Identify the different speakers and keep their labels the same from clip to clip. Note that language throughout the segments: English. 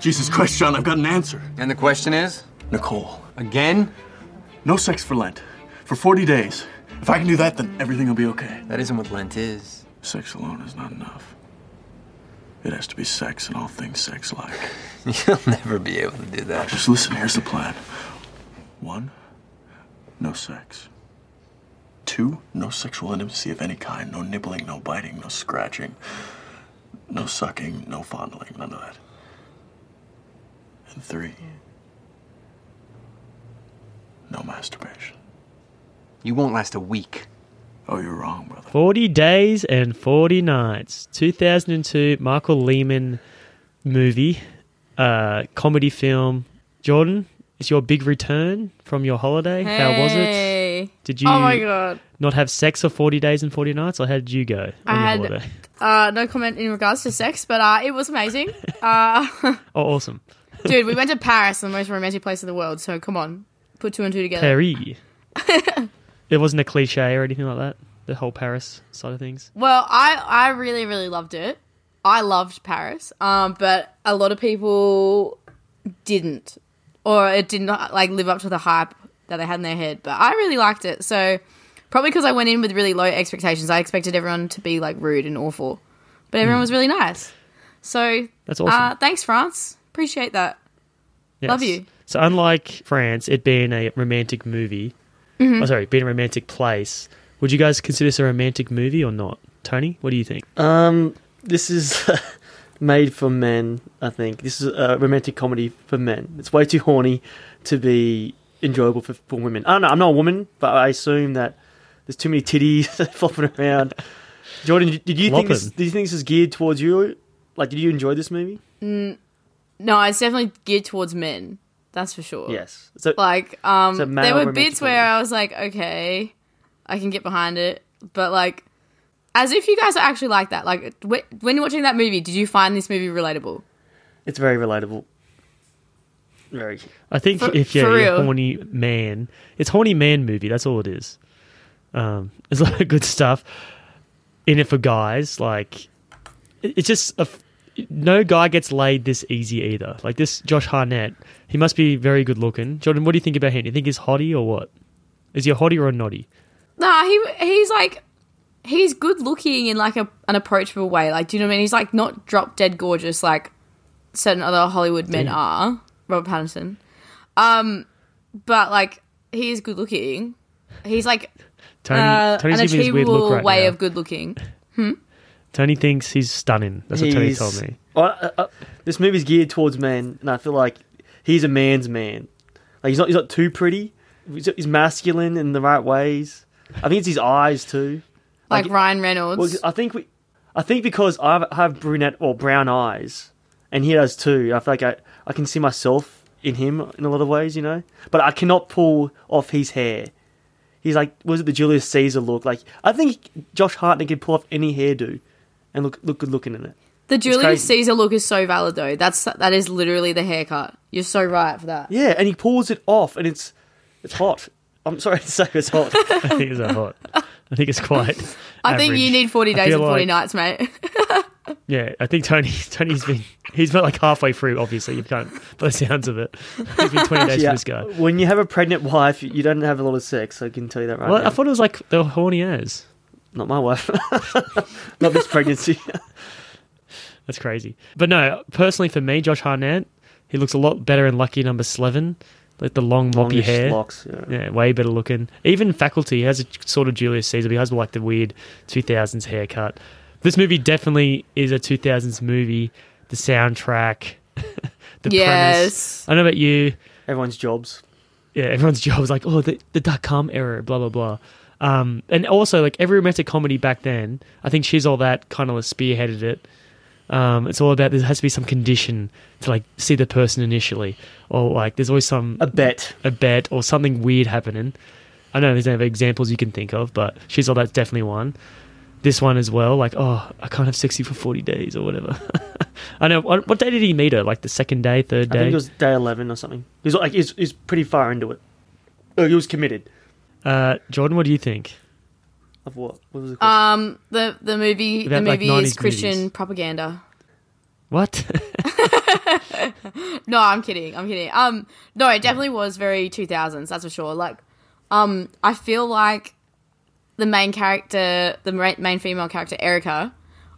Speaker 1: Jesus Christ, John, I've got an answer.
Speaker 2: And the question is?
Speaker 1: Nicole,
Speaker 2: Again?
Speaker 1: no sex for Lent. For 40 days. If I can do that, then everything will be okay.
Speaker 2: That isn't what Lent is.
Speaker 1: Sex alone is not enough. It has to be sex and all things sex like.
Speaker 2: You'll never be able to do that.
Speaker 1: Just listen, here's the plan. One, no sex. Two, no sexual intimacy of any kind. No nibbling, no biting, no scratching. No sucking, no fondling, none of that. And three, no masturbation.
Speaker 2: You won't last a week.
Speaker 1: Oh, you're wrong, brother.
Speaker 3: 40 Days and 40 Nights, 2002 Michael Lehman movie, uh, comedy film. Jordan, it's your big return from your holiday. How was it?
Speaker 4: Hey.
Speaker 3: Did you
Speaker 4: Oh my god.
Speaker 3: not have sex for 40 days and 40 nights, or how did you go on
Speaker 4: I
Speaker 3: your
Speaker 4: had-
Speaker 3: holiday?
Speaker 4: Uh, no comment in regards to sex, but uh, it was amazing. Uh,
Speaker 3: Oh, awesome.
Speaker 4: dude, we went to Paris, the most romantic place in the world. So come on, put two and two together.
Speaker 3: Paris. it wasn't a cliche or anything like that, the whole Paris side of things.
Speaker 4: Well, I I really really loved it. I loved Paris, um, but a lot of people didn't, or it did not like live up to the hype that they had in their head. But I really liked it, so probably because I went in with really low expectations. I expected everyone to be like rude and awful, but everyone was really nice. So
Speaker 3: Hmm. That's
Speaker 4: uh,
Speaker 3: awesome.
Speaker 4: thanks, France. Appreciate that.
Speaker 3: Yes.
Speaker 4: love you.
Speaker 3: So, unlike France, it being a romantic movie,
Speaker 4: Mm-hmm.
Speaker 3: oh, sorry, being a romantic place, would you guys consider this a romantic movie or not? Tony, what do you think?
Speaker 5: Um, this is made for men. I think this is uh, a romantic comedy for men. It's way too horny to be enjoyable for, for women. I don't know. I'm not a woman, but I assume that there's too many titties flopping around. Jordan, did- did you think this?
Speaker 3: Flopping.
Speaker 5: Did you think this is geared towards you? Like, did you enjoy this movie?
Speaker 4: No, it's definitely geared towards men. That's for sure.
Speaker 5: Yes. So,
Speaker 4: Like, um,
Speaker 5: a male
Speaker 4: there were
Speaker 5: romantic
Speaker 4: bits where
Speaker 5: comedy.
Speaker 4: I was like, okay, I can get behind it, but like, as if you guys are actually like that. Like, wh- when you're watching that movie, did you find this movie relatable?
Speaker 5: it's very relatable. Very.
Speaker 3: I think
Speaker 4: For-
Speaker 3: if you're,
Speaker 4: for
Speaker 3: you're a
Speaker 4: real.
Speaker 3: horny man, it's horny man movie. That's all it is. Um, there's a lot of good stuff in it for guys. Like it- it's just a f no guy gets laid this easy either. Like this Josh Harnett, he must be very good looking. Jordan, what do you think about him? Do you think he's hottie or what? Is he a hottie or a noddy?
Speaker 4: Nah, he he's like, he's good looking in like a, an approachable way. Like, do you know what I mean? He's like not drop dead gorgeous like certain other Hollywood men
Speaker 3: Damn.
Speaker 4: are. Robert Pattinson, um, but like he is good looking. He's like
Speaker 3: Tony,
Speaker 4: uh, an
Speaker 3: Tony's giving his weird
Speaker 4: achievable
Speaker 3: look right
Speaker 4: way
Speaker 3: now.
Speaker 4: of good looking.
Speaker 3: Tony thinks he's stunning. That's what Tony
Speaker 5: he's-
Speaker 3: told me.
Speaker 5: Uh, uh, uh, this movie's geared towards men, and I feel like he's a man's man. Like he's not he's not too pretty. He's, he's masculine in the right ways. I think it's his eyes too.
Speaker 4: like,
Speaker 5: Like-
Speaker 4: Ryan Reynolds.
Speaker 5: Well, I think we, I think because I've, I have brunette or brown eyes, and he does too. I feel like I, I can see myself in him in a lot of ways, you know. But I cannot pull off his hair. He's like, was it the Julius Caesar look? Like I think Josh Hartnett can pull off any hairdo, and look look good looking in it.
Speaker 4: the Julius
Speaker 5: crazy.
Speaker 4: Caesar look is so valid though. That's that is literally the haircut. You're so right for that.
Speaker 5: Yeah, and he pulls it off, and it's it's hot. I'm sorry to say it's hot.
Speaker 3: I think it's a hot. I think it's quite.
Speaker 4: I think you
Speaker 3: average.
Speaker 4: need 40 days
Speaker 3: feel
Speaker 4: and
Speaker 3: like-
Speaker 4: 40 nights, mate.
Speaker 3: Yeah, I think Tony Tony's been he's been like halfway through. Obviously, you can't by the sounds of it. He's been twenty days for this guy.
Speaker 5: When you have a pregnant wife, you don't have a lot of sex. I can tell you that right
Speaker 3: Well,
Speaker 5: now.
Speaker 3: I thought it was like the horny as.
Speaker 5: Not my wife. Not this pregnancy.
Speaker 3: That's crazy. But no, personally for me, Josh Hartnett, he looks a lot better in Lucky Number Eleven, like the long moppy
Speaker 5: Longish
Speaker 3: hair.
Speaker 5: locks, yeah.
Speaker 3: Yeah, way better looking. Even Faculty he has a sort of Julius Caesar. But he has like the weird two thousands haircut. This movie definitely is a two thousands movie. The soundtrack, the
Speaker 4: Yes.
Speaker 3: premise. I don't know about you.
Speaker 5: Everyone's jobs.
Speaker 3: yeah, everyone's job was like, oh, the, the dot com error, blah blah blah. Um, and also like every romantic comedy back then, I think she's all that kind of spearheaded it. Um, it's all about there has to be some condition to like see the person initially, or like there's always some
Speaker 5: A bet.
Speaker 3: a bet or something weird happening. I don't know if there's any examples you can think of, but she's all that's definitely one. This one as well, like oh, I can't have sexy for forty days or whatever. I know what, what day did he meet her? Like the second day, third
Speaker 5: I
Speaker 3: day.
Speaker 5: think it was day eleven or something. He's like he's, he's pretty far into it. Oh, he was committed.
Speaker 3: uh, Jordan, what do you think?
Speaker 5: Of what? What was the question?
Speaker 4: um, the the movie the
Speaker 3: About, like,
Speaker 4: movie
Speaker 3: 90s
Speaker 4: is Christian
Speaker 3: movies.
Speaker 4: propaganda.
Speaker 3: What?
Speaker 4: No, I'm kidding. I'm kidding. Um, no, it definitely was very 2000s. That's for sure. Like, um, I feel like the main character, the ma- main female character, Erica.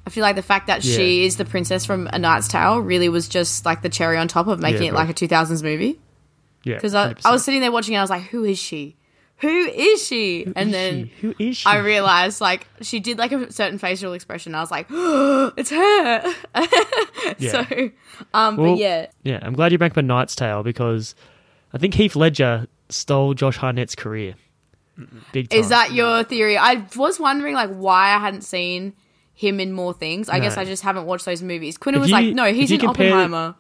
Speaker 4: I feel like the fact that she
Speaker 3: Yeah.
Speaker 4: is the princess from A Knight's Tale really was just like the cherry on top of making
Speaker 3: Yeah,
Speaker 4: it like a 2000s movie.
Speaker 3: yeah.
Speaker 4: Because I, I was sitting there watching, and I was like, "Who is she? Who is she?" and then
Speaker 3: who is she?
Speaker 4: I realized like she did like a certain facial expression. and I was like, "It's her." So, um,
Speaker 3: Well-
Speaker 4: but yeah,
Speaker 3: yeah, I'm glad you back up Knight's Tale because I think Heath Ledger stole Josh Hartnett's career. Big time.
Speaker 4: Is that your theory? I was wondering like why I hadn't seen him in more things. I guess
Speaker 3: No.
Speaker 4: I just haven't watched those movies. Quinn
Speaker 3: If
Speaker 4: was
Speaker 3: you-
Speaker 4: like, no,
Speaker 3: if
Speaker 4: he's
Speaker 3: you
Speaker 4: in
Speaker 3: compare-
Speaker 4: Oppenheimer.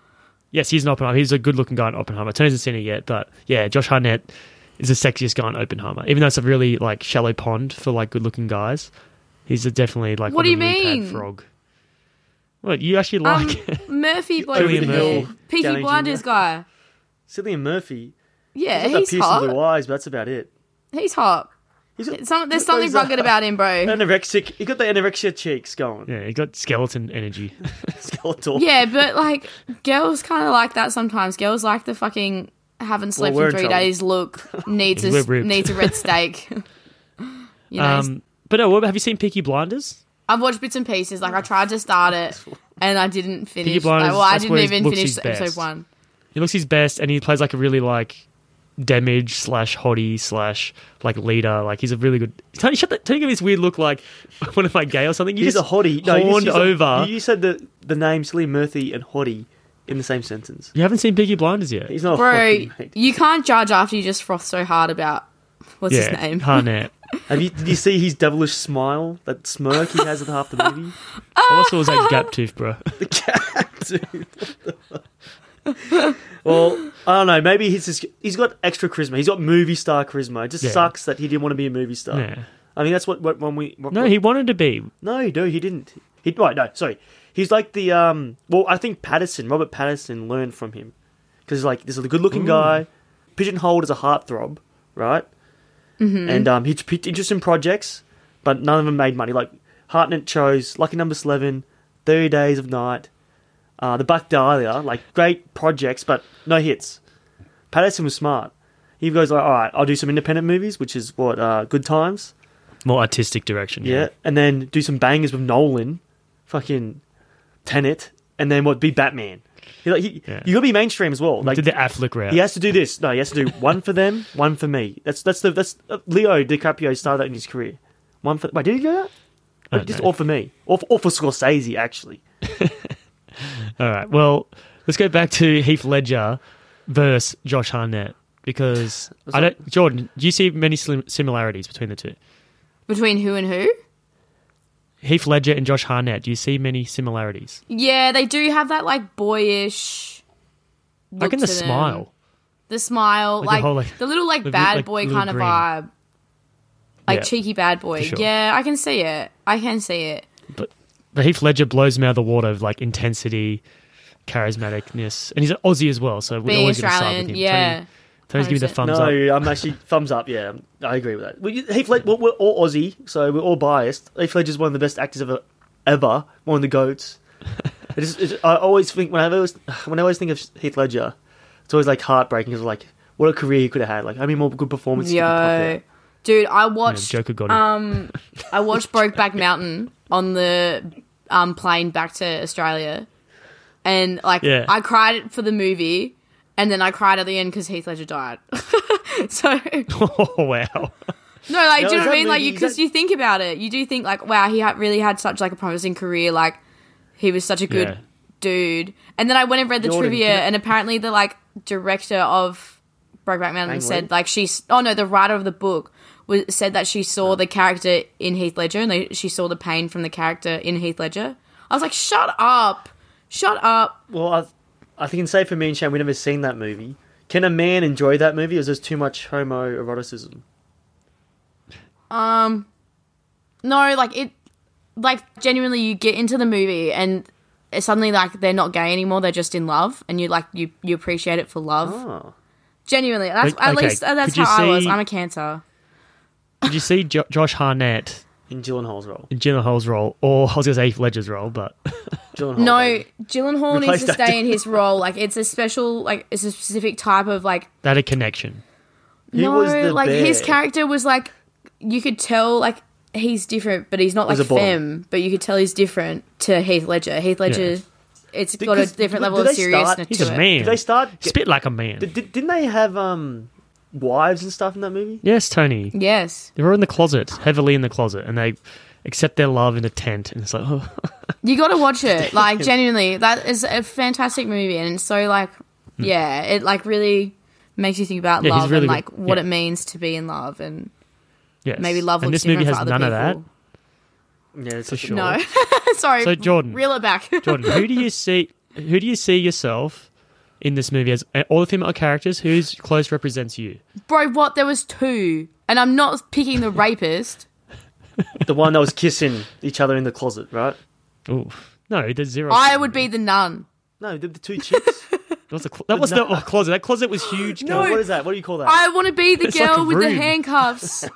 Speaker 3: Yes, he's an Oppenheimer. He's a good-looking guy in Oppenheimer. Tony hasn't seen it yet, but yeah, Josh Hartnett is the sexiest guy in Oppenheimer. Even though it's a really like shallow pond for like good-looking guys, he's a definitely like one
Speaker 4: What do
Speaker 3: of
Speaker 4: you
Speaker 3: the really bad
Speaker 4: mean?
Speaker 3: frog. What you actually like?
Speaker 4: Um, Murphy
Speaker 5: Over
Speaker 4: bloke
Speaker 5: the
Speaker 4: there.
Speaker 5: hill,
Speaker 4: Peaky
Speaker 5: Downey
Speaker 4: Blinders
Speaker 5: Jr.
Speaker 4: guy.
Speaker 5: Cillian Murphy.
Speaker 4: Yeah,
Speaker 5: He's got that
Speaker 4: he's,
Speaker 5: piercing blue
Speaker 4: hot.
Speaker 5: eyes, but that's about it.
Speaker 4: He's hot.
Speaker 5: He's got,
Speaker 4: Some, there's
Speaker 5: he's got
Speaker 4: something
Speaker 5: these, uh,
Speaker 4: rugged about him, bro.
Speaker 5: Anorexic. He got the anorexia cheeks going.
Speaker 3: yeah, he got skeleton energy.
Speaker 5: Skeletor.
Speaker 4: Yeah, but like girls kind of like that sometimes. Girls like the fucking haven't slept in
Speaker 5: we're in
Speaker 4: three
Speaker 5: trouble.
Speaker 4: days. Look, needs
Speaker 3: We're
Speaker 4: a
Speaker 3: ripped.
Speaker 4: needs a red steak. you know,
Speaker 3: um, but no, what- have you seen Peaky Blinders?
Speaker 4: I've watched bits and pieces. Like I tried to start it and I didn't finish.
Speaker 3: Blinders,
Speaker 4: like, well, I
Speaker 3: that's
Speaker 4: didn't
Speaker 3: where he
Speaker 4: even
Speaker 3: looks
Speaker 4: finish
Speaker 3: his best.
Speaker 4: episode one.
Speaker 3: He looks his best, and he plays like a really like damage slash hottie slash like leader. Like he's a really good. Tony, shut that. Tony gave me this weird look like one of my gay or something. You
Speaker 5: He's a
Speaker 3: just
Speaker 5: hottie. No, you
Speaker 3: Horned
Speaker 5: just used the-
Speaker 3: over.
Speaker 5: you said the the name Cillian Murphy and hottie in the same sentence.
Speaker 3: You haven't seen Peaky Blinders yet.
Speaker 5: He's not a
Speaker 4: Bro,
Speaker 5: hottie, mate.
Speaker 4: you can't judge after you just froth so hard about what's his name.
Speaker 3: Harnett.
Speaker 5: Have you? Did you see his devilish smile? That smirk he has at half the movie.
Speaker 3: also was that gap tooth, bro.
Speaker 5: The cat. Dude. well, I don't know. Maybe he's just, he's got extra charisma. He's got movie star charisma. It just
Speaker 3: Yeah.
Speaker 5: sucks that he didn't want to be a movie star.
Speaker 3: Yeah.
Speaker 5: I mean, that's what, what when we what,
Speaker 3: No, he wanted to be.
Speaker 5: No, no, he didn't. He right, no, sorry. He's like the um. Well, I think Patterson, Robert Patterson, learned from him because like this is a good-looking guy, pigeonholed as a heartthrob, right? Mm-hmm. And um, he picked interesting projects, but none of them made money. Like Hartnett chose Lucky Number Eleven, Thirty Days of Night, uh, The Buck Dahlia, like great projects, but no hits. Patterson was smart. He goes like, all right, I'll do some independent movies, which is what uh, Good Times.
Speaker 3: More artistic direction.
Speaker 5: Yeah, and then do some bangers with Nolan, fucking Tenet, and then what? Be Batman. He, like, he,
Speaker 3: Yeah.
Speaker 5: You gotta be mainstream as well. Like
Speaker 3: Did the Affleck route.
Speaker 5: he has to do this. No, he has to do one for them, one for me. That's that's the that's uh, Leo DiCaprio started that in his career. One for wait, did he do that?
Speaker 3: I
Speaker 5: Just
Speaker 3: know.
Speaker 5: all for me, or for, or for Scorsese actually.
Speaker 3: All right. Well, let's go back to Heath Ledger versus Josh Hartnett because I don't. Jordan, do you see many slim- similarities between the two?
Speaker 4: Between who and who?
Speaker 3: Heath Ledger and Josh Hartnett. Do you see many similarities?
Speaker 4: Yeah, they do have that like boyish.
Speaker 3: like in the
Speaker 4: to them.
Speaker 3: smile.
Speaker 4: The smile,
Speaker 3: the
Speaker 4: like,
Speaker 3: whole, like,
Speaker 4: the little like
Speaker 3: the bit-
Speaker 4: bad
Speaker 3: like,
Speaker 4: boy
Speaker 3: little
Speaker 4: kind of
Speaker 3: grin.
Speaker 4: vibe, like
Speaker 3: Yeah,
Speaker 4: cheeky bad boy.
Speaker 3: sure.
Speaker 4: Yeah, I can see it. I can see it.
Speaker 3: But, but Heath Ledger blows me out of the water of like intensity, charismaticness, and he's an Aussie as well. So we're
Speaker 4: Being
Speaker 3: always going to side with
Speaker 4: Australian,
Speaker 3: him.
Speaker 4: yeah.
Speaker 3: Tony, Tony's giving me the
Speaker 4: 100%.
Speaker 3: thumbs
Speaker 5: no,
Speaker 3: up.
Speaker 5: I'm actually thumbs up. Yeah, I agree with that. We, Heath Led- we're, we're all Aussie, so we're all biased. Heath Ledger's one of the best actors ever, ever. One of the goats. It is, it's- I always think when I always when I always think of Heath Ledger, it's always like heartbreaking. It's like what a career he could have had. Like how many more good performances? he could pop
Speaker 4: Yo,
Speaker 5: out.
Speaker 4: dude, I
Speaker 3: Yeah,
Speaker 4: watched
Speaker 3: Joker got him.
Speaker 4: Um, I watched Brokeback Mountain on the um, plane back to Australia, and like
Speaker 3: Yeah.
Speaker 4: I cried for the movie, and then I cried at the end because Heath Ledger died. so no,
Speaker 3: oh wow.
Speaker 4: like do you
Speaker 5: No,
Speaker 4: know
Speaker 5: is
Speaker 4: what I
Speaker 5: that
Speaker 4: mean? Like
Speaker 5: movie-
Speaker 4: you
Speaker 5: is
Speaker 4: because
Speaker 5: that-
Speaker 4: you think about it, you do think like, wow, he had, really had such like a promising career. Like he was such a good
Speaker 3: Yeah.
Speaker 4: dude. And then I went and read the
Speaker 5: Jordan,
Speaker 4: trivia,
Speaker 5: can I-
Speaker 4: and apparently the like director of Brokeback Mountain
Speaker 5: Ang Lee?
Speaker 4: said like she s- oh no the writer of the book was said that she saw the character in Heath Ledger and they, she saw the pain from the character in Heath Ledger. I was like, shut up, shut up.
Speaker 5: Well, I, I think it's safe for me and Shane. We've never seen that movie. Can a man enjoy that movie? Or is there too much homoeroticism?
Speaker 4: No, like it, like genuinely you get into the movie and suddenly like they're not gay anymore. They're just in love, and you like you you appreciate it for love.
Speaker 5: Oh,
Speaker 4: Genuinely, that's
Speaker 3: Like,
Speaker 4: at
Speaker 3: okay,
Speaker 4: least uh, that's
Speaker 3: could
Speaker 4: how
Speaker 3: you
Speaker 4: I was.
Speaker 3: see-
Speaker 4: I'm a cancer.
Speaker 3: Did you see jo- Josh Harnett
Speaker 5: in Gyllenhaal's role.
Speaker 3: in Gyllenhaal's role, or I was going to say Heath Ledger's role, but
Speaker 5: Gyllenhaal,
Speaker 4: No,
Speaker 5: Oh, baby.
Speaker 4: Gyllenhaal
Speaker 5: Replace
Speaker 4: needs to
Speaker 5: that
Speaker 4: stay in his role. Like it's a special, like it's a specific type of like.
Speaker 3: that a connection.
Speaker 5: He
Speaker 4: no,
Speaker 5: was the
Speaker 4: like his
Speaker 5: bear.
Speaker 4: character was like, you could tell like he's different, but he's not
Speaker 5: was
Speaker 4: like
Speaker 5: a bottom.
Speaker 4: femme. But you could tell he's different to Heath Ledger. Heath Ledger, it's got
Speaker 5: Because-
Speaker 4: a different
Speaker 5: but
Speaker 4: level
Speaker 5: do
Speaker 4: of
Speaker 5: they start-
Speaker 4: seriousness
Speaker 3: He's
Speaker 4: to
Speaker 3: a
Speaker 4: it.
Speaker 3: man.
Speaker 5: Did they start?
Speaker 3: Spit like a man.
Speaker 5: Did, did, didn't they have um wives and stuff in that movie?
Speaker 3: yes, Tony.
Speaker 4: Yes,
Speaker 3: They were in the closet, heavily in the closet, and they accept their love in a tent. And it's like, oh,
Speaker 4: you got to watch it. Like genuinely, that is a fantastic movie, and it's so like, yeah, it like really makes you think about
Speaker 3: Hmm. Yeah, he's
Speaker 4: love
Speaker 3: really
Speaker 4: and
Speaker 3: good.
Speaker 4: like what
Speaker 3: Yeah.
Speaker 4: it means to be in love, and
Speaker 3: yes.
Speaker 4: maybe love
Speaker 3: And
Speaker 4: looks
Speaker 3: this movie
Speaker 4: different
Speaker 3: has
Speaker 4: for other
Speaker 3: none
Speaker 4: people.
Speaker 3: of that.
Speaker 5: Yeah, it's
Speaker 3: For sure.
Speaker 4: No, sorry.
Speaker 3: So, Jordan.
Speaker 4: reel it back.
Speaker 3: Jordan, who do you see? Who do you see yourself in this movie as uh, all the female characters? Who's close represents you?
Speaker 4: Bro, what? There was two, and I'm not picking the rapist.
Speaker 5: the one that was kissing each other in the closet, right?
Speaker 3: Oh no, there's zero.
Speaker 4: I would be the nun.
Speaker 5: No, the, the two chicks.
Speaker 3: That was, the cl- that was the oh, closet. That closet was huge.
Speaker 5: no,
Speaker 3: girl.
Speaker 5: what is that? What do you call that?
Speaker 4: I want to be the
Speaker 3: It's like
Speaker 4: girl
Speaker 3: a
Speaker 4: with the
Speaker 3: room.
Speaker 4: handcuffs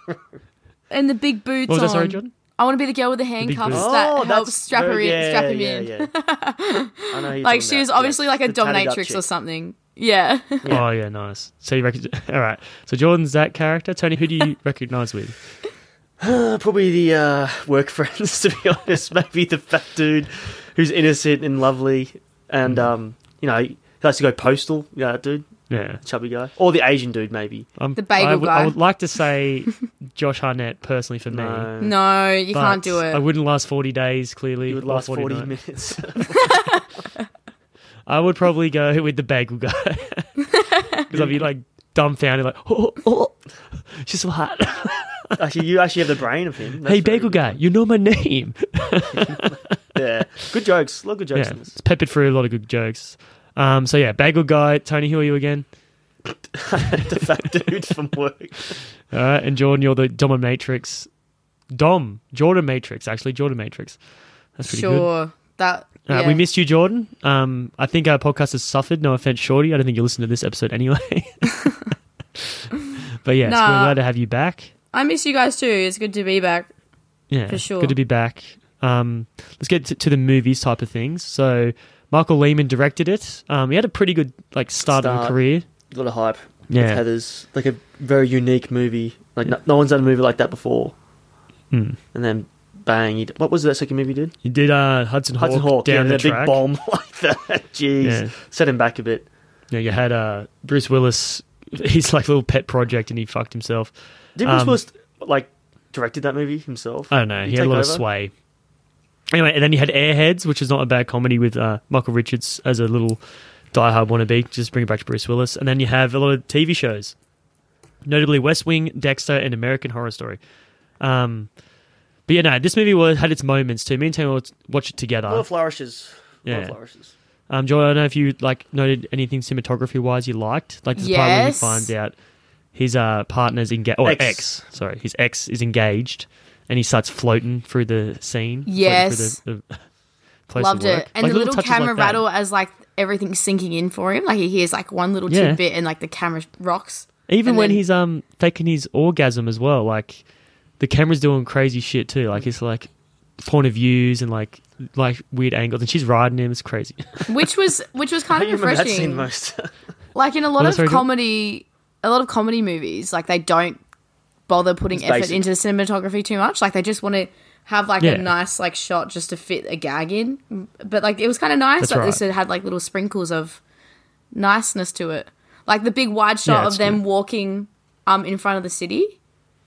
Speaker 4: and the big boots
Speaker 3: What was
Speaker 4: on.
Speaker 3: that? Sorry, Jordan.
Speaker 4: I want to be the girl with the handcuffs
Speaker 3: boots.
Speaker 4: that
Speaker 5: Oh, that's
Speaker 4: helps strap her
Speaker 5: very-
Speaker 4: in,
Speaker 5: yeah,
Speaker 4: strap him
Speaker 5: yeah,
Speaker 4: in.
Speaker 5: yeah. I know who you're
Speaker 4: Like
Speaker 5: talking
Speaker 4: she was
Speaker 5: about,
Speaker 4: obviously
Speaker 5: yeah.
Speaker 4: like a
Speaker 5: The tatted up
Speaker 4: dominatrix or
Speaker 5: chick.
Speaker 4: something. Yeah.
Speaker 3: Oh yeah, nice. So you reckon? All right. So Jordan's that character. Tony, who do you recognize with?
Speaker 5: Uh, Probably the uh, work friends, to be honest. Maybe the fat dude who's innocent and lovely, and um, you know, he likes to go postal. You know that dude,
Speaker 3: Yeah,
Speaker 5: chubby guy, or the Asian dude, maybe.
Speaker 3: I'm,
Speaker 4: The bagel
Speaker 3: I would- I
Speaker 4: guy.
Speaker 3: would like to say Josh Harnett personally for me.
Speaker 5: No,
Speaker 4: no, you
Speaker 3: but
Speaker 4: can't do it.
Speaker 3: I wouldn't last forty days. Clearly,
Speaker 5: he would
Speaker 3: or
Speaker 5: last forty
Speaker 3: 49.
Speaker 5: minutes.
Speaker 3: I would probably go with the bagel guy because I'd be like dumbfounded, like, oh, oh, oh, she's so hot.
Speaker 5: actually, you actually have the brain of him. That's
Speaker 3: hey,
Speaker 5: very
Speaker 3: bagel
Speaker 5: good.
Speaker 3: guy, you know my name.
Speaker 5: Yeah, good jokes. A lot of good jokes.
Speaker 3: yeah,
Speaker 5: in this.
Speaker 3: it's peppered through a lot of good jokes. Um, so yeah, bagel guy, Tony, who are you again?
Speaker 5: the fat dude from work.
Speaker 3: All right, and Jordan, you're the dominatrix, Dom, Jordan Matrix, actually Jordan Matrix. That's pretty good.
Speaker 4: sure. That
Speaker 3: All right,
Speaker 4: yeah.
Speaker 3: we missed you, Jordan. Um, I think our podcast has suffered. No offense, Shorty. I don't think you listen to this episode anyway. but yes, we're
Speaker 4: Nah.
Speaker 3: glad to have you back.
Speaker 4: I miss you guys too. It's good to be back.
Speaker 3: Yeah,
Speaker 4: For sure.
Speaker 3: Good to be back. Um, let's get to, to the movies type of things. So Michael Lehman directed it. Um, he had a pretty good like start, of a
Speaker 5: Start.
Speaker 3: career.
Speaker 5: A lot of hype.
Speaker 3: Yeah.
Speaker 5: With Heather's like a very unique movie. Like no, no one's done a movie like that before.
Speaker 3: Hmm.
Speaker 5: And then bang! He, what was that second movie? he Did
Speaker 3: He did uh, Hudson,
Speaker 5: Hudson
Speaker 3: Hawk,
Speaker 5: Hawk?
Speaker 3: down the
Speaker 5: yeah, and a
Speaker 3: track.
Speaker 5: big bomb like that. Jeez,
Speaker 3: Yeah.
Speaker 5: set him back a bit.
Speaker 3: Yeah, you had uh, Bruce Willis. His like little pet project, and he fucked himself.
Speaker 5: Did Bruce
Speaker 3: Um,
Speaker 5: Willis like directed that movie himself?
Speaker 3: I don't know. He, had a
Speaker 5: take
Speaker 3: lot of
Speaker 5: over?
Speaker 3: sway. Anyway, and then you had Airheads, which is not a bad comedy with uh, Michael Richards as a little diehard wannabe. Just bring it back to Bruce Willis, and then you have a lot of TV shows, notably West Wing, Dexter, and American Horror Story. Um, but yeah, no, this movie was had its moments too. Me and Tony will watch it
Speaker 5: A lot
Speaker 3: together.
Speaker 5: of flourishes. A lot
Speaker 3: Yeah.
Speaker 5: of flourishes.
Speaker 3: Um, Joy, I don't know if you like noted anything cinematography wise you liked. Like this part where you
Speaker 4: Yes.
Speaker 3: find out his uh, partner's engaged. Or
Speaker 5: Ex.
Speaker 3: ex. sorry, his ex is engaged, and he starts floating through the scene. floating through
Speaker 4: Yes.
Speaker 3: the- the place of
Speaker 4: Loved
Speaker 3: work.
Speaker 4: it. And
Speaker 3: Like,
Speaker 4: the little,
Speaker 3: touches like
Speaker 4: camera
Speaker 3: that.
Speaker 4: rattle as like everything's sinking in for him. Like he hears like one little
Speaker 3: Yeah.
Speaker 4: tidbit and like the camera rocks.
Speaker 3: Even
Speaker 4: and
Speaker 3: when
Speaker 4: then-
Speaker 3: he's um faking his orgasm as well, like the camera's doing crazy shit too. Like it's like point of views and like like weird angles, and she's riding him. It's crazy.
Speaker 4: Which was which was kind
Speaker 5: I
Speaker 4: of
Speaker 5: remember that scene
Speaker 4: refreshing.
Speaker 5: most.
Speaker 4: like in a lot
Speaker 3: Well,
Speaker 4: of
Speaker 3: sorry, go on.
Speaker 4: comedy a lot of comedy movies like they don't bother putting
Speaker 5: It's
Speaker 4: effort
Speaker 5: basic.
Speaker 4: into the cinematography too much like they just want to have like
Speaker 3: Yeah.
Speaker 4: a nice like shot just to fit a gag in but like it was kind of nice
Speaker 3: That's
Speaker 4: that this
Speaker 3: right.
Speaker 4: had had like little sprinkles of niceness to it like the big wide shot
Speaker 3: Yeah,
Speaker 4: of
Speaker 3: it's
Speaker 4: them
Speaker 3: good.
Speaker 4: walking um in front of the city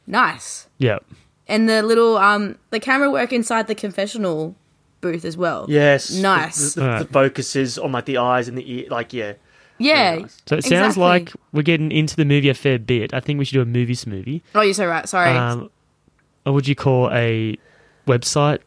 Speaker 4: nice
Speaker 3: yeah.
Speaker 4: and the little um the camera work inside the confessional booth as well
Speaker 5: yes. the-
Speaker 4: Nice.
Speaker 5: The, the,
Speaker 3: Alright.
Speaker 5: the focus is on like the eyes and the ear. Like yeah.
Speaker 4: yeah
Speaker 5: Very nice.
Speaker 3: So it sounds
Speaker 4: exactly.
Speaker 3: like we're getting into the movie a fair bit. I think we should do a movie smoothie.
Speaker 4: oh you're so right sorry
Speaker 3: um, or would you call a website?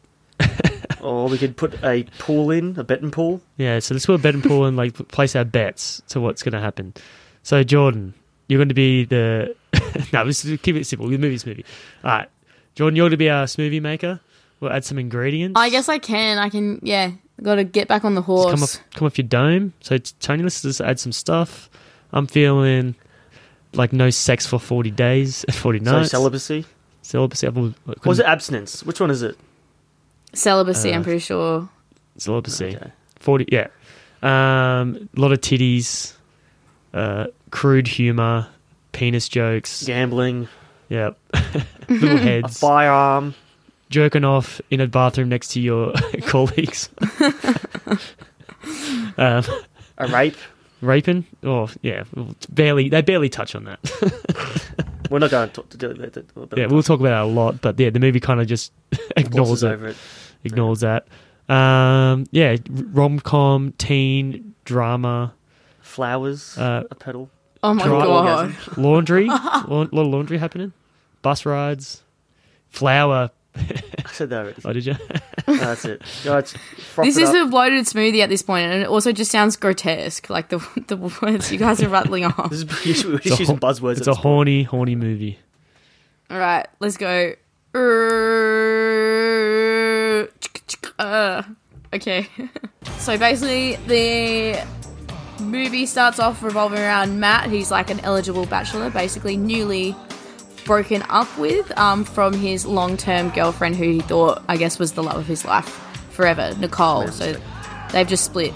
Speaker 5: Or we could put a pool in a betting pool.
Speaker 3: Yeah, so let's put a bet and pool and like place our bets to what's going to happen. So Jordan, you're going to be the no, let's just keep it simple. The movie smoothie. All right, Jordan, you're going to be our smoothie maker. We'll add some ingredients.
Speaker 4: I guess I can. I can. Yeah, got to get back on the
Speaker 3: Just
Speaker 4: horse.
Speaker 3: come off come off your dome. So t- Tony, let's just add some stuff. I'm feeling like no sex for 40 days, 40
Speaker 5: So
Speaker 3: nights.
Speaker 5: celibacy.
Speaker 3: Celibacy. I've, always- I
Speaker 5: Or is it
Speaker 3: couldn't-
Speaker 5: abstinence? Which one is it?
Speaker 4: Celibacy,
Speaker 3: Uh,
Speaker 4: I'm pretty sure.
Speaker 3: Celibacy.
Speaker 5: Okay.
Speaker 3: Forty. Yeah. Um, a lot of titties, uh, crude humor, penis jokes.
Speaker 5: Gambling,
Speaker 3: Yep. Little
Speaker 5: a
Speaker 3: heads.
Speaker 5: firearm.
Speaker 3: jerking off in a bathroom next to your colleagues. um,
Speaker 5: a rape.
Speaker 3: raping? Oh, yeah. Barely. They barely touch on that.
Speaker 5: We're not going to talk to do that. that- that-
Speaker 3: yeah, we'll talk about that a lot. But yeah, the movie kind of just ignores
Speaker 5: glosses
Speaker 3: it.
Speaker 5: over it.
Speaker 3: Ignores that. Um, yeah, rom com, teen drama,
Speaker 5: Flowers,
Speaker 3: Uh,
Speaker 5: a petal.
Speaker 4: Oh my
Speaker 3: Dry
Speaker 4: god.
Speaker 5: orgasm.
Speaker 3: laundry, a lot of laundry happening, bus rides, flower.
Speaker 5: I said that already.
Speaker 3: Oh, did you?
Speaker 5: No, that's it. No, it's froth
Speaker 4: This
Speaker 5: it
Speaker 4: is
Speaker 5: up.
Speaker 4: a bloated smoothie at this point, and it also just sounds grotesque, like the the words you guys are rattling off.
Speaker 5: This is usually we're
Speaker 3: It's
Speaker 5: just
Speaker 3: a
Speaker 5: using
Speaker 3: hor-
Speaker 5: buzzwords.
Speaker 3: It's a horny, horny movie.
Speaker 4: All right, let's go. Uh, okay. so basically, the movie starts off revolving around Matt. He's like an eligible bachelor, basically newly broken up with um, from his long-term girlfriend, who he thought, I guess, was the love of his life forever, Nicole. So they've just split.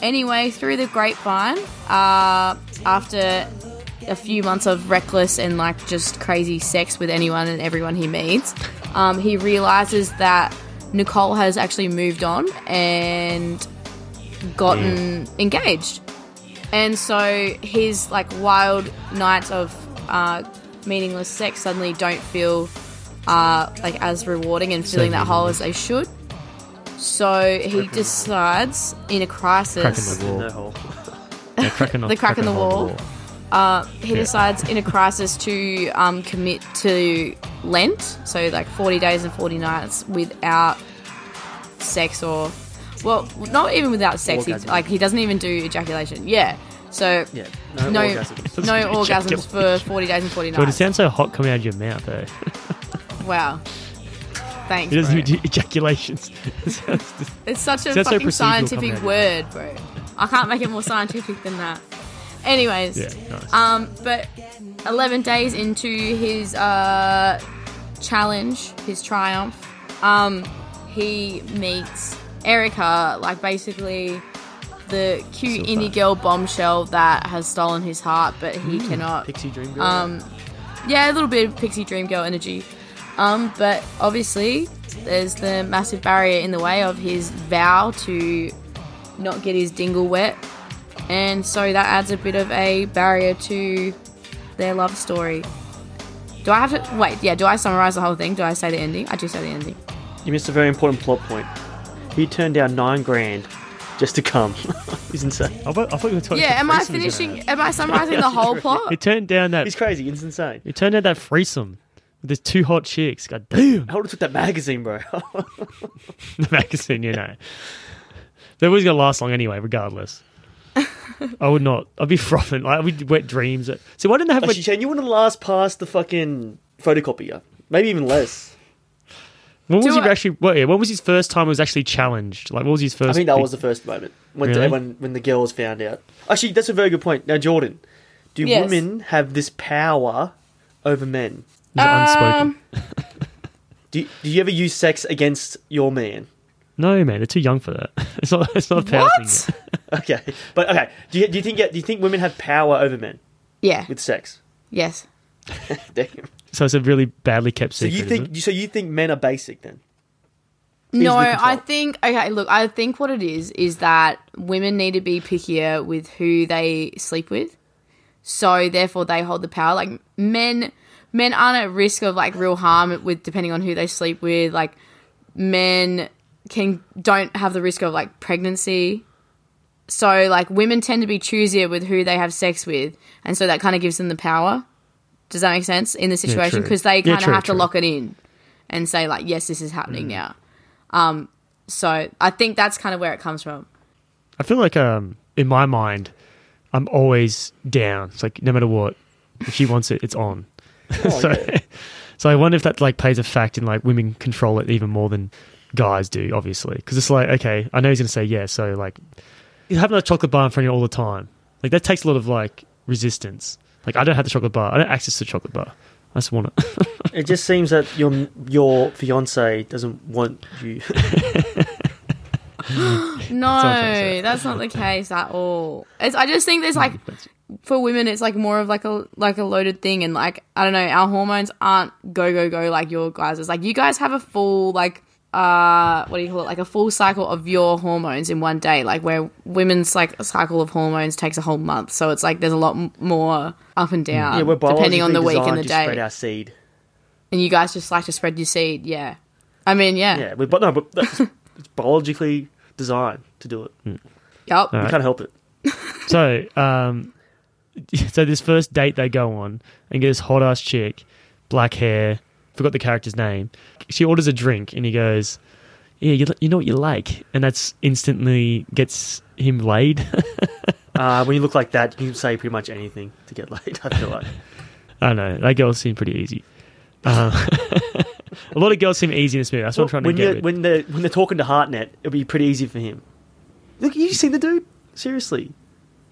Speaker 4: Anyway, through the grapevine, uh, after a few months of reckless and like just crazy sex with anyone and everyone he meets, um, he realizes that Nicole has actually moved on and gotten engaged. And so his like wild nights of uh, meaningless sex suddenly don't feel uh, like as rewarding and filling that hole as they should. So he decides in a
Speaker 3: Cracking
Speaker 4: crisis.
Speaker 3: the
Speaker 5: No
Speaker 3: wall.
Speaker 5: hole.
Speaker 3: Yeah, cracking the,
Speaker 4: The crack in the wall. he
Speaker 3: Yeah.
Speaker 4: decides in a crisis to um, commit to Lent, so like 40 days and 40 nights without sex or, well, not even without sex. He,
Speaker 5: Orgasm.
Speaker 4: like he doesn't even do ejaculation. Yeah. So
Speaker 5: Yeah. No,
Speaker 4: no,
Speaker 5: orgasms.
Speaker 4: no orgasms for
Speaker 3: Ejaculation.
Speaker 4: 40 days and 40
Speaker 3: God, it
Speaker 4: nights.
Speaker 3: sounds so hot coming out of your mouth, though.
Speaker 4: Wow. Thanks.
Speaker 3: It doesn't
Speaker 4: bro.
Speaker 3: even do ejaculations. It sounds dis-
Speaker 4: It's such a
Speaker 3: Sounds so
Speaker 4: fucking
Speaker 3: procedural coming out
Speaker 4: scientific
Speaker 3: of
Speaker 4: word, bro. I can't make it more scientific than that. Anyways,
Speaker 3: yeah, nice.
Speaker 4: Um, but 11 days into his uh, challenge, his triumph, um, he meets Erica, like basically the cute
Speaker 3: Silver.
Speaker 4: indie girl bombshell that has stolen his heart, but he cannot.
Speaker 5: Pixie dream girl.
Speaker 4: Um, yeah, a little bit of pixie dream girl energy. Um, but obviously, there's the massive barrier in the way of his vow to not get his dingle wet, and so that adds a bit of a barrier to their love story. Do I have to wait? Yeah, do I summarize the whole thing? Do I say the ending? I do say the ending.
Speaker 5: you missed a very important plot point. He turned down nine grand just to come. He's insane.
Speaker 3: I, thought, I thought you were talking.
Speaker 4: Yeah,
Speaker 3: about
Speaker 4: am I
Speaker 3: threesome was gonna
Speaker 4: finishing? Am I summarizing the whole
Speaker 3: happen.
Speaker 4: plot?
Speaker 3: He turned down that.
Speaker 5: He's crazy. He's insane.
Speaker 3: He turned down that threesome with the two hot chicks. God damn,
Speaker 5: I would have took that magazine, bro. Oh
Speaker 3: the magazine, you know. That was gonna last long anyway, regardless. I would not. I'd be frothing. Like we wet dreams. See, why didn't they have?
Speaker 5: Actually,
Speaker 3: Wet,
Speaker 5: Shane, you wouldn't last past the fucking photocopier. Maybe even less.
Speaker 3: when was
Speaker 4: Do
Speaker 3: he
Speaker 4: I-
Speaker 3: actually? Well, yeah, when was his first time? He was actually challenged. Like, what was his first?
Speaker 5: I think that
Speaker 3: big-
Speaker 5: was the first moment when
Speaker 3: Really?
Speaker 5: when when the girls found out. Actually, that's a very good point. Now, Jordan, do
Speaker 4: Yes.
Speaker 5: women have this power over men?
Speaker 3: was it unspoken.
Speaker 4: Um,
Speaker 5: Do do you ever use sex against your man?
Speaker 3: no, man, they're too young for that. It's not. It's not a power thing
Speaker 4: what?
Speaker 3: yet.
Speaker 5: Okay, but okay. Do you, do you think do you think women have power over men
Speaker 4: Yeah.
Speaker 5: with sex?
Speaker 4: Yes.
Speaker 5: Damn.
Speaker 3: So it's a really badly kept
Speaker 5: So
Speaker 3: secret.
Speaker 5: you
Speaker 3: is it?
Speaker 5: think so you think men are basic then?
Speaker 4: No,
Speaker 5: easily
Speaker 4: I
Speaker 5: controlled.
Speaker 4: think okay. Look, I think what it is is that women need to be pickier with who they sleep with, so therefore they hold the power. Like men, men aren't at risk of like real harm with depending on who they sleep with. Like men can don't have the risk of like pregnancy, so like women tend to be choosier with who they have sex with, and so that kind of gives them the power. Does that make sense in the situation?
Speaker 3: true.
Speaker 4: Because
Speaker 3: Yeah,
Speaker 4: they kind of
Speaker 3: true,
Speaker 4: have
Speaker 3: true. Mm.
Speaker 4: to lock it in and say like, yes, this is happening now. Um, So I think that's kind of where it comes from.
Speaker 3: I feel like um in my mind, I'm always down. It's like no matter what, if she wants it, it's on. so, so I wonder if that like plays a fact in like women control it even more than guys do, obviously. Because it's like okay, I know he's gonna say yeah, so like you having a chocolate bar in front of you all the time, like that takes a lot of like resistance. Like I don't have the chocolate bar. I don't access the chocolate bar. I just want it.
Speaker 5: It just seems that your your fiance doesn't want you.
Speaker 4: No,
Speaker 3: okay, so-
Speaker 4: that's not the case at all. It's, I just think there's like for women, it's like more of like a like a loaded thing, and like I don't know, our hormones aren't go go go like your guys. It's like you guys have a full like uh what do you call it like a full cycle of your hormones in one day like where women's like cycle of hormones takes a whole month so it's like there's a lot m- more up and down
Speaker 5: yeah, we're
Speaker 4: Um, depending on the
Speaker 5: biologically
Speaker 4: week and
Speaker 5: designed
Speaker 4: the
Speaker 5: to
Speaker 4: day
Speaker 5: Spread our seed.
Speaker 4: and you guys just like to spread your seed yeah i mean yeah,
Speaker 5: Yeah, we, but no, but that's, it's biologically designed to do it. You
Speaker 4: yep
Speaker 3: Alright.
Speaker 5: can't help it.
Speaker 3: so, um, so this first date they go on and get this hot ass chick, black hair, forgot the character's name. She orders a drink and he goes, "Yeah, you, you know what you like," and that's instantly gets him laid.
Speaker 5: Uh, when you look like that, you can say pretty much anything to get laid. I feel like
Speaker 3: I don't know that girl seemed pretty easy. Uh, a lot of girls seem easy in this movie. That's what I'm trying
Speaker 5: when
Speaker 3: to
Speaker 5: you
Speaker 3: get. With.
Speaker 5: when they when they're talking to Hartnett, it'll be pretty easy for him. Look, you seen the dude? Seriously.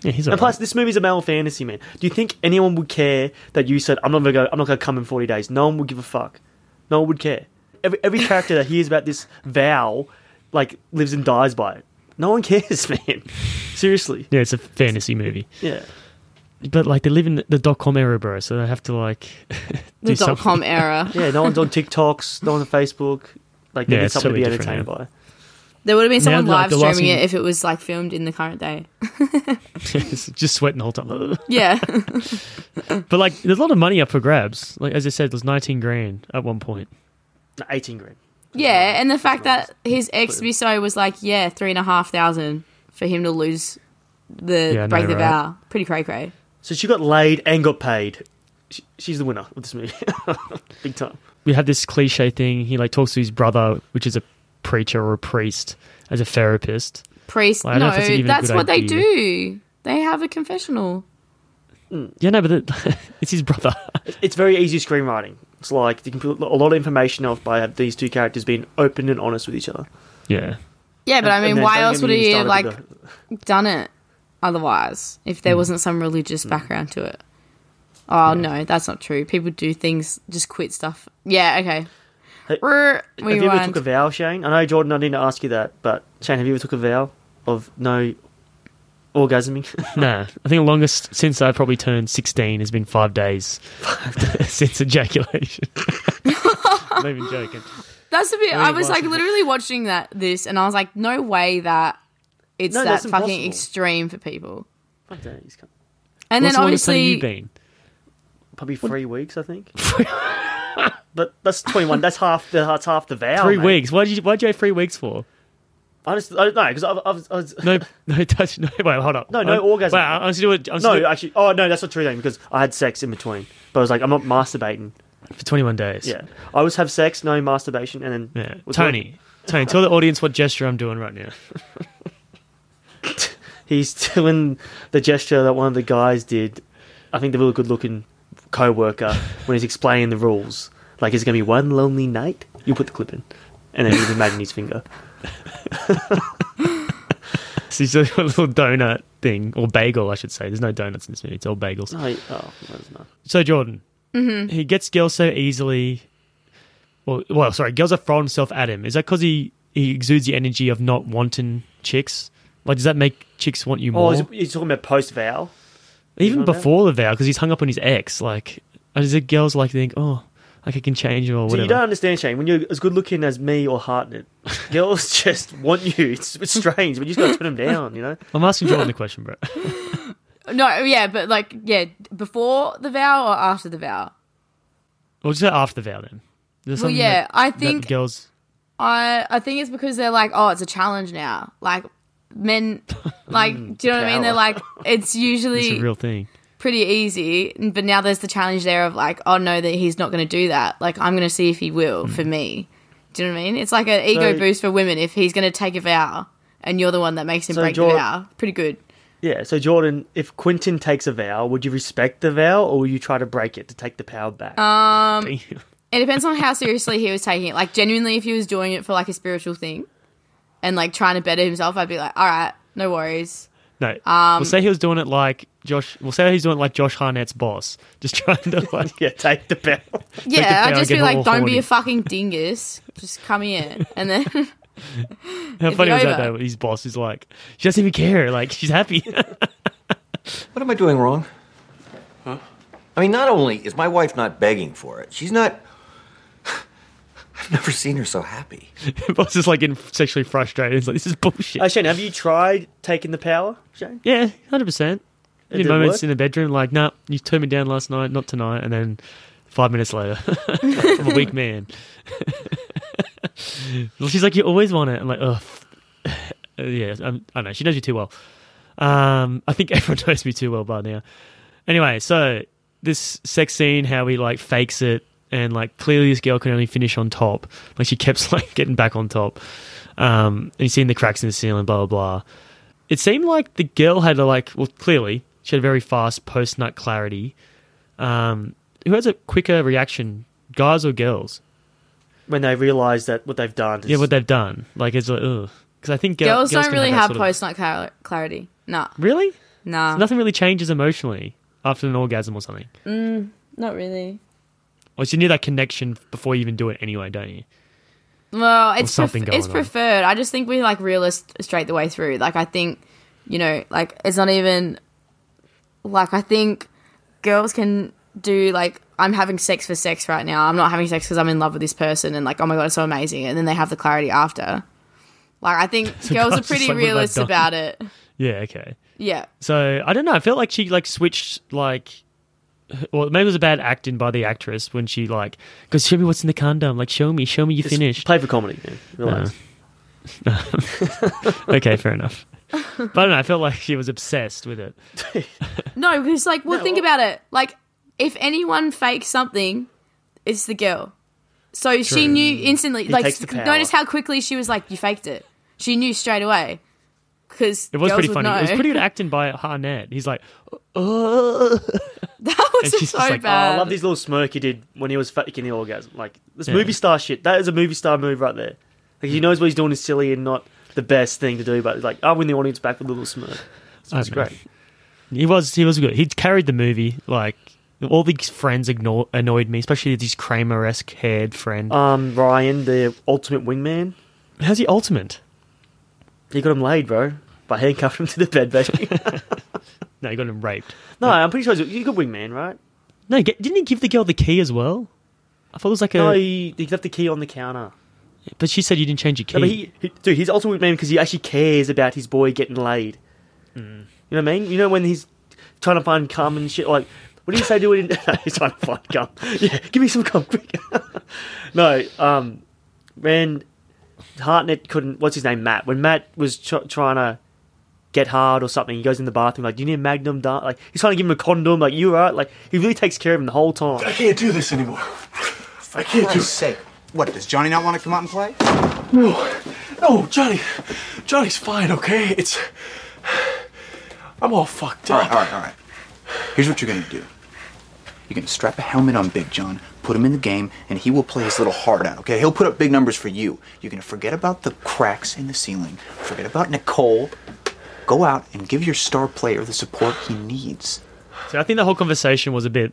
Speaker 3: yeah, he's
Speaker 5: And
Speaker 3: alright.
Speaker 5: plus, this movie's a male fantasy, man. Do you think anyone would care that you said I'm not gonna go? I'm not gonna come in 40 days. No one would give a fuck. No one would care. Every every character that hears about this vow, like lives and dies by it. No one cares, man. Seriously.
Speaker 3: Yeah, it's a fantasy movie.
Speaker 5: Yeah.
Speaker 3: But like they live in the dot com era, bro, so they have to like
Speaker 4: the
Speaker 3: do
Speaker 4: dot
Speaker 3: something.
Speaker 4: com era
Speaker 5: Yeah. No one's on TikToks. No one's on Facebook. Like they
Speaker 3: Yeah,
Speaker 5: need
Speaker 3: it's
Speaker 5: something to be
Speaker 3: totally different,
Speaker 5: entertained by.
Speaker 4: There would have been
Speaker 3: Now,
Speaker 4: someone
Speaker 3: like,
Speaker 4: live
Speaker 3: the last
Speaker 4: streaming
Speaker 3: thing-
Speaker 4: it if it was like filmed in the current day.
Speaker 3: just sweating the whole time.
Speaker 4: Yeah.
Speaker 3: But like there's a lot of money up for grabs. Like as I said, there's nineteen grand at one point.
Speaker 5: No, 18 grand.
Speaker 4: yeah. And the fact that his ex miso was like, yeah, three and a half thousand for him to lose the
Speaker 3: Yeah, I
Speaker 4: break
Speaker 3: know,
Speaker 4: the
Speaker 3: right?
Speaker 4: vow. Pretty cray cray.
Speaker 5: So she got laid and got paid. She, she's the winner of this movie, big time.
Speaker 3: We have this cliche thing, he like talks to his brother, which is a preacher or a priest, as a therapist.
Speaker 4: Priest.
Speaker 3: Well, I don't know
Speaker 4: no,
Speaker 3: if that's even a
Speaker 4: that's
Speaker 3: good
Speaker 4: what
Speaker 3: idea.
Speaker 4: they do. They have a confessional.
Speaker 3: Yeah, no, but the, it's his brother.
Speaker 5: It's very easy screenwriting. It's like you can put a lot of information off by these two characters being open and honest with each other.
Speaker 3: yeah.
Speaker 4: Yeah, but I mean,
Speaker 5: And then
Speaker 4: why
Speaker 5: don't
Speaker 4: else
Speaker 5: get
Speaker 4: would
Speaker 5: me
Speaker 4: he have
Speaker 5: started
Speaker 4: like
Speaker 5: with the-
Speaker 4: done it otherwise if
Speaker 3: Hmm.
Speaker 4: there wasn't some religious background to it? Oh no, that's not true. People do things, just quit stuff. Yeah, okay.
Speaker 5: Hey,
Speaker 4: Rrr, we
Speaker 5: have you ever took a
Speaker 4: rewind.
Speaker 5: vow, Shane? I know Jordan, I didn't ask you that, but Shane, have you ever took a vow of no orgasming?
Speaker 3: Nah. I think the longest since I probably turned sixteen has been five days since ejaculation. I'm not even joking.
Speaker 4: That's a bit. I was like
Speaker 3: glasses.
Speaker 4: literally watching that this, and I was like, no way that it's
Speaker 5: No,
Speaker 4: that
Speaker 5: that's
Speaker 4: fucking
Speaker 5: impossible.
Speaker 4: extreme for people.
Speaker 5: Fuck that, he's come-
Speaker 4: And
Speaker 3: What's
Speaker 4: then
Speaker 3: the longest time
Speaker 4: obviously,
Speaker 3: you've been?
Speaker 5: Probably three weeks, I think. but that's twenty-one. That's half the that's half the vow.
Speaker 3: Three
Speaker 5: Oh, mate.
Speaker 3: weeks. Why did you? Why did you have three weeks for?
Speaker 5: I just I don't know because I, I was. I was
Speaker 3: No, no touch. No, wait, hold up.
Speaker 5: No, no
Speaker 3: I-
Speaker 5: orgasm.
Speaker 3: Wait, I'm still. I'm still
Speaker 5: No, actually, oh no, that's not true then because I had sex in between. But I was like, I'm not masturbating.
Speaker 3: for 21 days.
Speaker 5: Yeah, I always have sex, no masturbation, and
Speaker 3: yeah.
Speaker 5: then With-
Speaker 3: Tony, Tony, tell the audience what gesture I'm doing right now.
Speaker 5: he's doing the gesture that one of the guys did. I think the really good-looking co-worker when he's explaining the rules. Like, is it gonna be one lonely night? You put the clip in, and then he's imagining his finger.
Speaker 3: So he's doing a little donut thing or bagel, I should say. There's no donuts in this movie. It's all bagels.
Speaker 5: Oh, Mm-hmm. he- oh, no, it's not.
Speaker 3: So Jordan, he gets girls so easily. Well, well, sorry, girls are throwing himself at him. Is that because he he exudes the energy of not wanting chicks? Like, does that make chicks want you
Speaker 5: Oh,
Speaker 3: more?
Speaker 5: he's, he's talking about post vow.
Speaker 3: Even
Speaker 5: on that?
Speaker 3: before the vow, because he's hung up on his ex. Like, is it girls like think, oh, like I can change or
Speaker 5: So
Speaker 3: whatever?
Speaker 5: you don't understand, Shane. When you're as good looking as me or Hartnett, girls just want you. It's, it's strange, but you just gotta turn them down. You know.
Speaker 3: I'm asking Jordan the question, bro.
Speaker 4: no, yeah, but like, yeah, before the vow or after the vow?
Speaker 3: Well, just after the vow then. There's
Speaker 4: Well,
Speaker 3: something
Speaker 4: yeah,
Speaker 3: that-
Speaker 4: I
Speaker 3: that
Speaker 4: think
Speaker 3: girls.
Speaker 4: I I think it's because they're like, oh, it's a challenge now. Like men, like, do you know what I mean? They're
Speaker 5: power.
Speaker 4: like, it's
Speaker 3: It's
Speaker 4: usually
Speaker 3: a real thing.
Speaker 4: pretty easy, but now there's the challenge there of like, oh no, that he's not going to do that. Like, I'm going to see if he will for me. Do you know what I mean? It's like an ego
Speaker 5: So-
Speaker 4: boost for women if he's going to take a vow and you're the one that makes him
Speaker 5: So
Speaker 4: break
Speaker 5: Jor-
Speaker 4: the vow. Pretty good.
Speaker 5: Yeah, so Jordan, if Quentin takes a vow, would you respect the vow or would you try to break it to take the power back?
Speaker 3: Damn.
Speaker 4: It depends on how seriously he was taking it. Like, genuinely, if he was doing it for like a spiritual thing and like trying to better himself, I'd be like, all right, no worries.
Speaker 3: No, we'll say he was doing it like Josh. We'll say he's doing it like Josh Harnett's boss, just trying to like
Speaker 5: Yeah, take the bell.
Speaker 3: Take
Speaker 4: Yeah,
Speaker 3: the
Speaker 4: I'd
Speaker 3: power,
Speaker 4: just
Speaker 3: get
Speaker 4: be like,
Speaker 3: all
Speaker 4: don't be
Speaker 3: horny."
Speaker 4: a fucking dingus. just come here. And then,
Speaker 3: How
Speaker 4: It'd
Speaker 3: funny
Speaker 4: be
Speaker 3: was that
Speaker 4: over.
Speaker 3: though? His boss is like, she doesn't even care. Like she's happy.
Speaker 6: What am I doing wrong? I mean, not only is my wife not begging for it, she's not. I've never seen her so happy.
Speaker 3: Her boss is like getting sexually frustrated. He's like, this is bullshit.
Speaker 5: Uh, Shane, have you tried taking the power, Shane?
Speaker 3: yeah, hundred percent. In
Speaker 5: didn't
Speaker 3: moments
Speaker 5: work?
Speaker 3: in the bedroom, like, nah, you turned me down last night, not tonight, and then five minutes later, I'm a weak man. She's like, you always want it. I'm like, ugh. yeah, I'm, I know. She knows me too well. Um, I think everyone knows me too well by now. Anyway, so this sex scene, how he like fakes it, and like clearly this girl can only finish on top. Like she kept like getting back on top, um, and he's seeing the cracks in the ceiling, blah blah blah. It seemed like the girl had a like, well, clearly she had very fast post nut clarity. Um, who has a quicker reaction, guys or girls?
Speaker 5: When they realise that what they've done is
Speaker 3: Yeah, what they've done, like it's like, ugh. Because I think girl-
Speaker 4: girls, don't
Speaker 3: can
Speaker 4: really
Speaker 3: that
Speaker 4: have,
Speaker 3: sort of-
Speaker 4: post night clar- clarity. Nah,
Speaker 3: Really?
Speaker 4: nah.
Speaker 3: Nothing really changes emotionally after an orgasm or something.
Speaker 4: Not really.
Speaker 3: Or you need that connection before you even do it anyway, don't you?
Speaker 4: Well, it's
Speaker 3: something
Speaker 4: pref- it's
Speaker 3: going on.
Speaker 4: preferred. I just think we're like realist straight the way through. Like I think, you know, like it's not even like I think girls can do like I'm having sex for sex right now. I'm not having sex because I'm in love with this person and like oh my god, it's so amazing. And then they have the clarity after. Like I think girls
Speaker 3: guys
Speaker 4: are
Speaker 3: just
Speaker 4: pretty
Speaker 3: like, what have I
Speaker 4: realist
Speaker 3: done?
Speaker 4: about it.
Speaker 3: Yeah, okay.
Speaker 4: Yeah.
Speaker 3: So I don't know. I felt like she like switched like, well, maybe it was a bad acting by the actress when she like goes, "Show me what's in the condom." Like, show me, show me you
Speaker 5: It's
Speaker 3: finished.
Speaker 5: Play for comedy. Yeah, realise.
Speaker 3: Uh, okay, fair enough. But I don't know. I felt like she was obsessed with it.
Speaker 4: No, because like, well, think about it. Like, if anyone fakes something, it's the girl. So she knew instantly. like,
Speaker 5: takes the
Speaker 4: notice
Speaker 5: power.
Speaker 4: how quickly she was like, "You faked it." She knew straight away. Because
Speaker 3: It was
Speaker 4: girls
Speaker 3: pretty
Speaker 4: would
Speaker 3: funny.
Speaker 4: Know.
Speaker 3: It was pretty good acting by Harnett. He's like, oh,
Speaker 4: that was
Speaker 3: and she's
Speaker 4: so
Speaker 3: just like, "Oh, I
Speaker 5: Oh,
Speaker 4: bad.
Speaker 5: I love this little smirk he did when he was faking the orgasm. Like this
Speaker 3: Yeah. Mm.
Speaker 5: movie star shit. That is a movie star move right there. Like he knows what he's doing is silly and not the best thing to do, but like I'll win the audience back with a little smirk. So it's
Speaker 3: I don't know.
Speaker 5: great.
Speaker 3: He was he was good. He carried the movie. Like all these friends ignore, annoyed me, especially this Kramer esque haired friend.
Speaker 5: Um, Ryan, the ultimate wingman,
Speaker 3: How's he ultimate?
Speaker 5: he got him laid, bro, by handcuffing him to the bed, baby.
Speaker 3: No, he got him raped.
Speaker 5: no, I'm pretty sure he's a, he's a good wingman, right?
Speaker 3: No, he get- didn't he give the girl the key as well? I thought it was like a.
Speaker 5: No, he, he left the key on the counter.
Speaker 3: but she said you didn't change your key.
Speaker 5: No, but he, he dude, he's ultimate wingman because he actually cares about his boy getting laid.
Speaker 3: Mm.
Speaker 5: You know what I mean? You know when he's trying to find cum and shit. Like, what do you say to it? In- he's trying to find cum. Yeah, give me some cum, quick. no, um, when Hartnett couldn't. What's his name? Matt. When Matt was tr- trying to get hard or something, he goes in the bathroom like, "Do you need a Magnum?" Dar-? Like, he's trying to give him a condom. Like, you right? Like, he really takes care of him the whole time.
Speaker 1: I can't do this anymore. I can't do
Speaker 7: Christ's sake. What, does Johnny not want to come out and play?
Speaker 1: No, no, Johnny. Johnny's fine, okay? It's. I'm all fucked
Speaker 7: All
Speaker 1: up.
Speaker 7: right, all right, all right. Here's what you're going to do you're going to strap a helmet on Big John, put him in the game, and he will play his little heart out, okay? He'll put up big numbers for you. You're going to forget about the cracks in the ceiling, forget about Nicole. Go out and give your star player the support he needs.
Speaker 3: so I think the whole conversation was a bit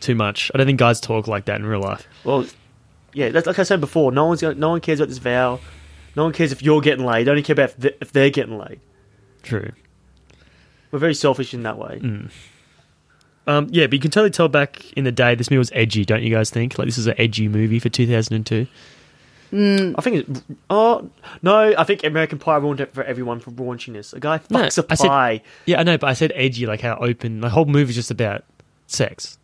Speaker 3: too much. I don't think guys talk like that in real life.
Speaker 5: Well, yeah, that's like I said before. No one's gonna, no one cares about this vow. No one cares if you're getting laid. They only care about if, th- if they're getting laid.
Speaker 3: True. Mm.
Speaker 5: We're very selfish in that way.
Speaker 3: Um, yeah, but you can totally tell back in the day this movie was edgy, don't you guys think? Like this is an edgy movie for 2002.
Speaker 5: I think. It, oh no, I think American Pie ruined it for everyone for raunchiness. A guy
Speaker 3: No,
Speaker 5: fucks a
Speaker 3: I said-
Speaker 5: pie.
Speaker 3: Yeah, I know, but I said edgy, like how open. The whole movie's just about sex.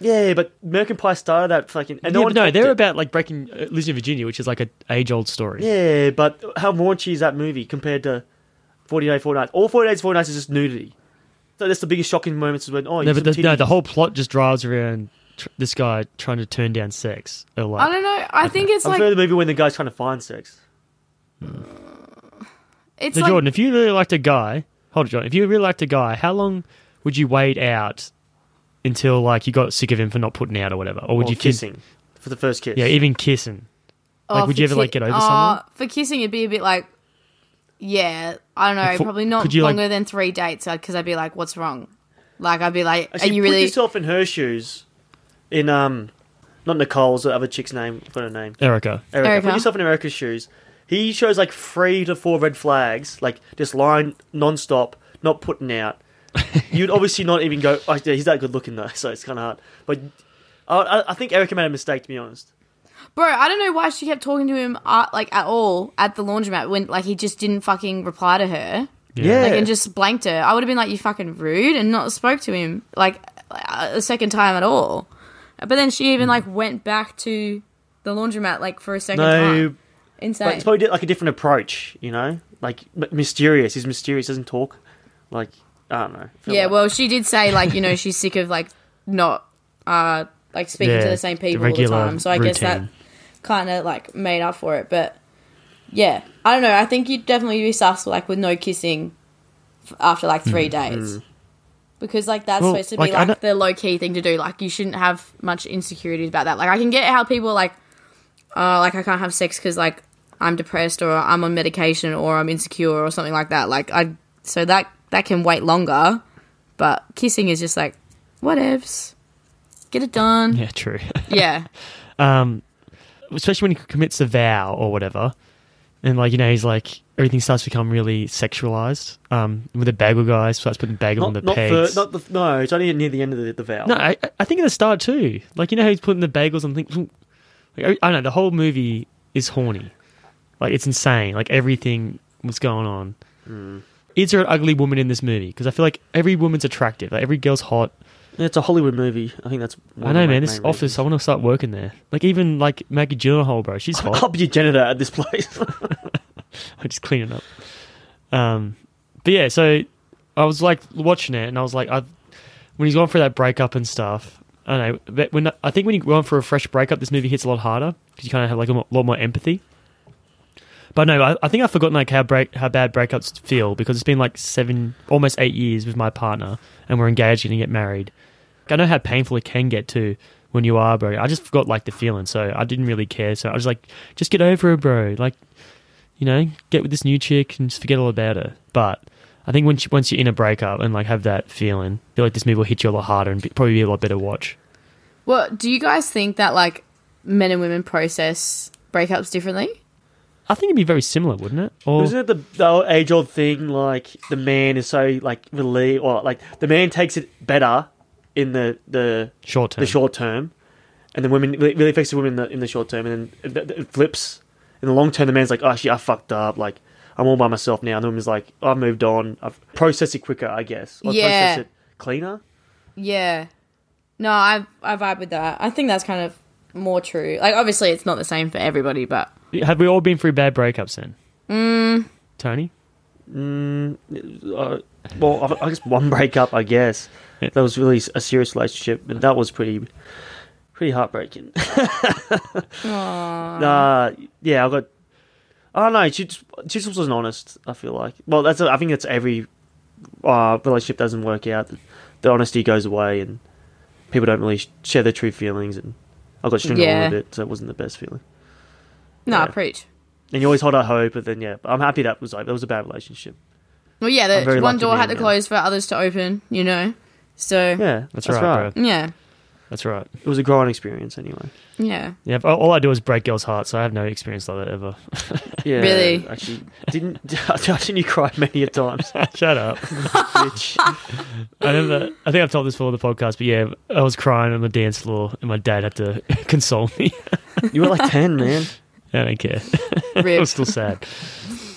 Speaker 5: yeah, but American Pie started that fucking. And
Speaker 3: No,
Speaker 5: no,
Speaker 3: yeah,
Speaker 5: one
Speaker 3: but no,
Speaker 5: topped
Speaker 3: they're
Speaker 5: it.
Speaker 3: about like breaking uh, Lizzie Virginia, which is like an age-old story.
Speaker 5: Yeah, but how raunchy is that movie compared to Forty Day Four Nights? All Forty Days Four Nights is just nudity. So that's the biggest shocking moments is when oh,
Speaker 3: no,
Speaker 5: you
Speaker 3: but the, no, the whole plot just drives around tr- this guy trying to turn down sex. Or like,
Speaker 4: I don't know. I think it's
Speaker 5: I
Speaker 4: like
Speaker 5: prefer the movie when the guy's trying to find sex.
Speaker 4: it's
Speaker 3: So
Speaker 4: like
Speaker 3: Jordan, if you really liked a guy, hold it, Jordan. If you really liked a guy, how long would you wait out until like you got sick of him for not putting out or whatever, or would
Speaker 5: Or
Speaker 3: you kiss him?
Speaker 5: kissing for the first kiss?
Speaker 3: Yeah, even kissing.
Speaker 4: oh,
Speaker 3: like, would
Speaker 4: for
Speaker 3: you ever, like,
Speaker 4: ki-
Speaker 3: get over
Speaker 4: oh,
Speaker 3: someone?
Speaker 4: for kissing? It'd be a bit like yeah, I don't know,
Speaker 3: For-
Speaker 4: probably not
Speaker 3: could you, like-
Speaker 4: longer than three dates because I'd be like, what's wrong? Like, I'd be like,
Speaker 5: Actually,
Speaker 4: are you
Speaker 5: put
Speaker 4: really.
Speaker 5: yourself in her shoes. In um, not Nicole's, the other chick's name. I forgot her name.
Speaker 3: Erica.
Speaker 5: Erica.
Speaker 4: Erica.
Speaker 5: Put yourself in Erica's shoes. He shows like three to four red flags, like just lying non-stop, not putting out. You'd obviously not even go. Oh, yeah, he's that good looking though, so it's kind of hard. But I- I, I think Erica made a mistake, to be honest.
Speaker 4: Bro, I don't know why she kept talking to him, uh, like, at all at the laundromat when, like, he just didn't fucking reply to her.
Speaker 5: Yeah,
Speaker 4: Like, and just blanked her. I would have been like, you fucking rude and not spoke to him, like, uh, a second time at all. But then she
Speaker 5: Hmm.
Speaker 4: even, like, went back to the laundromat, like, for a second
Speaker 5: no.
Speaker 4: time. Insane.
Speaker 5: But it's probably di- like a different approach, you know, like m- mysterious. He's mysterious, doesn't talk. Like I don't know. I feel
Speaker 4: Yeah,
Speaker 5: like-
Speaker 4: well, she did say like you know she's sick of like not uh like speaking to
Speaker 3: Yeah,
Speaker 4: the same
Speaker 3: the
Speaker 4: people all the
Speaker 3: regular
Speaker 4: time. So I guess that
Speaker 3: routine.
Speaker 4: kind of like made up for it. But yeah, I don't know. I think you'd definitely be sus like with no kissing f- after like three days. Because like that's
Speaker 3: Mm. Well,
Speaker 4: supposed to
Speaker 3: like,
Speaker 4: be
Speaker 3: I
Speaker 4: like
Speaker 3: don't-
Speaker 4: the low key thing to do. Like you shouldn't have much insecurities about that. Like I can get how people are like, oh, like I can't have sex because like I'm depressed or I'm on medication or I'm insecure or something like that. Like I, so that that can wait longer. But kissing is just like, whatevs, get it done.
Speaker 3: Yeah, true.
Speaker 4: Yeah,
Speaker 3: Especially when he commits a vow or whatever, and like you know, he's like everything starts to become really sexualized. Um, with the bagel guy starts putting bagel on the
Speaker 5: not, not,
Speaker 3: pegs.
Speaker 5: for, not the no. It's only near the end of the, the vow.
Speaker 3: No, I, I think at the start too. Like you know how he's putting the bagels on things. Like, I I don't know. The whole movie is horny. Like it's insane. Like everything was going on.
Speaker 5: Hmm.
Speaker 3: Is there an ugly woman in this movie? Because I feel like every woman's attractive. Like every girl's hot.
Speaker 5: it's a Hollywood movie. I think that's. one
Speaker 3: I
Speaker 5: of
Speaker 3: know,
Speaker 5: my
Speaker 3: man. This
Speaker 5: main
Speaker 3: office.
Speaker 5: reasons.
Speaker 3: I want to start working there. Like even like Maggie Gyllenhaal, bro. She's hot.
Speaker 5: I'll be a janitor at this place.
Speaker 3: I just clean it up. Um, but yeah, so I was like watching it, and I was like, I, when he's going for that breakup and stuff, I don't know. But when I think when you're going for a fresh breakup, this movie hits a lot harder because you kind of have like a mo- lot more empathy. But no, I, I think I've forgotten like how break how bad breakups feel because it's been like seven, almost eight years with my partner, and we're engaged and gonna get married. I know how painful it can get too when you are, bro. I just forgot like the feeling, so I didn't really care. So I was like, just get over it, bro. Like you know, get with this new chick and just forget all about her. But I think once you, once you're in a breakup and like have that feeling, I feel like this movie will hit you a lot harder and be, probably be a lot better to watch.
Speaker 4: Well, do you guys think that like men and women process breakups differently?
Speaker 3: I think it'd be very similar, wouldn't it? Or
Speaker 5: Isn't it the, the age old thing? Like the man is so like relieved, or like the man takes it better in the the
Speaker 3: short term?
Speaker 5: the short term, and the women it really really affects the women in the, in the short term, and then it, it flips. In the long term, the man's like, "Oh shit, I fucked up. Like, I'm all by myself now." And the woman's like, "I've moved on. I've processed it quicker, I guess. Or
Speaker 4: Yeah.
Speaker 5: process it cleaner."
Speaker 4: Yeah. No, I I vibe with that. I think that's kind of more true. Like obviously it's not the same for everybody, but
Speaker 3: have we all been through bad breakups then? Mm. Tony,
Speaker 5: Uh, well, I- I guess one breakup, I guess that was really a serious relationship, and that was pretty, pretty heartbreaking. Nah, Uh, yeah, I got. oh, I don't know. She just, she just wasn't honest. I feel like. Well, that's. I think that's every uh, relationship doesn't work out. The honesty goes away, and people don't really sh- share their true feelings. And I got stringed
Speaker 4: Yeah.
Speaker 5: along with it, so it wasn't the best feeling.
Speaker 4: no,
Speaker 5: Yeah.
Speaker 4: preach.
Speaker 5: And you always hold out hope, but then yeah, but I'm happy that was like that was a bad relationship.
Speaker 4: Well, yeah,
Speaker 5: I'm very
Speaker 4: the one
Speaker 5: lucky
Speaker 4: door had to
Speaker 5: being young.
Speaker 4: close for others to open, you know. So yeah.
Speaker 5: Yeah,
Speaker 3: that's, right, bro.
Speaker 4: Yeah.
Speaker 3: That's right.
Speaker 5: It was a growing experience anyway.
Speaker 3: Yeah, all all I do is break girls' hearts, so I have no experience like that ever.
Speaker 5: Yeah,
Speaker 4: Really?
Speaker 5: Actually, didn't actually you cried many a times.
Speaker 3: Shut up. I never. I think I've told this before on the podcast, but yeah, I was crying on the dance floor, and my dad had to console me.
Speaker 5: You were like ten, man.
Speaker 3: I don't care. I
Speaker 4: Rip.
Speaker 3: was still sad.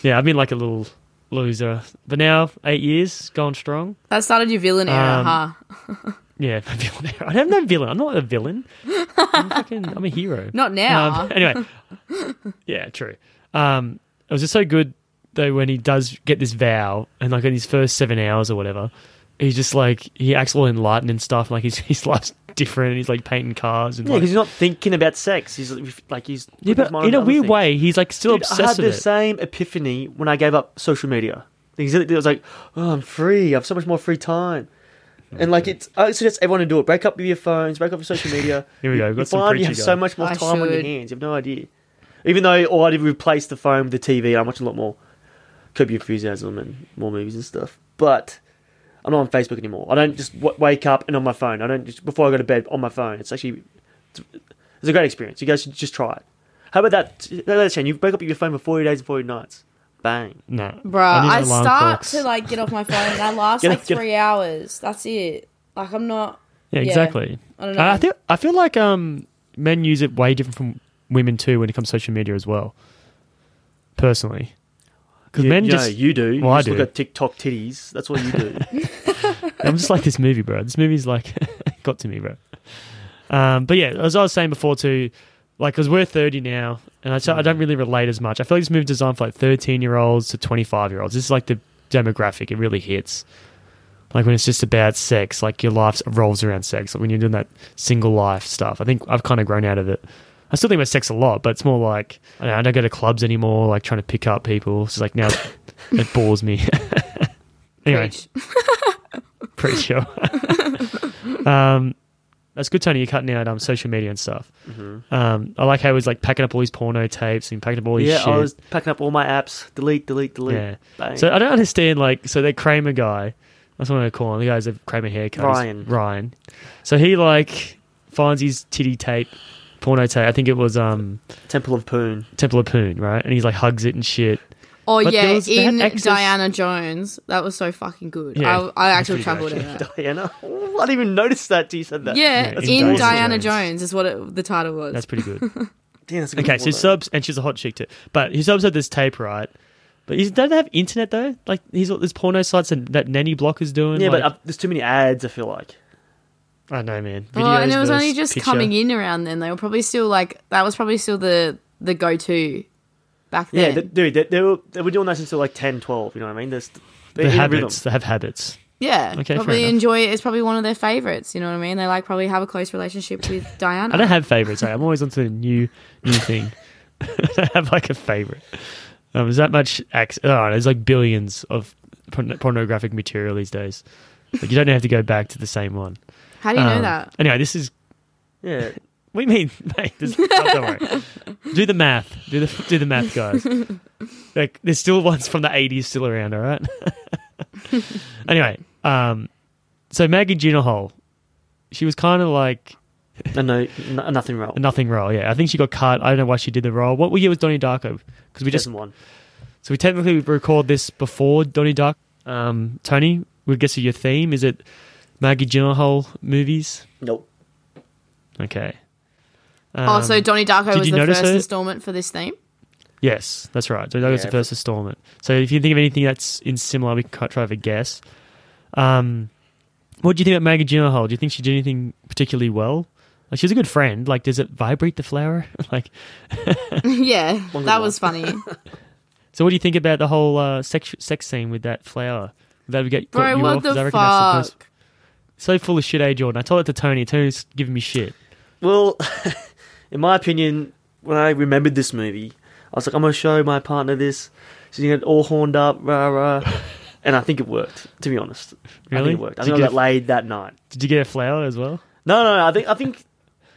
Speaker 3: yeah, I've been like a little loser. But now, eight years, going strong.
Speaker 4: that started your villain
Speaker 3: Um,
Speaker 4: era, huh?
Speaker 3: Yeah, my villain. I have no villain. I'm not a villain. I'm, fucking, I'm a hero.
Speaker 4: Not now.
Speaker 3: Um, anyway, yeah, true. Um, it was just so good though when he does get this vow, and like in his first seven hours or whatever, he's just like he acts all enlightened and stuff. Like his his life's different, and he's like painting cars and
Speaker 5: Yeah,
Speaker 3: like,
Speaker 5: because he's not thinking about sex. He's like he's
Speaker 3: Yeah,
Speaker 5: putting his
Speaker 3: but
Speaker 5: mind
Speaker 3: in
Speaker 5: on
Speaker 3: a
Speaker 5: other
Speaker 3: weird
Speaker 5: things.
Speaker 3: way, he's like still
Speaker 5: Dude, I had
Speaker 3: obsessed
Speaker 5: the
Speaker 3: with it.
Speaker 5: same epiphany when I gave up social media. It was like, oh, I'm free. I have so much more free time. And like it's, I suggest everyone to do it. Break up with your phones. Break up with social media.
Speaker 3: Here we go,
Speaker 5: You,
Speaker 3: we've got
Speaker 5: you
Speaker 3: some
Speaker 5: find you
Speaker 3: preachy
Speaker 5: have so
Speaker 3: going.
Speaker 5: much more
Speaker 4: I
Speaker 5: time on your
Speaker 4: should.
Speaker 5: oh, hands. You have no idea. Even though all I did was replace the phone with the TV, I'm watching a lot more. Curb Your Enthusiasm and more movies and stuff. But I'm not on Facebook anymore. I don't just w- wake up and on my phone. I don't just before I go to bed on my phone. It's actually it's a great experience. You guys should just try it. How about that? How about that, Shane? You wake up with your phone for 40 days and 40 nights. Bang.
Speaker 3: No.
Speaker 4: Bro, I,
Speaker 3: need alarm
Speaker 4: start
Speaker 3: clocks.
Speaker 4: to like get off my phone and I last
Speaker 5: Get-
Speaker 4: like
Speaker 5: get-
Speaker 4: three hours. That's it. Like I'm not.
Speaker 3: Yeah,
Speaker 4: Yeah.
Speaker 3: exactly.
Speaker 4: I don't
Speaker 3: And Uh, I
Speaker 4: know.
Speaker 3: think I feel like um, men use it way different from women too when it comes to social media as well. Personally, because
Speaker 5: You-
Speaker 3: men
Speaker 5: you know,
Speaker 3: just
Speaker 5: you do. You
Speaker 3: Well, I
Speaker 5: just
Speaker 3: do.
Speaker 5: look at TikTok titties. That's what you do.
Speaker 3: I'm just like this movie, bro. This movie's like got to me, bro. Um, but yeah, as I was saying before too, like because we're 30 now, and I, so I don't really relate as much. I feel like this movie's designed for like 13 year olds to 25 year olds. This is like the demographic. It really hits. Like when it's just about sex, like your life revolves around sex. Like when you're doing that single life stuff, I think I've kind of grown out of it. I still think about sex a lot, but it's more like I don't, know, I don't go to clubs anymore. Like trying to pick up people, it's like now it bores me. anyway,
Speaker 4: Preach.
Speaker 3: pretty sure. um, that's good, Tony. You're cutting out um, social media and stuff.
Speaker 5: Mm-hmm.
Speaker 3: Um, I like how he was like packing up all his porno tapes and packing up all his
Speaker 5: yeah,
Speaker 3: shit.
Speaker 5: I was packing up all my apps. Delete, delete, delete.
Speaker 3: yeah.
Speaker 5: Bang.
Speaker 3: So uh, I don't understand. Like, so that Kramer guy, that's what I'm gonna call him. The guy's a Kramer haircut. He's-
Speaker 5: Ryan.
Speaker 3: Ryan. So he like finds his titty tape, porno tape. I think it was um
Speaker 5: Temple of Poon.
Speaker 3: Temple of Poon, right? And he's like hugs it and shit.
Speaker 4: Oh
Speaker 3: But there
Speaker 4: yeah,
Speaker 3: was- they had
Speaker 4: in
Speaker 3: access-
Speaker 4: Diana Jones, that was so fucking good.
Speaker 3: Yeah,
Speaker 4: I, I actually
Speaker 3: pretty
Speaker 4: travelled in
Speaker 3: good,
Speaker 4: that.
Speaker 5: Diana. Ooh, I didn't even notice that till you said that.
Speaker 3: Yeah,
Speaker 4: Yeah, in
Speaker 3: in Diana
Speaker 4: Diana
Speaker 3: Jones.
Speaker 4: Jones. is what it, the title was.
Speaker 3: That's pretty good.
Speaker 5: Damn, that's a good
Speaker 3: Okay, so
Speaker 5: one,
Speaker 3: subs and she's a hot chick too. But he subs had this tape, right? But he's, don't they have internet though? Like he's there's porno sites and that nanny block is doing.
Speaker 5: though. Yeah,
Speaker 3: like,
Speaker 5: but uh, there's too many ads, I feel like.
Speaker 3: I don't know, man.
Speaker 4: well, Oh, and it was
Speaker 3: versus
Speaker 4: only just
Speaker 3: picture.
Speaker 4: coming in around then. They were probably still like that was probably still the the go to back
Speaker 5: Yeah,
Speaker 4: then.
Speaker 5: th- dude, they, they, were, they were doing those until like 10, 12, you know what I mean? There's,
Speaker 3: They
Speaker 5: they're in
Speaker 3: habits.
Speaker 5: rhythm.
Speaker 3: They have habits.
Speaker 4: yeah,
Speaker 3: Okay, fair
Speaker 4: probably
Speaker 3: enough.
Speaker 4: enjoy it. It's probably one of their favorites. You know what I mean? They like probably have a close relationship with Diana.
Speaker 3: I don't have favorites. eh? I'm always onto the new new thing. I have like a favorite. Um, there's that much access. Oh, there's like billions of porn- pornographic material these days. Like you don't have to go back to the same one.
Speaker 4: How do you know
Speaker 3: Um,
Speaker 4: that?
Speaker 3: Anyway, this is
Speaker 5: Yeah.
Speaker 3: What do you mean, mate? There's- oh, don't worry. Do the math. Do the do the math, guys. Like, there's still ones from the '80s still around. All right. anyway, um, so Maggie Gyllenhaal, she was kind of like
Speaker 5: I know, n- nothing wrong.
Speaker 3: a nothing role. Yeah, I think she got cut. I don't know why she did the role. What year was Donnie Darko? Because we just
Speaker 5: Just one.
Speaker 3: so we technically record this before Donnie Dark. Um, Tony, we guess your theme is it Maggie Gyllenhaal movies?
Speaker 5: Nope.
Speaker 3: Okay.
Speaker 4: oh, so Donnie Darko
Speaker 3: Um, did
Speaker 4: was
Speaker 3: you
Speaker 4: the
Speaker 3: notice
Speaker 4: first
Speaker 3: her?
Speaker 4: installment for this theme.
Speaker 3: Yes, that's right. So that was
Speaker 5: Yeah,
Speaker 3: the first installment. So if you think of anything that's in similar, we can try to have a guess. Um, what do you think about Maggie Gyllenhaal? Do you think she did anything particularly well? Like she's a good friend. Like, does it vibrate the flower? like,
Speaker 4: yeah,
Speaker 5: good
Speaker 4: that
Speaker 5: one.
Speaker 4: was funny,
Speaker 3: so what do you think about the whole uh, sex sex scene with that flower? That would get
Speaker 4: bro.
Speaker 3: caught you
Speaker 4: What
Speaker 3: off? 'Cause I
Speaker 4: the
Speaker 3: reckon that's the
Speaker 4: fuck?
Speaker 3: first- so full of shit, eh, Jordan? I told it to Tony. Tony's giving me shit.
Speaker 5: Well, in my opinion, when I remembered this movie, I was like, I'm going to show my partner this. She's going to get all horned up, rah, rah. And I think it worked, to be honest. I
Speaker 3: Really?
Speaker 5: think it worked. I
Speaker 3: Did
Speaker 5: think I
Speaker 3: you
Speaker 5: got
Speaker 3: get-
Speaker 5: laid that night.
Speaker 3: Did you get a flower as well?
Speaker 5: No, no, no. I think I think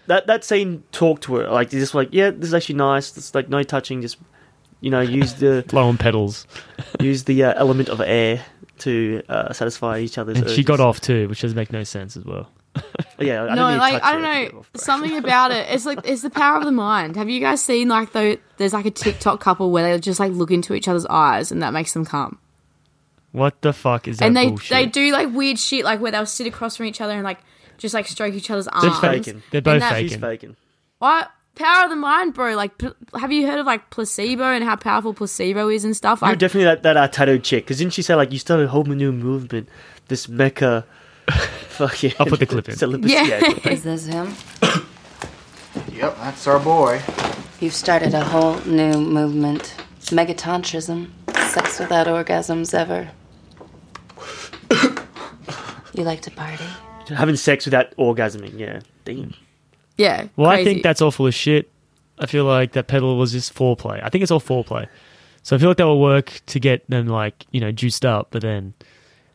Speaker 5: that that scene talked to her. Like just like, yeah, this is actually nice. It's like no touching. Just you know, use the
Speaker 3: Blowing petals,
Speaker 5: use the uh, element of air to uh, satisfy each other's.
Speaker 3: and she
Speaker 5: urges.
Speaker 3: got off too, which does make no sense as well.
Speaker 5: Yeah, I didn't
Speaker 4: No,
Speaker 5: need to
Speaker 4: like
Speaker 5: touch
Speaker 4: I
Speaker 5: her
Speaker 4: don't
Speaker 5: to get
Speaker 4: know,
Speaker 5: off, bro.
Speaker 4: something about it. It's like it's the power of the mind. Have you guys seen like though? There's like a TikTok couple where they just like look into each other's eyes and that makes them come.
Speaker 3: What the fuck is that
Speaker 4: and they
Speaker 3: bullshit?
Speaker 4: they do like weird shit like where they'll sit across from each other and like just like stroke each other's
Speaker 3: They're
Speaker 4: arms.
Speaker 5: faking.
Speaker 3: They're
Speaker 4: And
Speaker 3: both
Speaker 4: that-
Speaker 5: She's
Speaker 3: faking.
Speaker 5: faking.
Speaker 4: What power of the mind, bro? Like, pl- have you heard of like placebo and how powerful placebo is and stuff?
Speaker 5: You're
Speaker 4: Like,
Speaker 5: definitely that that uh, tattooed chick. Because didn't she say like you started a whole new movement, this mecca. Fucking.
Speaker 3: I'll put the clip in.
Speaker 5: Celibacy.
Speaker 4: Yeah.
Speaker 8: Is this him?
Speaker 7: Yep, that's our boy.
Speaker 8: You've started a whole new movement. Megatantrism. Sex without orgasms ever. You like to party?
Speaker 5: Having sex without orgasming. Yeah. Damn.
Speaker 4: yeah.
Speaker 3: Well, I
Speaker 4: crazy.
Speaker 3: think that's all full of shit. I feel like that pedal was just foreplay. I think it's all foreplay. So I feel like that will work to get them like you know juiced up, but then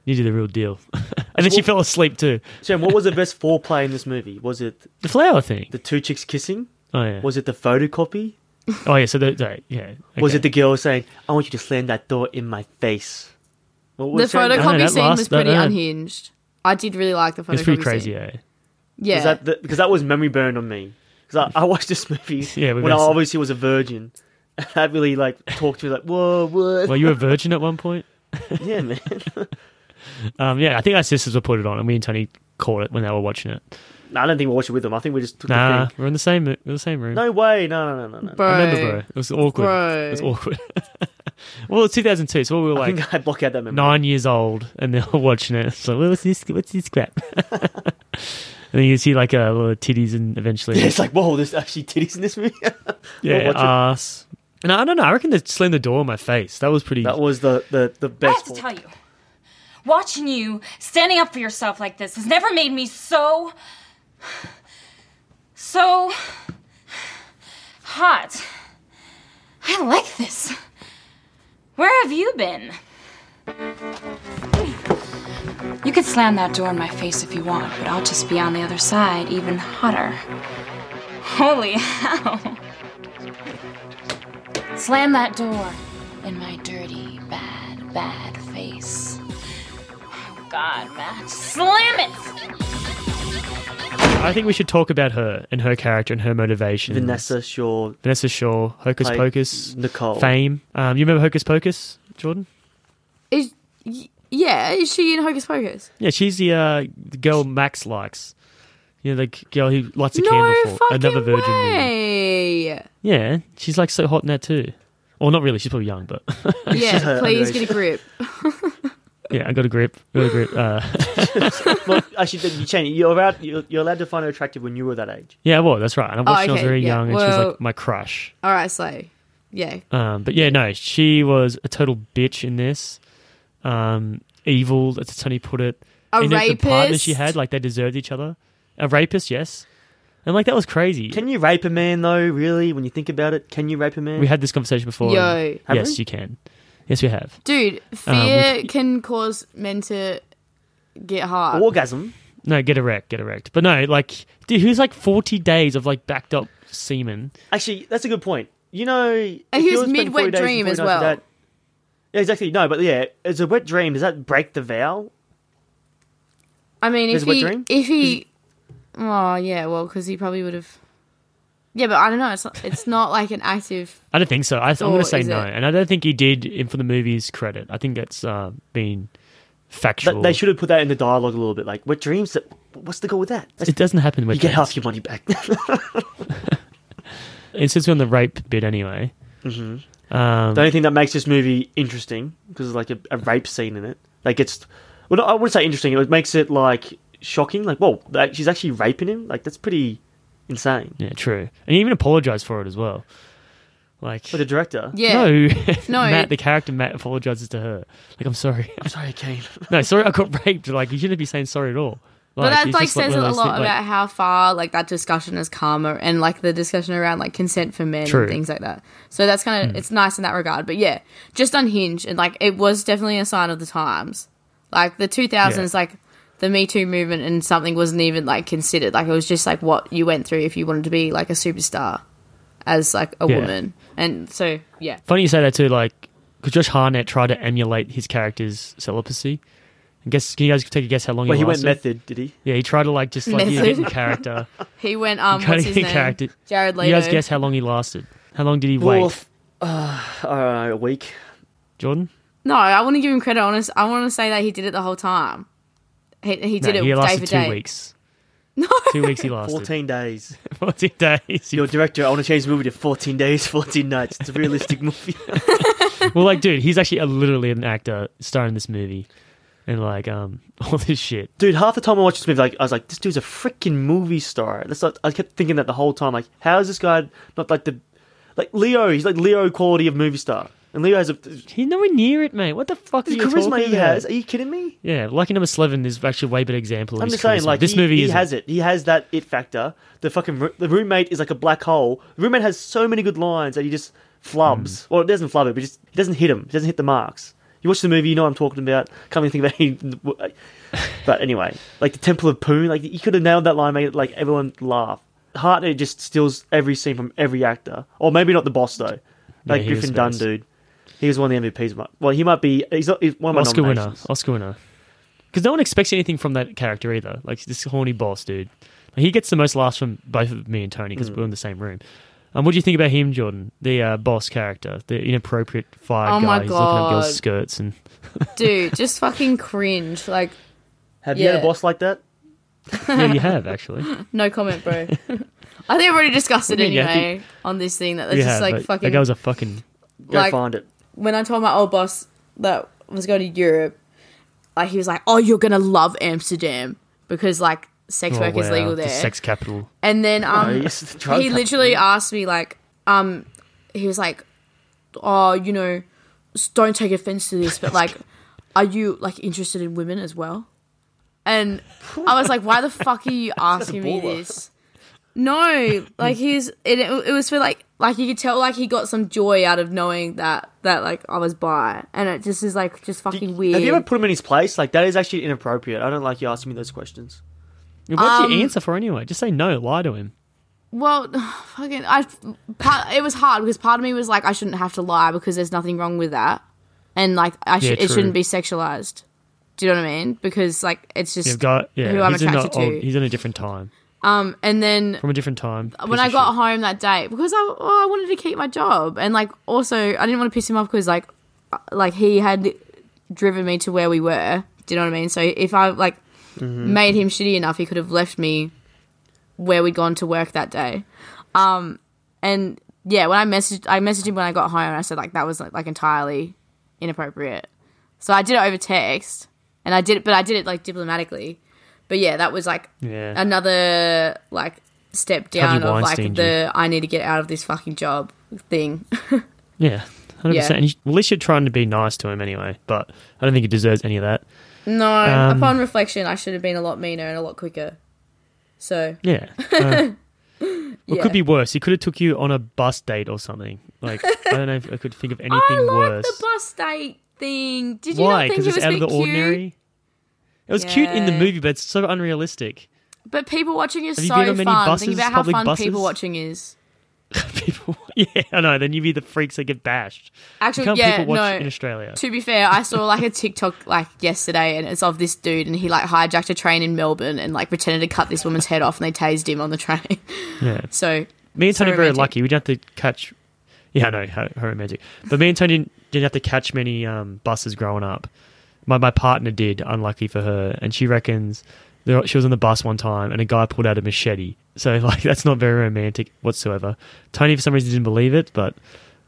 Speaker 3: you do the real deal. and then she fell asleep too.
Speaker 5: Sam, what was the best foreplay in this movie? Was it
Speaker 3: The flower thing.
Speaker 5: the two chicks kissing?
Speaker 3: Oh yeah.
Speaker 5: Was it the photocopy?
Speaker 3: Oh yeah, so the, the yeah.
Speaker 5: Was
Speaker 3: okay.
Speaker 5: it the girl saying, "I want you to slam that door in my face"? What
Speaker 4: The
Speaker 5: was that?
Speaker 3: I know,
Speaker 4: photocopy
Speaker 3: that
Speaker 4: scene
Speaker 3: last-
Speaker 4: was
Speaker 3: that-
Speaker 4: pretty
Speaker 3: that-
Speaker 4: unhinged. I did really like the photocopy.
Speaker 3: It's pretty crazy,
Speaker 4: Scene.
Speaker 3: yeah.
Speaker 4: Yeah,
Speaker 5: Is that the, because that was memory burned on me. Because I, I watched this movie
Speaker 3: Yeah, we've
Speaker 5: when I
Speaker 3: been-
Speaker 5: obviously was a virgin. That really like talked to me like, "Whoa, what?"
Speaker 3: Were you a virgin at one point?
Speaker 5: yeah, man.
Speaker 3: Um, yeah, I think our sisters were put it on, and we and Tony caught it when they were watching it.
Speaker 5: No, I don't think we watched it with them. I think we just took the
Speaker 3: Nah,
Speaker 5: thing.
Speaker 3: we're in the same we the same room.
Speaker 5: No way. No, no, no, no, no.
Speaker 4: bro.
Speaker 3: I remember, bro. It was awkward. It was
Speaker 4: Bro.
Speaker 3: awkward. well, it's 2002, so we were
Speaker 5: I
Speaker 3: like
Speaker 5: think I block out that memory.
Speaker 3: nine years old, and they were watching it. So what's this? What's this crap? and then you see like uh, a lot of titties, and eventually,
Speaker 5: It's like, whoa, there's actually titties in this movie.
Speaker 3: yeah,
Speaker 5: watch it.
Speaker 3: ass. And I don't know. I reckon they slammed the door in my face. That was pretty.
Speaker 5: that was the the the
Speaker 9: I
Speaker 5: best.
Speaker 9: have to tell
Speaker 5: one.
Speaker 9: you, watching you standing up for yourself like this has never made me so. so. hot. I like this. Where have you been?
Speaker 10: You could slam that door in my face if you want, but I'll just be on the other side, even hotter.
Speaker 9: Holy hell.
Speaker 10: Slam that door in my dirty, bad, bad face. Oh,
Speaker 9: God, Matt. Slam it!
Speaker 3: I think we should talk about her and her character and her motivation.
Speaker 5: Vanessa Shaw,
Speaker 3: Vanessa Shaw, Hocus
Speaker 5: Like,
Speaker 3: Pocus,
Speaker 5: Nicole.
Speaker 3: fame. Um, you remember Hocus Pocus, Jordan?
Speaker 4: Is y- yeah, is she in Hocus Pocus?
Speaker 3: Yeah, she's the, uh, the girl Max likes. You know, the g- girl who lights a
Speaker 4: No
Speaker 3: candle for
Speaker 4: fucking
Speaker 3: another virgin. woman.
Speaker 4: way.
Speaker 3: Yeah, she's like so hot in that too. Well, not really. She's probably young, but
Speaker 4: Yeah, please
Speaker 5: underage.
Speaker 4: get a grip.
Speaker 3: yeah, I got a grip. Got a grip. Uh,
Speaker 5: well, actually, then you change. it. You're allowed. You're, you're allowed to find her attractive when you were that age.
Speaker 3: yeah, well, that's right. And I watched her when I was
Speaker 4: Oh, okay,
Speaker 3: very
Speaker 4: yeah,
Speaker 3: young, and she was
Speaker 4: well-
Speaker 3: like my crush.
Speaker 4: All right, so yeah,
Speaker 3: Um, but yeah, no, she was a total bitch in this. Um, evil, that's how Tony put it.
Speaker 4: A
Speaker 3: and if The partner she
Speaker 4: rapist?
Speaker 3: had, like they deserved each other. A rapist, yes. And like that was crazy.
Speaker 5: Can you rape a man though? Really, when you think about it, can you rape a man?
Speaker 3: we had this conversation before.
Speaker 4: Yo.
Speaker 3: and-
Speaker 5: Have
Speaker 3: yes,
Speaker 5: we?
Speaker 3: you can. Yes, we have.
Speaker 4: dude,
Speaker 3: Um,
Speaker 4: fear can cause men to get hard.
Speaker 5: orgasm.
Speaker 3: No, get erect, get erect. But no, like, dude, who's like 40 days of like backed up semen?
Speaker 5: Actually, that's a good point. You know, if
Speaker 4: he was
Speaker 5: you were spending
Speaker 4: mid-wet
Speaker 5: 40 days and
Speaker 4: dream
Speaker 5: 40
Speaker 4: as
Speaker 5: nights
Speaker 4: well.
Speaker 5: with yeah, exactly. No, but yeah, it's a wet dream. Does that break the vow?
Speaker 4: I mean,
Speaker 5: Is
Speaker 4: if
Speaker 5: it wet
Speaker 4: he,
Speaker 5: dream?
Speaker 4: if he, oh yeah, well, because he probably would have. Yeah, but I don't know. It's not, it's not like an active.
Speaker 3: I don't think so. I, I'm going
Speaker 4: Or
Speaker 3: to say
Speaker 4: is
Speaker 3: no.
Speaker 4: it-
Speaker 3: And I don't think he did in for the movie's credit. I think that's uh, been factual.
Speaker 5: That, they should have put that in the dialogue a little bit. Like, wet dreams. That, what's the goal with that? That's,
Speaker 3: It doesn't happen with
Speaker 5: you get half your money back.
Speaker 3: It sits on the rape bit anyway.
Speaker 5: Mm-hmm.
Speaker 3: Um,
Speaker 5: The only thing that makes this movie interesting because there's like a, a rape scene in it that gets, well, I wouldn't say interesting. It makes it like shocking. Like, whoa, that, she's actually raping him. Like, that's pretty insane.
Speaker 3: Yeah, true. And he even apologized for it as well. Like,
Speaker 5: For the director,
Speaker 4: Yeah,
Speaker 3: no,
Speaker 4: No,
Speaker 3: Matt,
Speaker 4: it-
Speaker 3: the character Matt apologizes to her. Like, I'm sorry.
Speaker 5: I'm sorry, Kane.
Speaker 3: no, sorry, I got raped. Like, you shouldn't be saying sorry at all.
Speaker 4: but that
Speaker 3: it's
Speaker 4: like
Speaker 3: just one
Speaker 4: says
Speaker 3: of
Speaker 4: a
Speaker 3: those
Speaker 4: lot
Speaker 3: things, like-
Speaker 4: about how far like that discussion has come, or, and like the discussion around like consent for men
Speaker 3: True. Hmm.
Speaker 4: and things like that. So that's kind of it's nice in that regard. But yeah, just unhinged and like it was definitely a sign of the times. Like the two thousands, like the Me Too movement and something wasn't even like considered. Like it was just like what you went through if you wanted to be like a superstar as like a
Speaker 3: Yeah.
Speaker 4: woman. And so yeah,
Speaker 3: Funny you say that too, like, because Josh Harnett tried to emulate his character's celibacy. And guess, can you guys take a guess how long
Speaker 5: Well,
Speaker 3: he
Speaker 5: he went
Speaker 3: lasted?
Speaker 5: method, did he?
Speaker 3: Yeah, he tried to, like, just, like, he
Speaker 4: Method.
Speaker 3: get in character.
Speaker 4: he went um
Speaker 3: Trying
Speaker 4: what's
Speaker 3: to
Speaker 4: his
Speaker 3: get
Speaker 4: name?
Speaker 3: in character.
Speaker 4: Jared Leto.
Speaker 3: You guys guess how long he lasted? How long did he
Speaker 5: Well,
Speaker 3: wait?
Speaker 5: f- uh, I don't know, a week.
Speaker 3: Jordan?
Speaker 4: No, I want to give him credit. Honest, I want to say that he did it the whole time. He, he did
Speaker 3: no,
Speaker 4: it
Speaker 3: he
Speaker 4: day
Speaker 3: lasted
Speaker 4: for
Speaker 3: two
Speaker 4: day.
Speaker 3: weeks. Two weeks he lasted. 14,
Speaker 5: 14 days.
Speaker 3: 14 days.
Speaker 5: Your director, I want to change the movie to 14 days, 14 nights. It's a realistic movie.
Speaker 3: well, like, dude, he's actually a, literally an actor starring this movie, and like, um, all this shit.
Speaker 5: Dude, half the time I watched this movie, like I was like, this dude's a freaking movie star. That's like, I kept thinking that the whole time. Like, how is this guy not like the like Leo? He's like Leo quality of movie star, and Leo has a the
Speaker 3: He's nowhere near it, mate. What the fuck are you
Speaker 5: charisma
Speaker 3: talking
Speaker 5: he
Speaker 3: about?
Speaker 5: has. Are you kidding me?
Speaker 3: Yeah, Lucky Number Eleven is actually a way better example. Of
Speaker 5: I'm
Speaker 3: his
Speaker 5: just saying,
Speaker 3: charisma.
Speaker 5: like
Speaker 3: this
Speaker 5: he,
Speaker 3: movie
Speaker 5: he
Speaker 3: is
Speaker 5: has it. He has that it factor. The fucking roo- the roommate is like a black hole. The roommate has so many good lines that he just flubs.
Speaker 3: Hmm.
Speaker 5: Well, it doesn't flub it, but just it doesn't hit him. It doesn't hit the marks. You watch the movie, you know what I'm talking about. Can't even think about uh, any. But anyway, like the Temple of Poon, like you could have nailed that line, made it like everyone laugh. Hartnett just steals every scene from every actor, or maybe not the boss though. Like
Speaker 3: he was
Speaker 5: Griffin Dunn,
Speaker 3: best.
Speaker 5: dude. He was one of the MVPs. of my- Well, he might be. He's, not, he's one of my
Speaker 3: Oscar winner.
Speaker 5: nominations.
Speaker 3: Oscar winner. Because no one expects anything from that character either. Like this horny boss dude. He gets the most laughs from both of me and Tony because
Speaker 5: Mm.
Speaker 3: we're in the same room. Um, what do you think about him, Jordan? The uh, boss character, the inappropriate fire
Speaker 4: Oh
Speaker 3: guy.
Speaker 4: my
Speaker 3: He's looking up
Speaker 4: God.
Speaker 3: girls' skirts and
Speaker 4: Dude, just fucking cringe. Like,
Speaker 5: Have you had
Speaker 4: Yeah.
Speaker 5: a boss like that?
Speaker 3: yeah, you have actually.
Speaker 4: no comment, bro. I think I've already discussed it
Speaker 3: do you mean, yeah, I
Speaker 4: anyway on this thing that that's
Speaker 3: you
Speaker 4: just
Speaker 3: have.
Speaker 4: like
Speaker 3: but
Speaker 4: fucking.
Speaker 3: That guy was a fucking.
Speaker 5: Go
Speaker 4: Like-
Speaker 5: find it.
Speaker 4: when I told my old boss that I was going to Europe, like he was like, "Oh, you're gonna love Amsterdam because like sex
Speaker 3: Oh,
Speaker 4: work is
Speaker 3: wow,
Speaker 4: legal
Speaker 3: the
Speaker 4: there."
Speaker 3: sex capital.
Speaker 4: and then um,
Speaker 5: he used to drug
Speaker 4: he
Speaker 5: that.
Speaker 4: literally asked me like, um, he was like, "Oh, you know, s- don't take offense to this, but like, are you like interested in women as well?" And I was like, "Why the fuck are you asking me
Speaker 5: baller.
Speaker 4: this?" No, like he's it, it. It was for like like you could tell like he got some joy out of knowing that that like I was bi, and it just is like just fucking weird.
Speaker 5: Have you ever put him in his place? Like that is actually inappropriate. I don't like you asking me those questions.
Speaker 3: What
Speaker 4: Um,
Speaker 3: would you answer for anyway? Just say no. Lie to him.
Speaker 4: Well, fucking, I. Part, it was hard because part of me was like, I shouldn't have to lie because there's nothing wrong with that, and like, I
Speaker 3: Yeah,
Speaker 4: should it
Speaker 3: true.
Speaker 4: shouldn't be sexualized. Do you know what I mean? Because like, it's just
Speaker 3: You've got yeah.
Speaker 4: who I'm
Speaker 3: he's in a-
Speaker 4: attracted to.
Speaker 3: oh, he's in a different time
Speaker 4: um, and then
Speaker 3: from a different time.
Speaker 4: when
Speaker 3: piece
Speaker 4: I
Speaker 3: of
Speaker 4: got
Speaker 3: shit.
Speaker 4: home that day, because I, well, I wanted to keep my job, and like, also, I didn't want to piss him off because like, uh, like he had driven me to where we were. Do you know what I mean? So if I like
Speaker 3: Mm-hmm.
Speaker 4: made him shitty enough, he could have left me where we'd gone to work that day. Um, and yeah, when I messaged, I messaged him when I got home, and I said like that was like, like entirely inappropriate. So I did it over text, and I did it, but I did it like diplomatically. But yeah, that was like
Speaker 3: Yeah.
Speaker 4: another like step down of like
Speaker 3: Weinstein,
Speaker 4: the I need to get out of this fucking job thing.
Speaker 3: Yeah, hundred
Speaker 4: Yeah.
Speaker 3: percent. Well, at least you're trying to be nice to him anyway. But I don't think he deserves any of that.
Speaker 4: no,
Speaker 3: Um,
Speaker 4: upon reflection, I should have been a lot meaner and a lot quicker. So
Speaker 3: Yeah. Uh, Well, it
Speaker 4: Yeah.
Speaker 3: could be worse. He could have took you on a bus date or something. Like I don't know if I could think of anything
Speaker 4: I like
Speaker 3: worse.
Speaker 4: the bus date thing. Did you
Speaker 3: Why?
Speaker 4: not think
Speaker 3: Because
Speaker 4: it
Speaker 3: it's
Speaker 4: was
Speaker 3: out
Speaker 4: a
Speaker 3: of the
Speaker 4: bit cute?
Speaker 3: ordinary. It was cute in the
Speaker 4: Yeah.
Speaker 3: movie, but it's so unrealistic.
Speaker 4: But people watching is
Speaker 3: Have you
Speaker 4: so
Speaker 3: been on
Speaker 4: fun.
Speaker 3: many
Speaker 4: Think
Speaker 3: buses,
Speaker 4: about how
Speaker 3: public
Speaker 4: fun
Speaker 3: buses?
Speaker 4: people watching is.
Speaker 3: People, yeah, I know. Then you'd be the freaks that get bashed. You
Speaker 4: Actually,
Speaker 3: can't
Speaker 4: yeah,
Speaker 3: people watch
Speaker 4: no.
Speaker 3: in Australia.
Speaker 4: To be fair, I saw like a TikTok like yesterday, and it's of this dude, and he like hijacked a train in Melbourne and like pretended to cut this woman's head off, and they tased him on the train.
Speaker 3: Yeah.
Speaker 4: So
Speaker 3: Me and
Speaker 4: so
Speaker 3: Tony were very
Speaker 4: romantic.
Speaker 3: lucky. We didn't have to catch. Yeah, I know how, how romantic. But me and Tony didn't, didn't have to catch many um, buses growing up. My my partner did, unlucky for her, and she reckons there- she was on the bus one time and a guy pulled out a machete. So like that's not very romantic whatsoever. Tony for some reason didn't believe it, but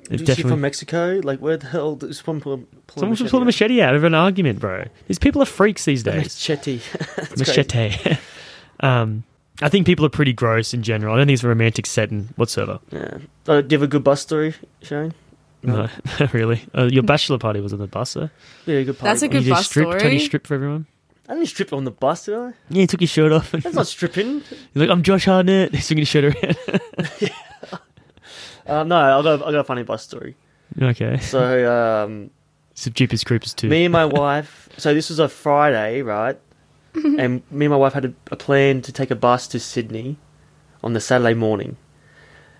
Speaker 3: it
Speaker 5: Is she
Speaker 3: definitely
Speaker 5: from Mexico? Like where the hell does one pull, pull
Speaker 3: someone should pull a machete out of an argument, bro. These people are freaks these
Speaker 5: out?
Speaker 3: days.
Speaker 5: Machete. That's crazy.
Speaker 3: machete. um, I think people are pretty gross in general. I don't think it's a romantic setting whatsoever.
Speaker 5: Yeah. Uh, do you have a good bus story, Shane?
Speaker 3: No, not really. Uh, your bachelor party was on the bus, though.
Speaker 5: Yeah, good party.
Speaker 4: That's a
Speaker 5: bus.
Speaker 4: good-
Speaker 3: you just
Speaker 4: bus
Speaker 3: stripped, Tony
Speaker 4: story.
Speaker 3: stripped for everyone.
Speaker 5: I didn't strip on the bus, did I?
Speaker 3: Yeah, he took his shirt off.
Speaker 5: That's not stripping.
Speaker 3: He's like, I'm Josh Hartnett. He's swinging his shirt around.
Speaker 5: Uh, no, I got a, I got a funny bus story.
Speaker 3: okay.
Speaker 5: So um,
Speaker 3: Some Jeepers Creepers, too.
Speaker 5: me and my wife. So this was a Friday, right? and me and my wife had a, a plan to take a bus to Sydney on the Saturday morning.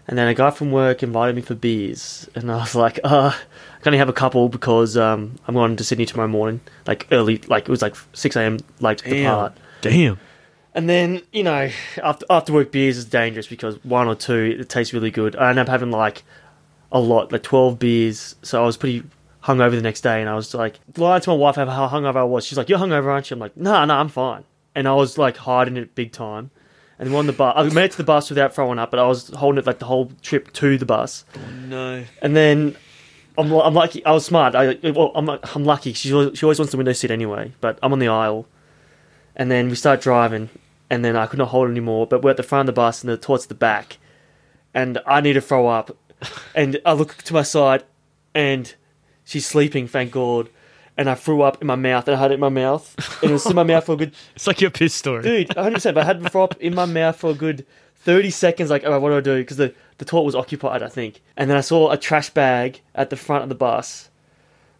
Speaker 5: And then a guy from work invited me for beers, and I was like, "Uh, I can only have a couple because um, I'm going to Sydney tomorrow morning, like early, like it was like 6 a.m. like to depart."
Speaker 3: Damn.
Speaker 5: And then, you know, after after work beers is dangerous because one or two, it tastes really good. I ended up having like a lot, like 12 beers. So I was pretty hungover the next day. And I was like, lying to my wife about how hungover I was. She's like, You're hungover, aren't you? I'm like, No, no, I'm fine. And I was like hiding it big time. And we on the bus. I made it to the bus without throwing up, but I was holding it like the whole trip to the bus.
Speaker 3: Oh, No.
Speaker 5: And then I'm, lu- I'm lucky. I was smart. I well, I'm I'm lucky. She al- she always wants the window seat anyway. But I'm on the aisle, and then we start driving, and then I could not hold it anymore. But we're at the front of the bus, and the towards the back, and I need to throw up, and I look to my side, and she's sleeping. Thank God. And I threw up in my mouth, and I had it in my mouth, and it was in my mouth for a good
Speaker 3: It's like your piss story.
Speaker 5: dude, 100. percent But I had throw up in my mouth for a good 30 seconds. Like, all right, what do I do? Because the the toilet was occupied, I think. And then I saw a trash bag at the front of the bus,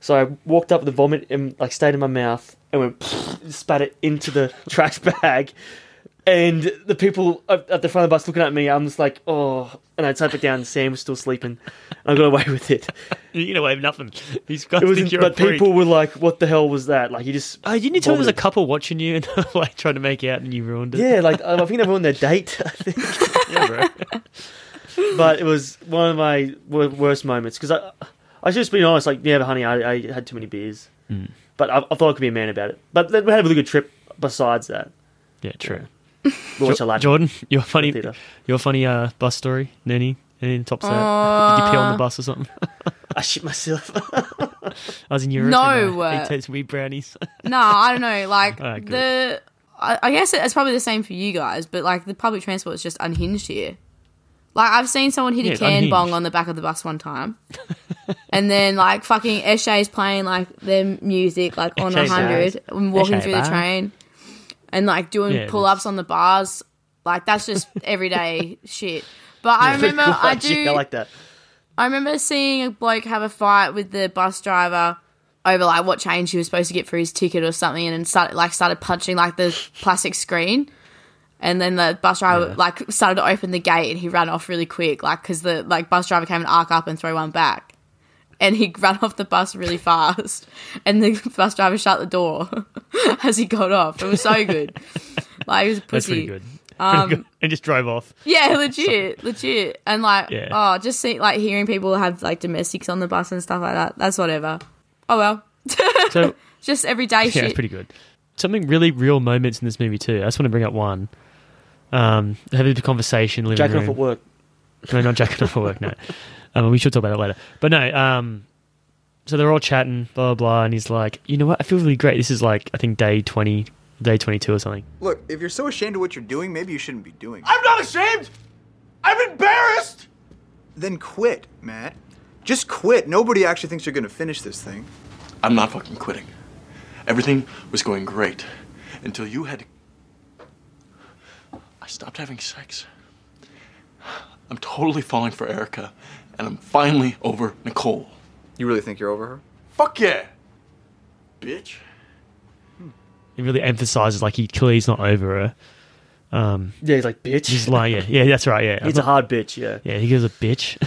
Speaker 5: so I walked up with the vomit and like stayed in my mouth and went spat it into the trash bag. And the people up- at the front of the bus looking at me, I'm just like, oh. And I type it down. Sam was still sleeping. I got away with it.
Speaker 3: You know, wave nothing. These guys
Speaker 5: It was,
Speaker 3: think you're
Speaker 5: but
Speaker 3: a freak.
Speaker 5: people were like, "What the hell was that?" Like you just.
Speaker 3: Oh, didn't you tell me there was a
Speaker 5: vomited.
Speaker 3: couple watching you and like trying to make out and you ruined it?
Speaker 5: Yeah, like um, I think they ruined their date. I think.
Speaker 3: Yeah, bro.
Speaker 5: but it was one of my w- worst moments because I, I should just be honest. Like, yeah, but honey, I, I had too many beers,
Speaker 3: Mm.
Speaker 5: but I, I thought I could be a man about it. But then we had a really good trip. Besides that,
Speaker 3: Yeah, true.
Speaker 5: we watched a
Speaker 3: Jo-
Speaker 5: lot.
Speaker 3: Jordan, your funny,
Speaker 5: theater.
Speaker 3: your funny uh, bus story. Nanny, anything tops that? Did you pee
Speaker 4: Uh,
Speaker 3: on the bus or something?
Speaker 5: I shit myself.
Speaker 3: I was in Europe.
Speaker 4: No,
Speaker 3: and, uh,
Speaker 4: uh,
Speaker 3: ate some wee brownies.
Speaker 4: No, I don't know. Like
Speaker 3: Alright, good.
Speaker 4: the, I, I guess it's probably the same for you guys, but like the public transport is just unhinged here. Like I've seen someone hit
Speaker 3: Yeah,
Speaker 4: a
Speaker 3: it's
Speaker 4: can
Speaker 3: unhinged.
Speaker 4: bong on the back of the bus one time, and then like fucking Eshe's playing like their music like on
Speaker 3: Eshe's
Speaker 4: a hundred, and walking
Speaker 3: Eshe
Speaker 4: through
Speaker 3: bar.
Speaker 4: the train, and like doing
Speaker 3: Yeah, it
Speaker 4: pull ups on the bars. Like that's just everyday shit. But I remember I do.
Speaker 5: Shit, I like that.
Speaker 4: I remember seeing a bloke have a fight with the bus driver over like what change he was supposed to get for his ticket or something, and then started like started punching like the plastic screen, and then the bus driver like started to open the gate, and he ran off really quick, like because the like bus driver came and arc up and throw one back, and he ran off the bus really fast, and the bus driver shut the door as he got off. It was so good, like he was a pussy.
Speaker 3: That's pretty good. Pretty
Speaker 4: Um,
Speaker 3: good. And just drove off.
Speaker 4: Yeah, legit, legit, and like,
Speaker 3: Yeah.
Speaker 4: oh, just see, like hearing people have like domestics on the bus and stuff like that. That's whatever. Oh well,
Speaker 3: So
Speaker 4: just everyday
Speaker 3: yeah,
Speaker 4: shit.
Speaker 3: it's pretty good. Something really real moments in this movie too. I just want to bring up one. Um, having a conversation, living
Speaker 5: Jacking
Speaker 3: room.
Speaker 5: off at work.
Speaker 3: No, not jacking off for work. No, um, we should talk about that later. But no, um, so they're all chatting, blah blah, blah, and he's like, you know what? I feel really great. This is like I think day twenty, day twenty two or something.
Speaker 7: Look, if you're so ashamed of what you're doing, maybe you shouldn't be doing it.
Speaker 6: I'm not ashamed. I'm embarrassed.
Speaker 7: Then quit, Matt. Just quit. Nobody actually thinks you're gonna finish this thing.
Speaker 1: I'm not fucking quitting. Everything was going great until you had. I stopped having sex. I'm totally falling for Erica, and I'm finally over Nicole.
Speaker 7: You really think you're over her?
Speaker 1: Fuck yeah! Bitch.
Speaker 3: He really emphasizes like he clearly he's not over her.
Speaker 5: Yeah, he's like bitch.
Speaker 3: He's lying. Yeah, yeah, that's right. Yeah,
Speaker 5: He's a hard bitch. Yeah.
Speaker 3: yeah, he gives a bitch.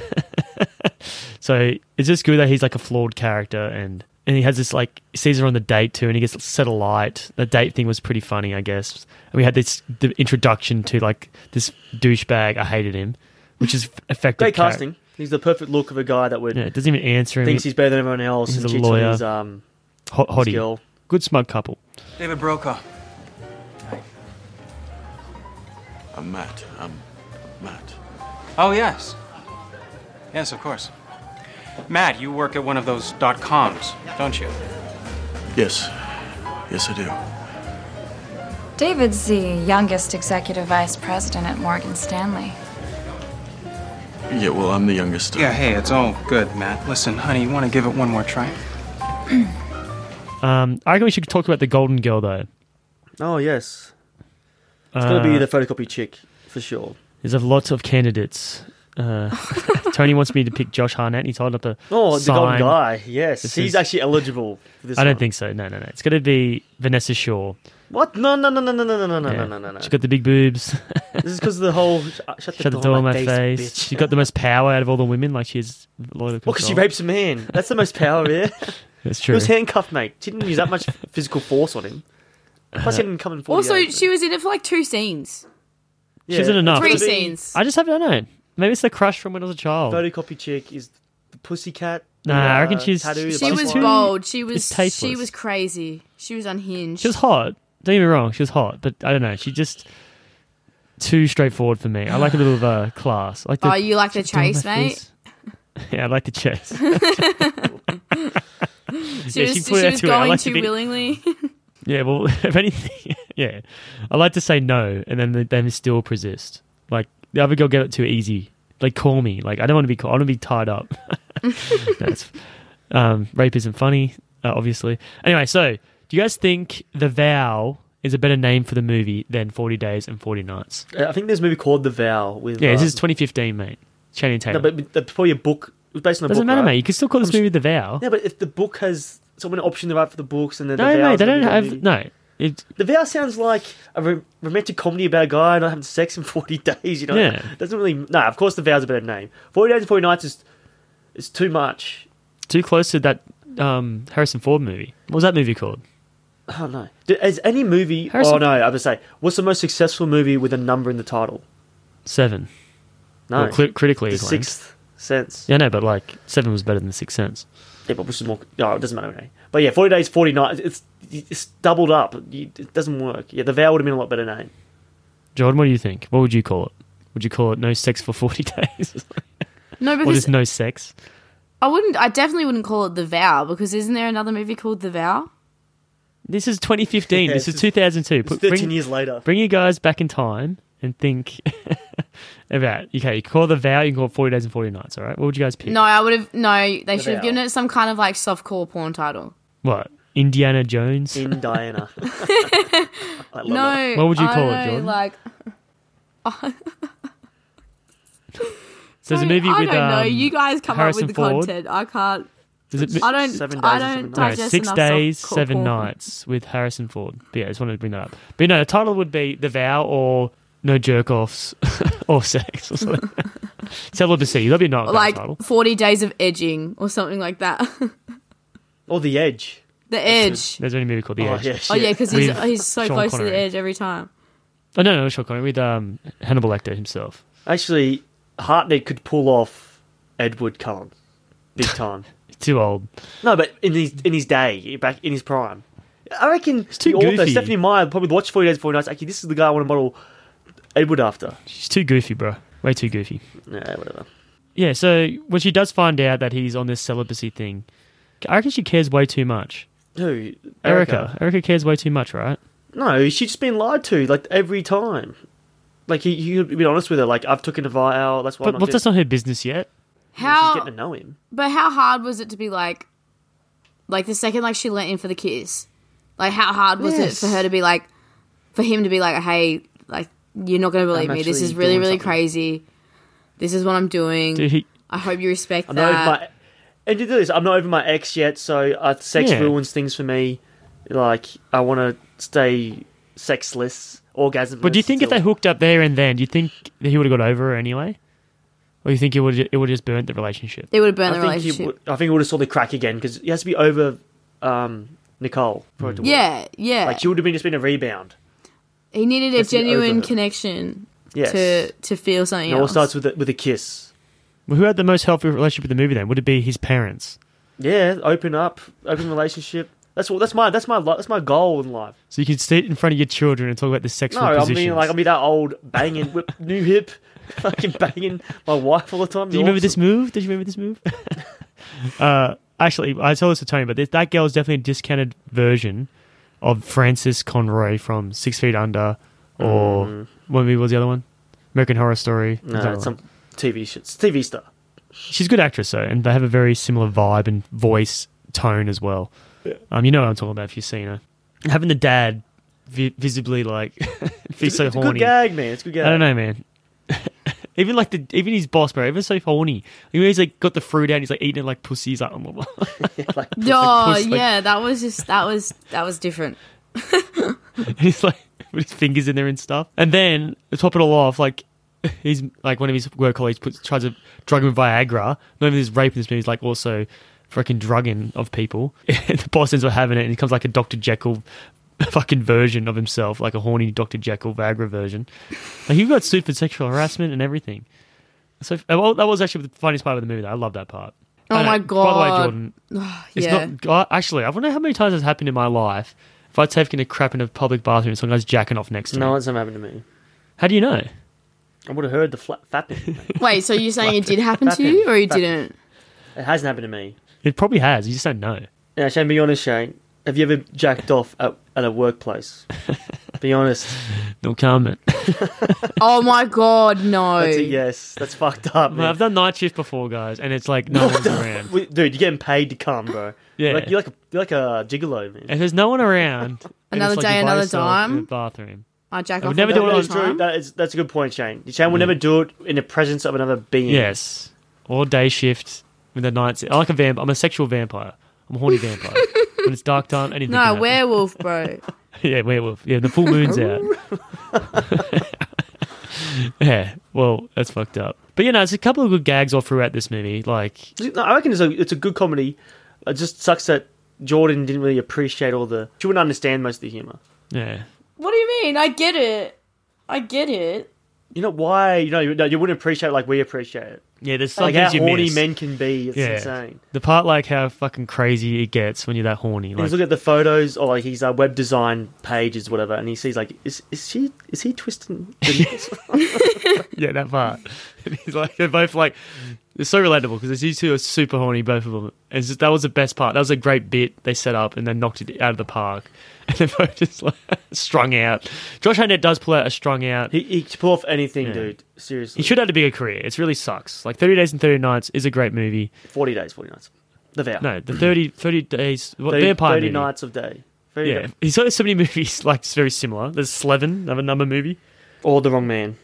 Speaker 3: so it's just good that he's like a flawed character and. And he has this like he sees her on the date too, and he gets set alight. The date thing was pretty funny, I guess. And we had this the introduction to like this douchebag. I hated him, which is effective.
Speaker 5: Great
Speaker 3: char-
Speaker 5: casting. He's the perfect look of a guy that would
Speaker 3: Yeah, it doesn't even answer him.
Speaker 5: thinks he's better than everyone else.
Speaker 3: He's
Speaker 5: and
Speaker 3: a
Speaker 5: cheats on
Speaker 3: lawyer.
Speaker 5: His, um,
Speaker 3: hot hottie.
Speaker 5: girl.
Speaker 3: Good smug couple.
Speaker 2: David Brokaw.
Speaker 1: I'm Matt. I'm Matt.
Speaker 11: Oh, yes. Yes, of course. Matt, you work at one of those dot coms, don't you?
Speaker 1: Yes. Yes, I do.
Speaker 10: David's the youngest executive vice president at Morgan Stanley.
Speaker 1: Yeah, well, I'm the youngest.
Speaker 11: Yeah, hey, it's all good, Matt. Listen, honey, you want to give it one more try?
Speaker 3: Um, I reckon we should talk about the Golden Girl though.
Speaker 5: Oh yes, it's gonna
Speaker 3: Uh,
Speaker 5: be the photocopy chick for sure.
Speaker 3: There's a lot of candidates. Uh, Tony wants me to pick Josh Harnett. He's holding up a
Speaker 5: Oh, the
Speaker 3: sign.
Speaker 5: golden guy. Yes,
Speaker 3: This
Speaker 5: he's
Speaker 3: is-
Speaker 5: actually eligible. For this
Speaker 3: I
Speaker 5: one.
Speaker 3: don't think so. No, no, no. It's going to be Vanessa Shaw.
Speaker 5: What? No, no, no, no, no, no, no, no,
Speaker 3: Yeah.
Speaker 5: no, no, no.
Speaker 3: She's got the big boobs.
Speaker 5: This is because of the whole sh- uh, shut the
Speaker 3: Shut the
Speaker 5: door,
Speaker 3: door in
Speaker 5: my,
Speaker 3: my face.
Speaker 5: bitch.
Speaker 3: She's got the most power out of all the women. Like she has a lot of
Speaker 5: Well, because she rapes a man. That's the most power there.
Speaker 3: That's
Speaker 5: he
Speaker 3: true.
Speaker 5: was handcuffed, mate. She didn't use that much physical force on him. Plus, he didn't come in. 40
Speaker 4: also,
Speaker 5: hours.
Speaker 4: she was in it for like two scenes,
Speaker 5: yeah.
Speaker 3: She's in enough.
Speaker 4: three
Speaker 5: But the
Speaker 4: scenes.
Speaker 3: Oh, I just have I don't know. Maybe it's the crush from when I was a child.
Speaker 5: Photocopy chick is the pussycat.
Speaker 3: Nah, I reckon she's-
Speaker 5: uh, tattoo, the
Speaker 3: she
Speaker 4: she
Speaker 5: butterfly.
Speaker 4: was
Speaker 3: too-
Speaker 4: bold. She
Speaker 3: it's
Speaker 4: was she
Speaker 3: tasteless.
Speaker 4: was crazy. She was unhinged.
Speaker 3: She was hot. Don't get me wrong. She was hot, but I don't know. She just too straightforward for me. I like a little of uh, class. I like the,
Speaker 4: oh, you like the
Speaker 3: Don't
Speaker 4: chase,
Speaker 3: my
Speaker 4: mate?
Speaker 3: face. Yeah, I like the chase.
Speaker 4: She
Speaker 3: Yeah,
Speaker 4: was
Speaker 3: she
Speaker 4: she,
Speaker 3: put it
Speaker 4: was
Speaker 3: to it. I
Speaker 4: going
Speaker 3: like to
Speaker 4: too
Speaker 3: be-
Speaker 4: willingly.
Speaker 3: yeah, well, if anything, yeah, I like to say no, and then they, they still persist. Like the other girl gave it too easy. Like call me. Like I don't want to be. Call- I want to be tied up. That's um, rape isn't funny, uh, obviously. Anyway, so do you guys think the vow is a better name for the movie than Forty Days and Forty Nights?
Speaker 5: Uh, I think there's a movie called The Vow with.
Speaker 3: Yeah, this
Speaker 5: uh,
Speaker 3: is 2015, mate. Channing
Speaker 5: No,
Speaker 3: Tatum.
Speaker 5: but but that's probably a book. It was based on a
Speaker 3: Doesn't
Speaker 5: book.
Speaker 3: matter,
Speaker 5: right?
Speaker 3: mate. You can still call this movie the vow.
Speaker 5: Yeah, but if the book has someone option to write for the books and then the
Speaker 3: No,
Speaker 5: vows
Speaker 3: mate, they
Speaker 5: and
Speaker 3: don't
Speaker 5: the
Speaker 3: have
Speaker 5: movie-
Speaker 3: no. It,
Speaker 5: The vow sounds like a rom- romantic comedy about a guy not having sex in 40 days, you know?
Speaker 3: Yeah.
Speaker 5: Doesn't really. No, of course, the vow's a better name. 40 days and 40 nights is, is too much.
Speaker 3: too close to that um, Harrison Ford movie. What was that movie called?
Speaker 5: Oh, no. D- Is any movie.
Speaker 3: Harrison-
Speaker 5: Oh, no, I would say. What's the most successful movie with a number in the title?
Speaker 3: Seven.
Speaker 5: No.
Speaker 3: Well, cri- critically
Speaker 5: The
Speaker 3: acclaimed.
Speaker 5: Sixth Sense.
Speaker 3: Yeah, no, but like Seven was better than Sixth Sense.
Speaker 5: Yeah, but which is more. No, it doesn't matter. Anyway. But yeah, 40 days, 40 nights. It's, it's doubled up. You- It doesn't work. Yeah, the vow would have been a lot better name.
Speaker 3: Jordan, what do you think? What would you call it? Would you call it No Sex for Forty Days?
Speaker 4: No,
Speaker 3: or
Speaker 4: because
Speaker 3: just No Sex?
Speaker 4: I wouldn't. I definitely wouldn't call it the vow because isn't there another movie called The Vow?
Speaker 3: This is 2015.
Speaker 5: Yeah,
Speaker 3: this
Speaker 5: this
Speaker 3: is
Speaker 5: is-
Speaker 3: 2002.
Speaker 5: It's
Speaker 3: Put-
Speaker 5: 13
Speaker 3: bring-
Speaker 5: years later.
Speaker 3: Bring you guys back in time and think about okay. You call the vow. You can call it Forty Days and Forty Nights. All right. What would you guys pick?
Speaker 4: No, I would have. No, they should have
Speaker 5: Vow.
Speaker 4: given it some kind of like softcore porn title.
Speaker 3: What? Indiana Jones.
Speaker 5: In Diana. I love it.
Speaker 4: No,
Speaker 3: What would you
Speaker 4: I
Speaker 3: call it,
Speaker 4: don't know,
Speaker 3: Jordan?
Speaker 4: Like,
Speaker 3: so there's a
Speaker 4: I-
Speaker 3: movie
Speaker 4: I
Speaker 3: with
Speaker 4: don't know.
Speaker 3: um,
Speaker 4: You guys come
Speaker 3: Harrison
Speaker 4: up with the
Speaker 3: Ford.
Speaker 4: content. I can't.
Speaker 3: Is it-
Speaker 4: I don't.
Speaker 5: Seven
Speaker 4: I
Speaker 5: days
Speaker 4: don't
Speaker 5: and seven
Speaker 3: No,
Speaker 5: nights.
Speaker 4: digest
Speaker 3: six
Speaker 4: enough
Speaker 3: days,
Speaker 4: soft-core
Speaker 3: seven
Speaker 4: porn.
Speaker 3: nights with Harrison Ford. But yeah, I just wanted to bring that up. But no, the title would be The Vow or No Jerk Offs or Sex or something. Celibacy. That'd be not a bad
Speaker 4: Like
Speaker 3: title.
Speaker 4: forty days of edging or something like that.
Speaker 5: Or The Edge.
Speaker 4: the edge.
Speaker 3: There's only a movie called The
Speaker 5: Oh,
Speaker 3: Edge.
Speaker 5: yeah,
Speaker 4: Oh yeah, because he's
Speaker 3: With
Speaker 4: he's so
Speaker 3: Sean
Speaker 4: close to
Speaker 3: Connery.
Speaker 4: the edge every time.
Speaker 3: Oh no, no, not Sean Connery with um, Hannibal Lecter himself.
Speaker 5: Actually, Hartnett could pull off Edward Cullen, big time.
Speaker 3: Too old.
Speaker 5: no, but in his in his day, back in his prime, I reckon
Speaker 3: too
Speaker 5: the author,
Speaker 3: goofy.
Speaker 5: Stephanie Meyer probably watched Forty Days, Forty Nights. Actually, this is the guy I want to model Edward after.
Speaker 3: She's too goofy, bro. Way too goofy.
Speaker 5: Yeah, whatever.
Speaker 3: Yeah. So when she does find out that he's on this celibacy thing, I reckon she cares way too much.
Speaker 5: Who?
Speaker 3: Erica. Erica cares way too much, right?
Speaker 5: No, she's just been lied to like every time. Like he, he been honest with her. Like I've taken a vial. That's why. I'm
Speaker 3: But
Speaker 5: not
Speaker 3: well,
Speaker 5: doing-"
Speaker 3: that's not her business yet.
Speaker 5: She's
Speaker 4: How?
Speaker 5: getting to know him.
Speaker 4: But how hard was it to be like, like the second like she let in for the kiss, like how hard was
Speaker 5: Yes.
Speaker 4: it for her to be like, for him to be like, hey, like you're not gonna believe me. This
Speaker 5: actually
Speaker 4: is really
Speaker 5: doing
Speaker 4: really
Speaker 5: something."
Speaker 4: crazy. This is what I'm doing.
Speaker 3: Dude, he,
Speaker 4: I hope you respect
Speaker 5: I'm
Speaker 4: that.
Speaker 5: not over my. And to do this, I'm not over my ex yet, so uh, sex
Speaker 3: Yeah.
Speaker 5: ruins things for me. Like I want to stay sexless, orgasm.
Speaker 3: But do you think if they hooked up there and then, do you think that he would have got over her anyway? Or you think it would it would have just burnt the relationship?
Speaker 4: It would have burned
Speaker 5: I
Speaker 4: the
Speaker 5: think he
Speaker 4: relationship.
Speaker 5: would, I think he would have saw the crack again because he has to be over um, Nicole. For it to work.
Speaker 4: yeah, yeah.
Speaker 5: like she would have been just been a rebound.
Speaker 4: he needed a
Speaker 5: That's the
Speaker 4: genuine
Speaker 5: over.
Speaker 4: connection
Speaker 5: Yes,
Speaker 4: to to feel something
Speaker 5: it all
Speaker 4: else.
Speaker 5: starts with a, with a kiss.
Speaker 3: Well, who had the most healthy relationship in the movie then? Would it be his parents?
Speaker 5: Yeah, open up, open relationship. That's what. That's my. That's my. li- That's my goal in life.
Speaker 3: So you could sit in front of your children and talk about the sexual
Speaker 5: No, I
Speaker 3: positions.
Speaker 5: mean, like, I'll be that old banging, whip, new hip, fucking banging my wife all the time.
Speaker 3: Do you remember this move? Did you remember this move? uh, actually, I told this to Tony, but this, that girl is definitely a discounted version of Frances Conroy from Six Feet Under, or what movie was the other one? American Horror Story.
Speaker 5: No,
Speaker 3: Is that
Speaker 5: Mm. it's
Speaker 3: one?
Speaker 5: some TV shit. It's TV star.
Speaker 3: she's a good actress though, and they have a very similar vibe and voice tone as well. Um, you know what I'm talking about if you've seen her. Having the dad vi- visibly like be so
Speaker 5: it's a
Speaker 3: horny.
Speaker 5: good gag, man. It's a good gag.
Speaker 3: I don't know, man. even like the even his boss, bro, even so horny. Even he's like got the fruit out, he's like eating it like pussy. He's like,
Speaker 4: Oh
Speaker 3: puss, like-
Speaker 4: yeah, that was just that was that was different.
Speaker 3: and he's like with his fingers in there and stuff. And then to top it all off, like he's like one of his work colleagues puts tries to drug him with Viagra. Not only is raping this man, he's like also freaking drugging of people. And the boss ends up having it, and he becomes like a Doctor Jekyll fucking version of himself, like a horny Doctor Jekyll Viagra version. Like he got sued for sexual harassment and everything. So well, that was actually the funniest part of the movie. Though. I love that part.
Speaker 4: Oh
Speaker 3: And,
Speaker 4: my
Speaker 3: By the way,
Speaker 4: God.
Speaker 3: Jordan, it's
Speaker 4: yeah.
Speaker 3: not not. Actually, I wonder how many times it's happened in my life. If I taken a crap in a public bathroom and some guy's jacking off next to
Speaker 5: No,
Speaker 3: me.
Speaker 5: it's not happening to me.
Speaker 3: How do you know?
Speaker 5: I would have heard the flat fapping. mate.
Speaker 4: Wait, so you're saying it did happen to you, or you didn't?
Speaker 5: it hasn't happened to me.
Speaker 3: It probably has. You just don't know.
Speaker 5: Now, Shane, be honest, Shane. Have you ever jacked off at, at a workplace? be honest.
Speaker 3: No comment.
Speaker 4: Oh my god, no.
Speaker 5: That's a yes. That's fucked up.
Speaker 3: I've
Speaker 5: Man.
Speaker 3: done night shift before, guys, and it's like no one's around.
Speaker 5: Dude, you're getting paid to come, bro.
Speaker 3: Yeah.
Speaker 5: Like, you're like a, you're like a gigolo, man.
Speaker 3: If there's no one around, and
Speaker 4: Another
Speaker 3: it's like
Speaker 4: day,
Speaker 3: you're by
Speaker 4: another
Speaker 3: yourself in the
Speaker 4: dime.
Speaker 3: bathroom.
Speaker 4: I jack
Speaker 3: I
Speaker 4: off.
Speaker 3: would never
Speaker 4: all
Speaker 3: do
Speaker 4: the
Speaker 3: it
Speaker 5: That
Speaker 3: all
Speaker 5: is
Speaker 3: the Mm-hmm.
Speaker 5: true.
Speaker 4: time.
Speaker 5: That is, that's a good point, Shane. Shane will never do it in the presence of another being.
Speaker 3: Yes, or day shift with the nights. I like a vamp. I'm a sexual vampire. I'm a horny vampire. when it's dark time, anything.
Speaker 4: No,
Speaker 3: can happen.
Speaker 4: werewolf, bro.
Speaker 3: yeah, werewolf. Yeah, the full moon's out. yeah, well, that's fucked up. But you know, it's a couple of good gags all throughout this movie. Like,
Speaker 5: No, I reckon it's a, it's a good comedy. It just sucks that Jordan didn't really appreciate all the. She wouldn't understand most of the humor.
Speaker 3: Yeah.
Speaker 4: What do you mean? I get it. I get it.
Speaker 5: You know why? You know you, no, you wouldn't appreciate it like we appreciate it.
Speaker 3: Yeah, there's some
Speaker 5: like how
Speaker 3: things you
Speaker 5: horny
Speaker 3: miss.
Speaker 5: men can be. It's insane.
Speaker 3: The part like how fucking crazy it gets when you're that horny.
Speaker 5: And
Speaker 3: Like,
Speaker 5: he's looking at the photos or like his uh, web design pages, whatever, and he sees like, is is she is he twisting? the nipples?
Speaker 3: yeah, that part. And he's like, they're both like, it's so relatable because these two are super horny, both of them. And it's just, that was the best part. That was a great bit they set up and then knocked it out of the park. And they're both just like strung out. Josh Hartnett does pull out a strung out.
Speaker 5: He, he can pull off anything,
Speaker 3: Yeah.
Speaker 5: dude.
Speaker 3: He
Speaker 5: Seriously,
Speaker 3: should have had a bigger career. It really sucks. Like 30 Days and 30 Nights is a great movie.
Speaker 5: forty days, forty nights. The vow.
Speaker 3: No, the 30, 30 Days, what,
Speaker 5: 30,
Speaker 3: Vampire
Speaker 5: 30
Speaker 3: movie.
Speaker 5: nights of day. 30
Speaker 3: Yeah,
Speaker 5: day-
Speaker 3: he's got so many movies like it's very similar. There's Slevin, another number movie,
Speaker 5: or The Wrong Man,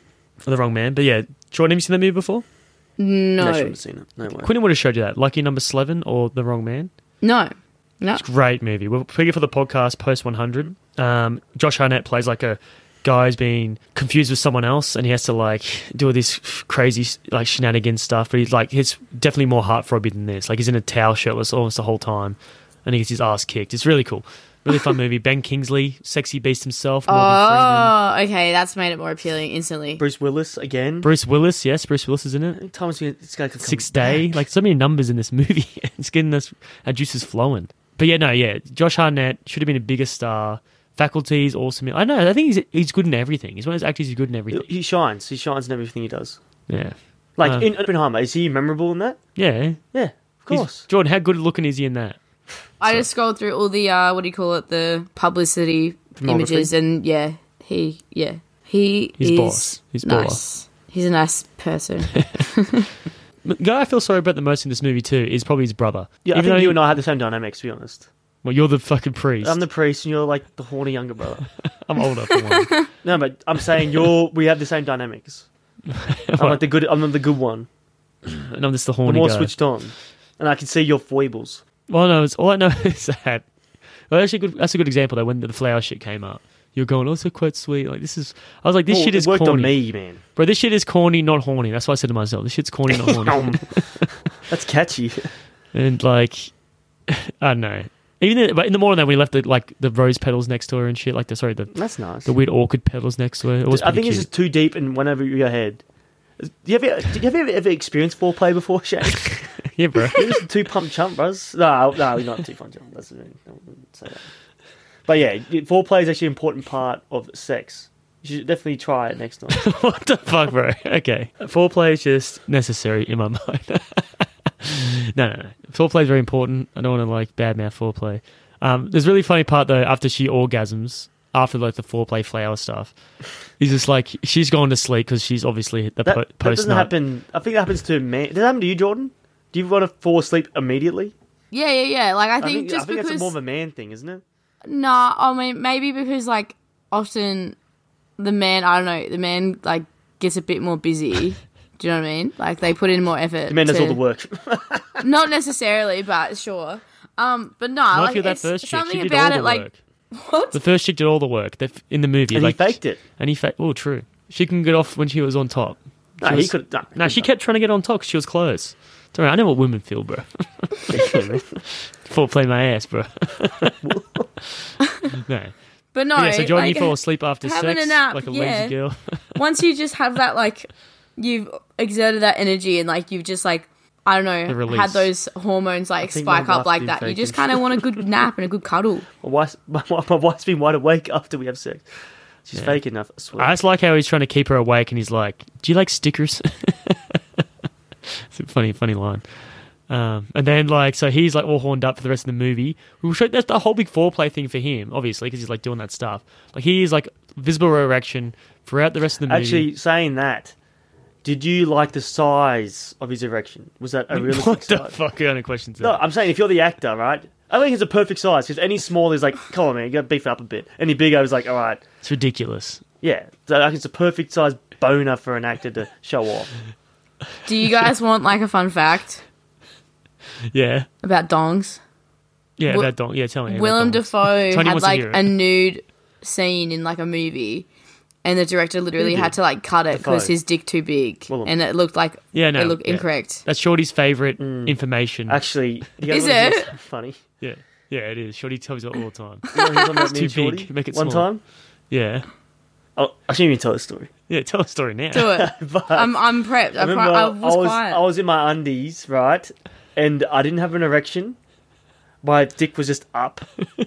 Speaker 3: or The Wrong Man. But yeah, Jordan, have you seen that movie before?
Speaker 5: I
Speaker 4: No.
Speaker 5: shouldn't have seen it. No way.
Speaker 3: Quentin would have showed you that. Lucky Number Slevin or The Wrong Man.
Speaker 4: No. No.
Speaker 3: Great movie. We'll pick it for the podcast post 100. Um, Josh Harnett plays like a guy who's been confused with someone else, and he has to like do all this crazy like shenanigans stuff. But he's like, he's definitely more heartthrobbing than this. Like he's in a towel shirtless almost the whole time, and he gets his ass kicked. It's really cool. Really fun movie. Ben Kingsley, sexy beast himself. Morgan Freeman.
Speaker 4: Oh, okay. That's made it more appealing instantly.
Speaker 5: Bruce Willis again.
Speaker 3: Bruce Willis, yes, Bruce Willis is in it.
Speaker 5: Thomas, this guy could come
Speaker 3: Six Day, like so many numbers in this movie. it's getting us our juices flowing. But yeah, no, yeah, Josh Hartnett should have been a bigger star. Faculty is awesome. I know. I think he's he's good in everything. He's one of those actors who's good in everything.
Speaker 5: He shines. He shines in everything he does.
Speaker 3: Yeah,
Speaker 5: Like
Speaker 3: Uh,
Speaker 5: in Oppenheimer, is he memorable in that?
Speaker 3: yeah.
Speaker 5: Yeah, of
Speaker 3: He's-
Speaker 5: course.
Speaker 3: Jordan, how good looking is he in that?
Speaker 4: I just scrolled through all the uh, what do you call it? The publicity images, and yeah, he, yeah, he
Speaker 3: He's
Speaker 4: is
Speaker 3: boss. He's
Speaker 4: nice.
Speaker 3: boss.
Speaker 4: He's a nice person.
Speaker 3: The guy I feel sorry about the most in this movie too is probably his brother.
Speaker 5: Yeah, I
Speaker 3: Even
Speaker 5: think
Speaker 3: though
Speaker 5: you
Speaker 3: he-
Speaker 5: and I had the same dynamics. To be honest,
Speaker 3: Well, you're the fucking priest.
Speaker 5: I'm the priest, and you're like the horny younger brother.
Speaker 3: I'm older. For one.
Speaker 5: No, but I'm saying you're. We have the same dynamics. I'm like the good. I'm the good one.
Speaker 3: and I'm just the
Speaker 5: The
Speaker 3: horny
Speaker 5: more
Speaker 3: guy.
Speaker 5: switched on, and I can see your foibles.
Speaker 3: Well, no, it's, all I know is that. Well, actually, good, that's a good example though. When the flower shit came up, you're going, "Oh, so quite sweet." Like this is, I was like, "This
Speaker 5: Well,
Speaker 3: shit
Speaker 5: it
Speaker 3: is
Speaker 5: worked
Speaker 3: corny.
Speaker 5: on me, man.
Speaker 3: Bro, this shit is corny, not horny. That's what I said to myself. This shit's corny, not horny.
Speaker 5: That's catchy.
Speaker 3: and like, I don't know. Even in, but in the morning, then we left the like the rose petals next to her and shit. Like the sorry, the
Speaker 5: That's nice.
Speaker 3: the weird orchid petals next to her. It was
Speaker 5: I think
Speaker 3: pretty
Speaker 5: it's
Speaker 3: cute.
Speaker 5: just too deep and went over your head. Do you ever, did you ever, ever experienced foreplay before, Shane?
Speaker 3: yeah, bro.
Speaker 5: You're just a two pump chump, bros. No, no, you're not a two pump chump. That's, I wouldn't say that. But yeah, y- foreplay is actually an important part of sex. You should definitely try it next time.
Speaker 3: what the fuck, bro? Okay, foreplay is just necessary in my mind. no, no, no. Foreplay is very important. I don't want to like badmouth foreplay. Um, there's a really funny part though after she orgasms after like the foreplay flower stuff. He's just like she's gone to sleep because she's obviously the
Speaker 5: That,
Speaker 3: po-
Speaker 5: that
Speaker 3: post
Speaker 5: doesn't
Speaker 3: nut.
Speaker 5: happen. I think that happens to man. Does that happen to you, Jordan? Do you want to fall asleep immediately?
Speaker 4: yeah, yeah, yeah. Like I think, just
Speaker 5: I think
Speaker 4: because
Speaker 5: that's more of a man thing, isn't it?
Speaker 4: Nah, I mean maybe because like often the man, I don't know, the man like gets a bit more busy. Do you know what I mean? Like they put in more effort.
Speaker 5: The man does all
Speaker 4: to-
Speaker 5: the work.
Speaker 4: Not necessarily, but sure. Um, but no,
Speaker 3: Not
Speaker 4: like
Speaker 3: if you're that
Speaker 4: it's
Speaker 3: first chick. She
Speaker 4: something
Speaker 3: did all
Speaker 4: about
Speaker 3: the
Speaker 4: it, like
Speaker 3: work.
Speaker 4: what?
Speaker 3: The first chick did all the work that- in the movie.
Speaker 5: and
Speaker 3: like,
Speaker 5: he faked it.
Speaker 3: And he faked. Oh, true. She can get off when she was on top.
Speaker 5: No,
Speaker 3: She
Speaker 5: he
Speaker 3: was-
Speaker 5: could. No,
Speaker 3: No, she kept trying to get on top 'cause she was close. Don't worry, I know what women feel, bro. Foreplay my ass, bro. no.
Speaker 4: But no,
Speaker 3: But yeah, so John,
Speaker 4: like,
Speaker 3: you fall asleep after
Speaker 4: having
Speaker 3: sex
Speaker 4: a nap,
Speaker 3: like a
Speaker 4: yeah.
Speaker 3: lazy girl.
Speaker 4: once you just have that like you've exerted that energy and like you've just like I don't
Speaker 3: The
Speaker 4: know
Speaker 3: release.
Speaker 4: had those hormones like
Speaker 5: think my
Speaker 4: spike up
Speaker 5: wife
Speaker 4: like
Speaker 5: did
Speaker 4: that. You just
Speaker 5: vaping.
Speaker 4: kind of want a good nap and a good cuddle.
Speaker 5: My wife's, my, wife- my wife's been wide awake after we have sex. She's fake enough. I swear.
Speaker 3: I just like how he's trying to keep her awake, and he's like, "Do you like stickers?" it's a funny, funny line. Um, and then like, so he's like all horned up for the rest of the movie. We show that's the whole big foreplay thing for him, obviously, because he's like doing that stuff. Like he is like visible erection throughout the rest of the movie.
Speaker 5: Actually, saying that, did you like the size of his erection? Was that a realistic
Speaker 3: what the
Speaker 5: size?
Speaker 3: fuck kind of questions?
Speaker 5: No,
Speaker 3: No,
Speaker 5: I'm saying if you're the actor, right? I think it's a perfect size because any small is like, come on, man, you got to beef it up a bit. Any big, I was like, all right,
Speaker 3: it's ridiculous.
Speaker 5: yeah. So I think it's a perfect size boner for an actor to show off.
Speaker 4: Do you guys want like a fun fact
Speaker 3: Yeah,
Speaker 4: about dongs?
Speaker 3: yeah,
Speaker 4: Wi-
Speaker 3: that don't. Yeah, tell me. about
Speaker 4: Willem
Speaker 3: dongs.
Speaker 4: Dafoe
Speaker 3: Tony
Speaker 4: had
Speaker 3: wants to
Speaker 4: like
Speaker 3: hear it.
Speaker 4: a nude scene in like a movie, and the director literally
Speaker 3: did?
Speaker 4: had to like cut it because
Speaker 3: Defoe.
Speaker 4: his dick too big,
Speaker 3: Willem.
Speaker 4: and it looked like
Speaker 3: Yeah, no,
Speaker 4: it looked
Speaker 3: yeah.
Speaker 4: incorrect.
Speaker 3: That's Shorty's favorite information.
Speaker 5: Mm. Actually,
Speaker 4: the other Is one is it?
Speaker 5: funny?
Speaker 3: Yeah, yeah, it is. Shorty tells me all the time.
Speaker 5: You know, he's on about
Speaker 3: it's
Speaker 5: me
Speaker 3: too
Speaker 5: and Geordie
Speaker 3: big. Make it
Speaker 5: One
Speaker 3: smaller.
Speaker 5: time?
Speaker 3: Yeah.
Speaker 5: Oh, I shouldn't even tell the story.
Speaker 3: Yeah, tell a story now.
Speaker 4: Do it.
Speaker 5: But-
Speaker 4: I'm I'm prepped. I, pri- I was, quiet.
Speaker 5: I was in my undies, right? And I didn't have an erection. My dick was just up.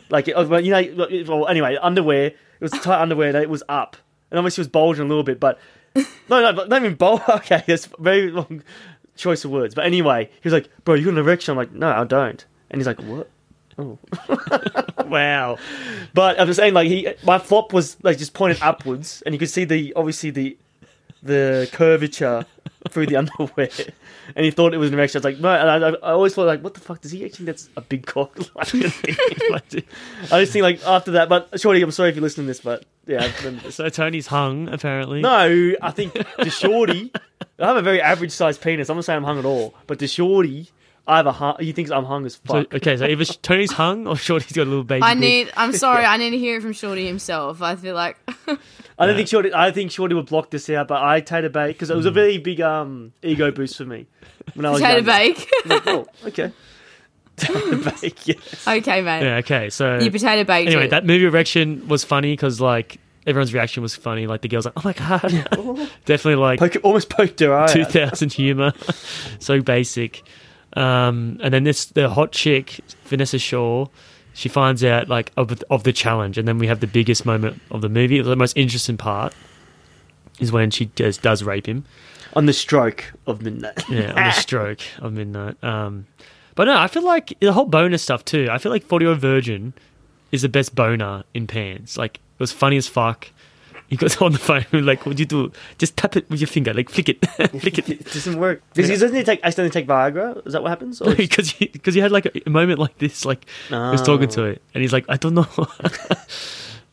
Speaker 5: like, it, uh, well, you know, well, anyway, underwear. It was tight underwear and it was up. And obviously it was bulging a little bit, but. No, no, but not even bulge. Okay, that's a very long choice of words. But anyway, he was like, bro, you got an erection? I'm like, no, I don't. And he's like, what? Oh. wow. But I'm just saying, like, he, my flop was, like, just pointed upwards. And you could see the, obviously, the the curvature through the underwear, and he thought it was an erection. I was like, no, and I, I- I always thought like, what the fuck does he actually? think That's a big cock. Like, I just think like after that, but Shorty, I'm sorry if you listen to this, but yeah, I remember this.
Speaker 3: So Tony's hung apparently.
Speaker 5: No, I think the Shorty. I have a very average sized penis. I'm not saying I'm hung at all, but the Shorty, I have a hung, he thinks I'm hung as
Speaker 3: So,
Speaker 5: fuck.
Speaker 3: okay, so either Tony's hung or Shorty's got a little baby.
Speaker 4: I
Speaker 3: dick.
Speaker 4: need. I'm sorry. I need to hear it from Shorty himself. I feel like
Speaker 5: I don't think Shorty. I think Shorty would block this out, but I Tater Bake because it
Speaker 3: Hmm.
Speaker 5: was a very big um ego boost for me when I was
Speaker 4: potato
Speaker 5: younger.
Speaker 4: bake.
Speaker 5: I was like, oh, okay. Tater Bake, yes.
Speaker 4: okay, mate.
Speaker 3: Yeah. Okay. So
Speaker 4: You potato baked
Speaker 3: Anyway,
Speaker 4: it.
Speaker 3: that movie erection was funny because like everyone's reaction was funny. Like the girls like, oh my god, definitely like
Speaker 5: Poke, almost poked her eye. out.
Speaker 3: 2000 humor, so basic. Um, and then this the hot chick Vanessa Shaw. She finds out like of, of the challenge, and then we have the biggest moment of the movie. The most interesting part is when she does, does rape him.
Speaker 5: on the stroke of midnight.
Speaker 3: Yeah, on the stroke of midnight. Um, but no, I feel like the whole boner stuff too. I feel like Forty Year Virgin is the best boner in pants. Like it was funny as fuck. He got on the phone like, "What do you do? Just tap it with your finger, like flick it, flick it."
Speaker 5: It doesn't work because he doesn't he take accidentally take Viagra. Is that what happens? Or
Speaker 3: Because he, 'cause he had like a, a moment like this, like he was talking to it, and he's like, "I don't know."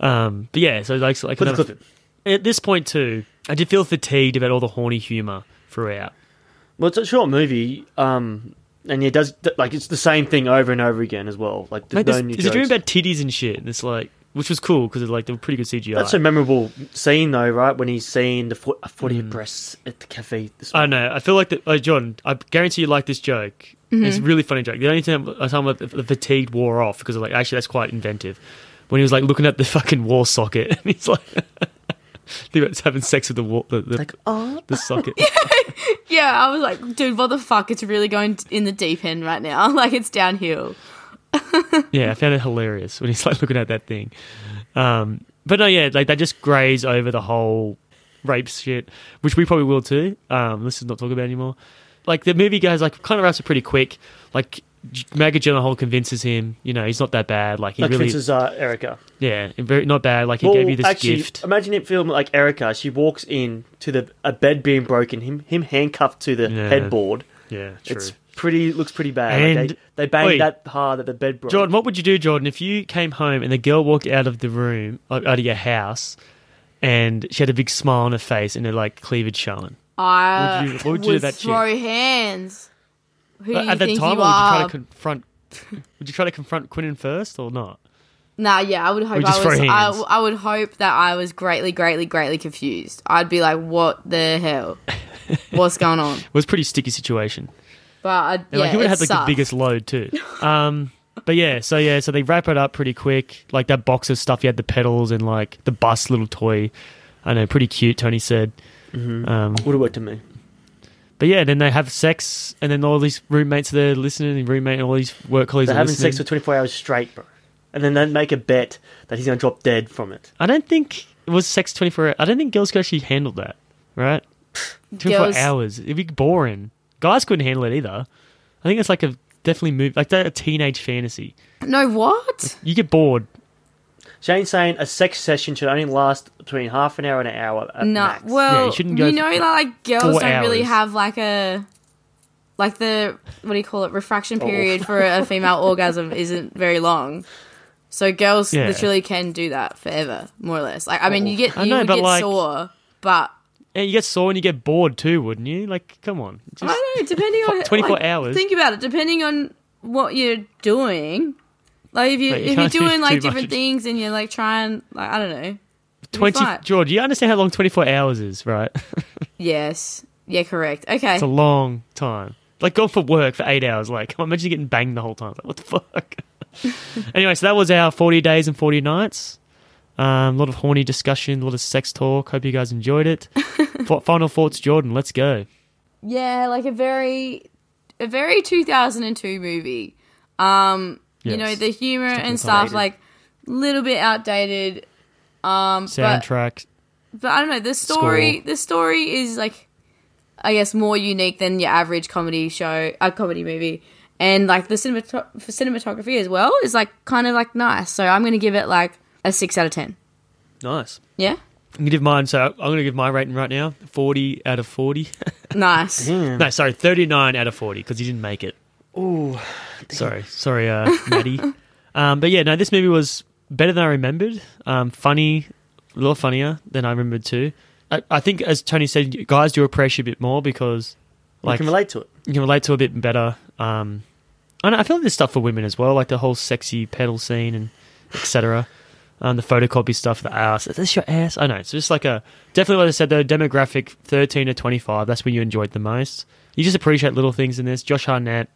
Speaker 3: um, but yeah, so like, so like
Speaker 5: Put the
Speaker 3: another-
Speaker 5: clip
Speaker 3: at this point too, I did feel fatigued about all the horny humor throughout.
Speaker 5: well, it's a short movie, um, and yeah, it does like it's the same thing over and over again as well. Like
Speaker 3: Mate,
Speaker 5: there's
Speaker 3: there's,
Speaker 5: no new
Speaker 3: there's a dream
Speaker 5: jokes.
Speaker 3: about titties and shit, and it's like, which was cool because like they were pretty good CGI.
Speaker 5: That's a memorable scene though, right? When he's seeing the fo- forty breasts at the cafe. This
Speaker 3: Mm. I know. I feel like that, uh, John. I guarantee you like this joke. It's a
Speaker 5: Mhm.
Speaker 3: really funny joke. The only time, uh, time the the fatigue wore off because like actually that's quite inventive. When he was like looking at the fucking wall socket, and he's like, think about having sex with the wall, the, the,
Speaker 4: oh.
Speaker 3: the socket.
Speaker 4: Yeah, I was like, dude, what the fuck? It's really going t- in the deep end right now. Like it's downhill.
Speaker 3: Yeah, I found it hilarious when he's like looking at that thing. Um, but no, yeah, like they just graze over the whole rape shit, which we probably will too. Um, let's just not talk about it anymore. Like the movie goes like kind of wraps it pretty quick. Like J- Maggie Gyllenhaal convinces him, you know, he's not that bad. Like he
Speaker 5: like,
Speaker 3: really,
Speaker 5: for instance, uh, Erica.
Speaker 3: yeah, very not bad. Like he
Speaker 5: Well,
Speaker 3: gave you this
Speaker 5: actually, um,
Speaker 3: gift.
Speaker 5: Imagine it film like Erica. She walks in to the a bed being broken, him him handcuffed to the
Speaker 3: Yeah.
Speaker 5: headboard.
Speaker 3: Yeah,
Speaker 5: It's
Speaker 3: true.
Speaker 5: pretty looks pretty bad. Like,
Speaker 3: And-
Speaker 5: they, they banged
Speaker 3: wait.
Speaker 5: that hard that the bed broke.
Speaker 3: Jordan, what would you do, Jordan, if you came home and the girl walked out of the room, uh, out of your house, and she had a big smile on her face and her like cleavage showing?
Speaker 4: I
Speaker 3: Would
Speaker 4: would,
Speaker 3: you- what would you do to that chick?
Speaker 4: throw hands. Who do
Speaker 3: But
Speaker 4: you
Speaker 3: at the
Speaker 4: think
Speaker 3: time,
Speaker 4: you
Speaker 3: or would you try
Speaker 4: are?
Speaker 3: to confront? would you try to confront Quinnen first or not?
Speaker 4: nah, yeah, I would
Speaker 3: Or
Speaker 4: hope
Speaker 3: just
Speaker 4: I
Speaker 3: throw
Speaker 4: was. I,
Speaker 3: hands?
Speaker 4: w- I would hope that I was greatly, greatly, greatly confused. I'd be like, what the hell? What's going on?
Speaker 3: It was a pretty sticky situation.
Speaker 4: But I,
Speaker 3: And
Speaker 4: yeah,
Speaker 3: like he would
Speaker 4: it
Speaker 3: have had like
Speaker 4: sucked.
Speaker 3: the biggest load too. Um, but yeah, so yeah, so they wrap it up pretty quick. Like that box of stuff, you had the pedals and like the bus little toy. I know, pretty cute. Tony said.
Speaker 4: Mm-hmm.
Speaker 5: Mhm.
Speaker 3: Um,
Speaker 5: Would have worked to me.
Speaker 3: but yeah, then they have sex, and then all these roommates are there listening, and roommate, and all these work colleagues
Speaker 5: They're
Speaker 3: are
Speaker 5: having
Speaker 3: listening.
Speaker 5: sex for 24 hours straight, bro. And then they make a bet that he's going to drop dead from it.
Speaker 3: I don't think it was sex twenty four. I don't think girls could actually handle that, right? Twenty four
Speaker 4: Girls-
Speaker 3: hours. It'd be boring. Guys couldn't handle it either. I think it's like a definitely move like that a teenage fantasy.
Speaker 4: No, what?
Speaker 3: You get bored.
Speaker 5: Shane's saying a sex session should only last between half an hour and an hour. At
Speaker 4: No,
Speaker 5: max.
Speaker 4: well,
Speaker 3: you shouldn't
Speaker 4: you,
Speaker 3: go for
Speaker 4: know, like girls
Speaker 3: four
Speaker 4: don't really
Speaker 3: hours.
Speaker 4: have like a, like the what do you call it? Refraction period for a female orgasm isn't very long. So girls
Speaker 3: Yeah.
Speaker 4: literally can do that forever, more or less. Like I mean, you get
Speaker 3: I
Speaker 4: you
Speaker 3: know,
Speaker 4: would
Speaker 3: but,
Speaker 4: get
Speaker 3: like-
Speaker 4: sore, but
Speaker 3: And you get sore and you get bored too, wouldn't you? Like, come on.
Speaker 4: I don't know. Depending on
Speaker 3: Fuck, 24
Speaker 4: like,
Speaker 3: hours.
Speaker 4: Think about it. Depending on what you're doing, Like if you
Speaker 3: Like, you
Speaker 4: if you're
Speaker 3: can't do
Speaker 4: doing like
Speaker 3: too much.
Speaker 4: different things and you're like trying like I don't know. it'd be
Speaker 3: Twenty,
Speaker 4: fine.
Speaker 3: George. You understand how long twenty-four hours is, right?
Speaker 4: Yes. Yeah, correct. Okay.
Speaker 3: it's a long time. Like going for work for eight hours. Like, can imagine getting banged the whole time. Like, what the fuck? anyway, so that was our forty days and forty nights. Um, A lot of horny discussion, a lot of sex talk. Hope you guys enjoyed it. F- Final thoughts, Jordan. Let's go.
Speaker 4: Yeah, like a very a very 2002 movie. Um, you
Speaker 3: Yes.
Speaker 4: know, the humor and
Speaker 3: Definitely
Speaker 4: stuff
Speaker 3: outdated.
Speaker 4: like a little bit outdated. Um but,
Speaker 3: Soundtrack.
Speaker 4: but I don't know, the story
Speaker 3: Score.
Speaker 4: the story is like I guess more unique than your average comedy show, a comedy movie. And like the cinemato- for cinematography as well is like kind of like nice. So I'm going to give it like a 6 out of 10.
Speaker 3: Nice.
Speaker 4: Yeah?
Speaker 3: I'm gonna give mine. So I'm gonna give my rating right now. Forty out of forty.
Speaker 4: Nice. Damn.
Speaker 3: No, sorry, thirty-nine out of forty because he didn't make it.
Speaker 5: Ooh.
Speaker 3: Sorry, sorry, uh, Maddie. um, but yeah, no, this movie was better than I remembered. Um, funny, a lot funnier than I remembered too. I, I think, as Tony said, you guys do appreciate it a bit more because
Speaker 5: You can relate to it.
Speaker 3: You can relate to it a bit better. Um, I, know, I feel like there's stuff for women as well, like the whole sexy pedal scene and etc. Um, the photocopy stuff, the ass. Is this your ass? I know. It's just like a definitely what I said though. Demographic thirteen to twenty five. That's when you enjoyed the most. You just appreciate little things in this. Josh Hartnett.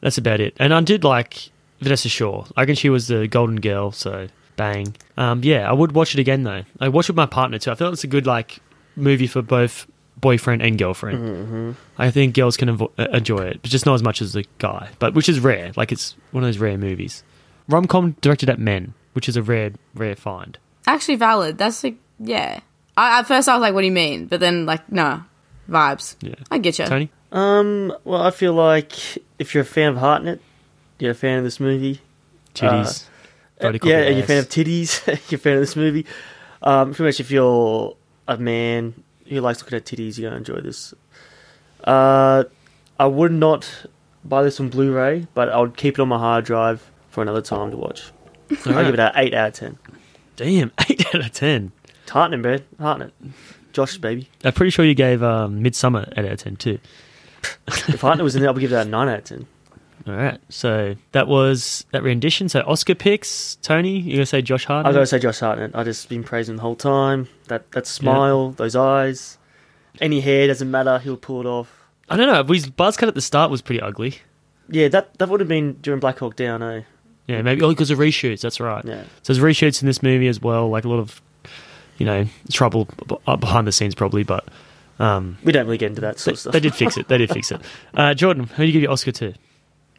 Speaker 3: That's about it. And I did like Vanessa Shaw. I reckon she was the golden girl. So bang. Um, yeah, I would watch it again though. I watched it with my partner too. I feel it's a good like movie for both boyfriend and girlfriend.
Speaker 5: Mhm.
Speaker 3: I think girls can invo- uh, enjoy it, but just not as much as the guy. But which is rare. Like it's one of those rare movies. Rom com directed at men, which is a rare, rare find.
Speaker 4: Actually, valid. That's like, yeah. I, at first, I was like, "What do you mean?" But then, like, no, vibes. Yeah, I get you.
Speaker 5: Um, well, I feel like if you're a fan of Hartnett, you're a fan of this movie.
Speaker 3: Titties.
Speaker 5: Uh,
Speaker 3: Photocopy
Speaker 5: yeah, and you're a fan
Speaker 3: ass.
Speaker 5: of titties. you're a fan of this movie. Um, pretty much if you're a man who likes looking at titties, you're going to enjoy this. Uh, I would not buy this on Blu ray, but I would keep it on my hard drive for another time to watch. I'll
Speaker 3: Alright.
Speaker 5: give it an 8 out of 10.
Speaker 3: Damn, eight out of ten.
Speaker 5: Hartnett, man. Hartnett. Josh, baby.
Speaker 3: I'm pretty sure you gave um, Midsummer eight out of ten too.
Speaker 5: If Hartnett was in there, I would give that a 9 out of 10.
Speaker 3: All right, so that was that rendition. So Oscar picks. Tony, you gonna say Josh Hartnett?
Speaker 5: I gotta say Josh Hartnett. I just been praising him the whole time. That that smile, those eyes, any hair doesn't matter. He'll pull it off.
Speaker 3: I don't know. His buzz cut at the start was pretty ugly.
Speaker 5: Yeah, that that would have been during Black Hawk Down. Eh?
Speaker 3: Yeah, maybe. Oh, because of reshoots. That's right.
Speaker 5: Yeah.
Speaker 3: So there's reshoots in this movie as well. Like a lot of, you know, trouble b- uh, behind the scenes probably, but um,
Speaker 5: we don't really get into that sort
Speaker 3: they,
Speaker 5: of stuff.
Speaker 3: They did fix it. They did fix it. Uh, Jordan, who do you give your Oscar to?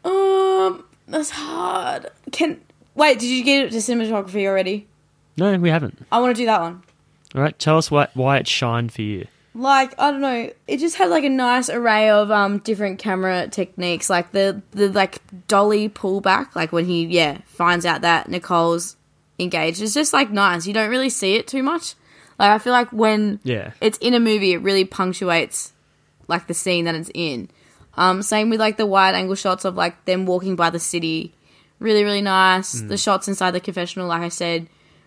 Speaker 4: Um, that's hard. Can wait? Did you get it to cinematography already?
Speaker 3: No, we haven't.
Speaker 4: I want to do that one.
Speaker 3: All right, tell us why why it shined for you.
Speaker 4: Like, I don't know. It just had like a nice array of um different camera techniques, like the the like dolly pullback, like when he yeah finds out that Nicole's engaged. It's just like nice. You don't really see it too much. Like I feel like when
Speaker 3: Yeah.
Speaker 4: it's in a movie, it really punctuates like the scene that it's in. Um, same with like the wide angle shots of like them walking by the city, really really nice.
Speaker 12: Mm.
Speaker 4: The shots inside the confessional, like I said,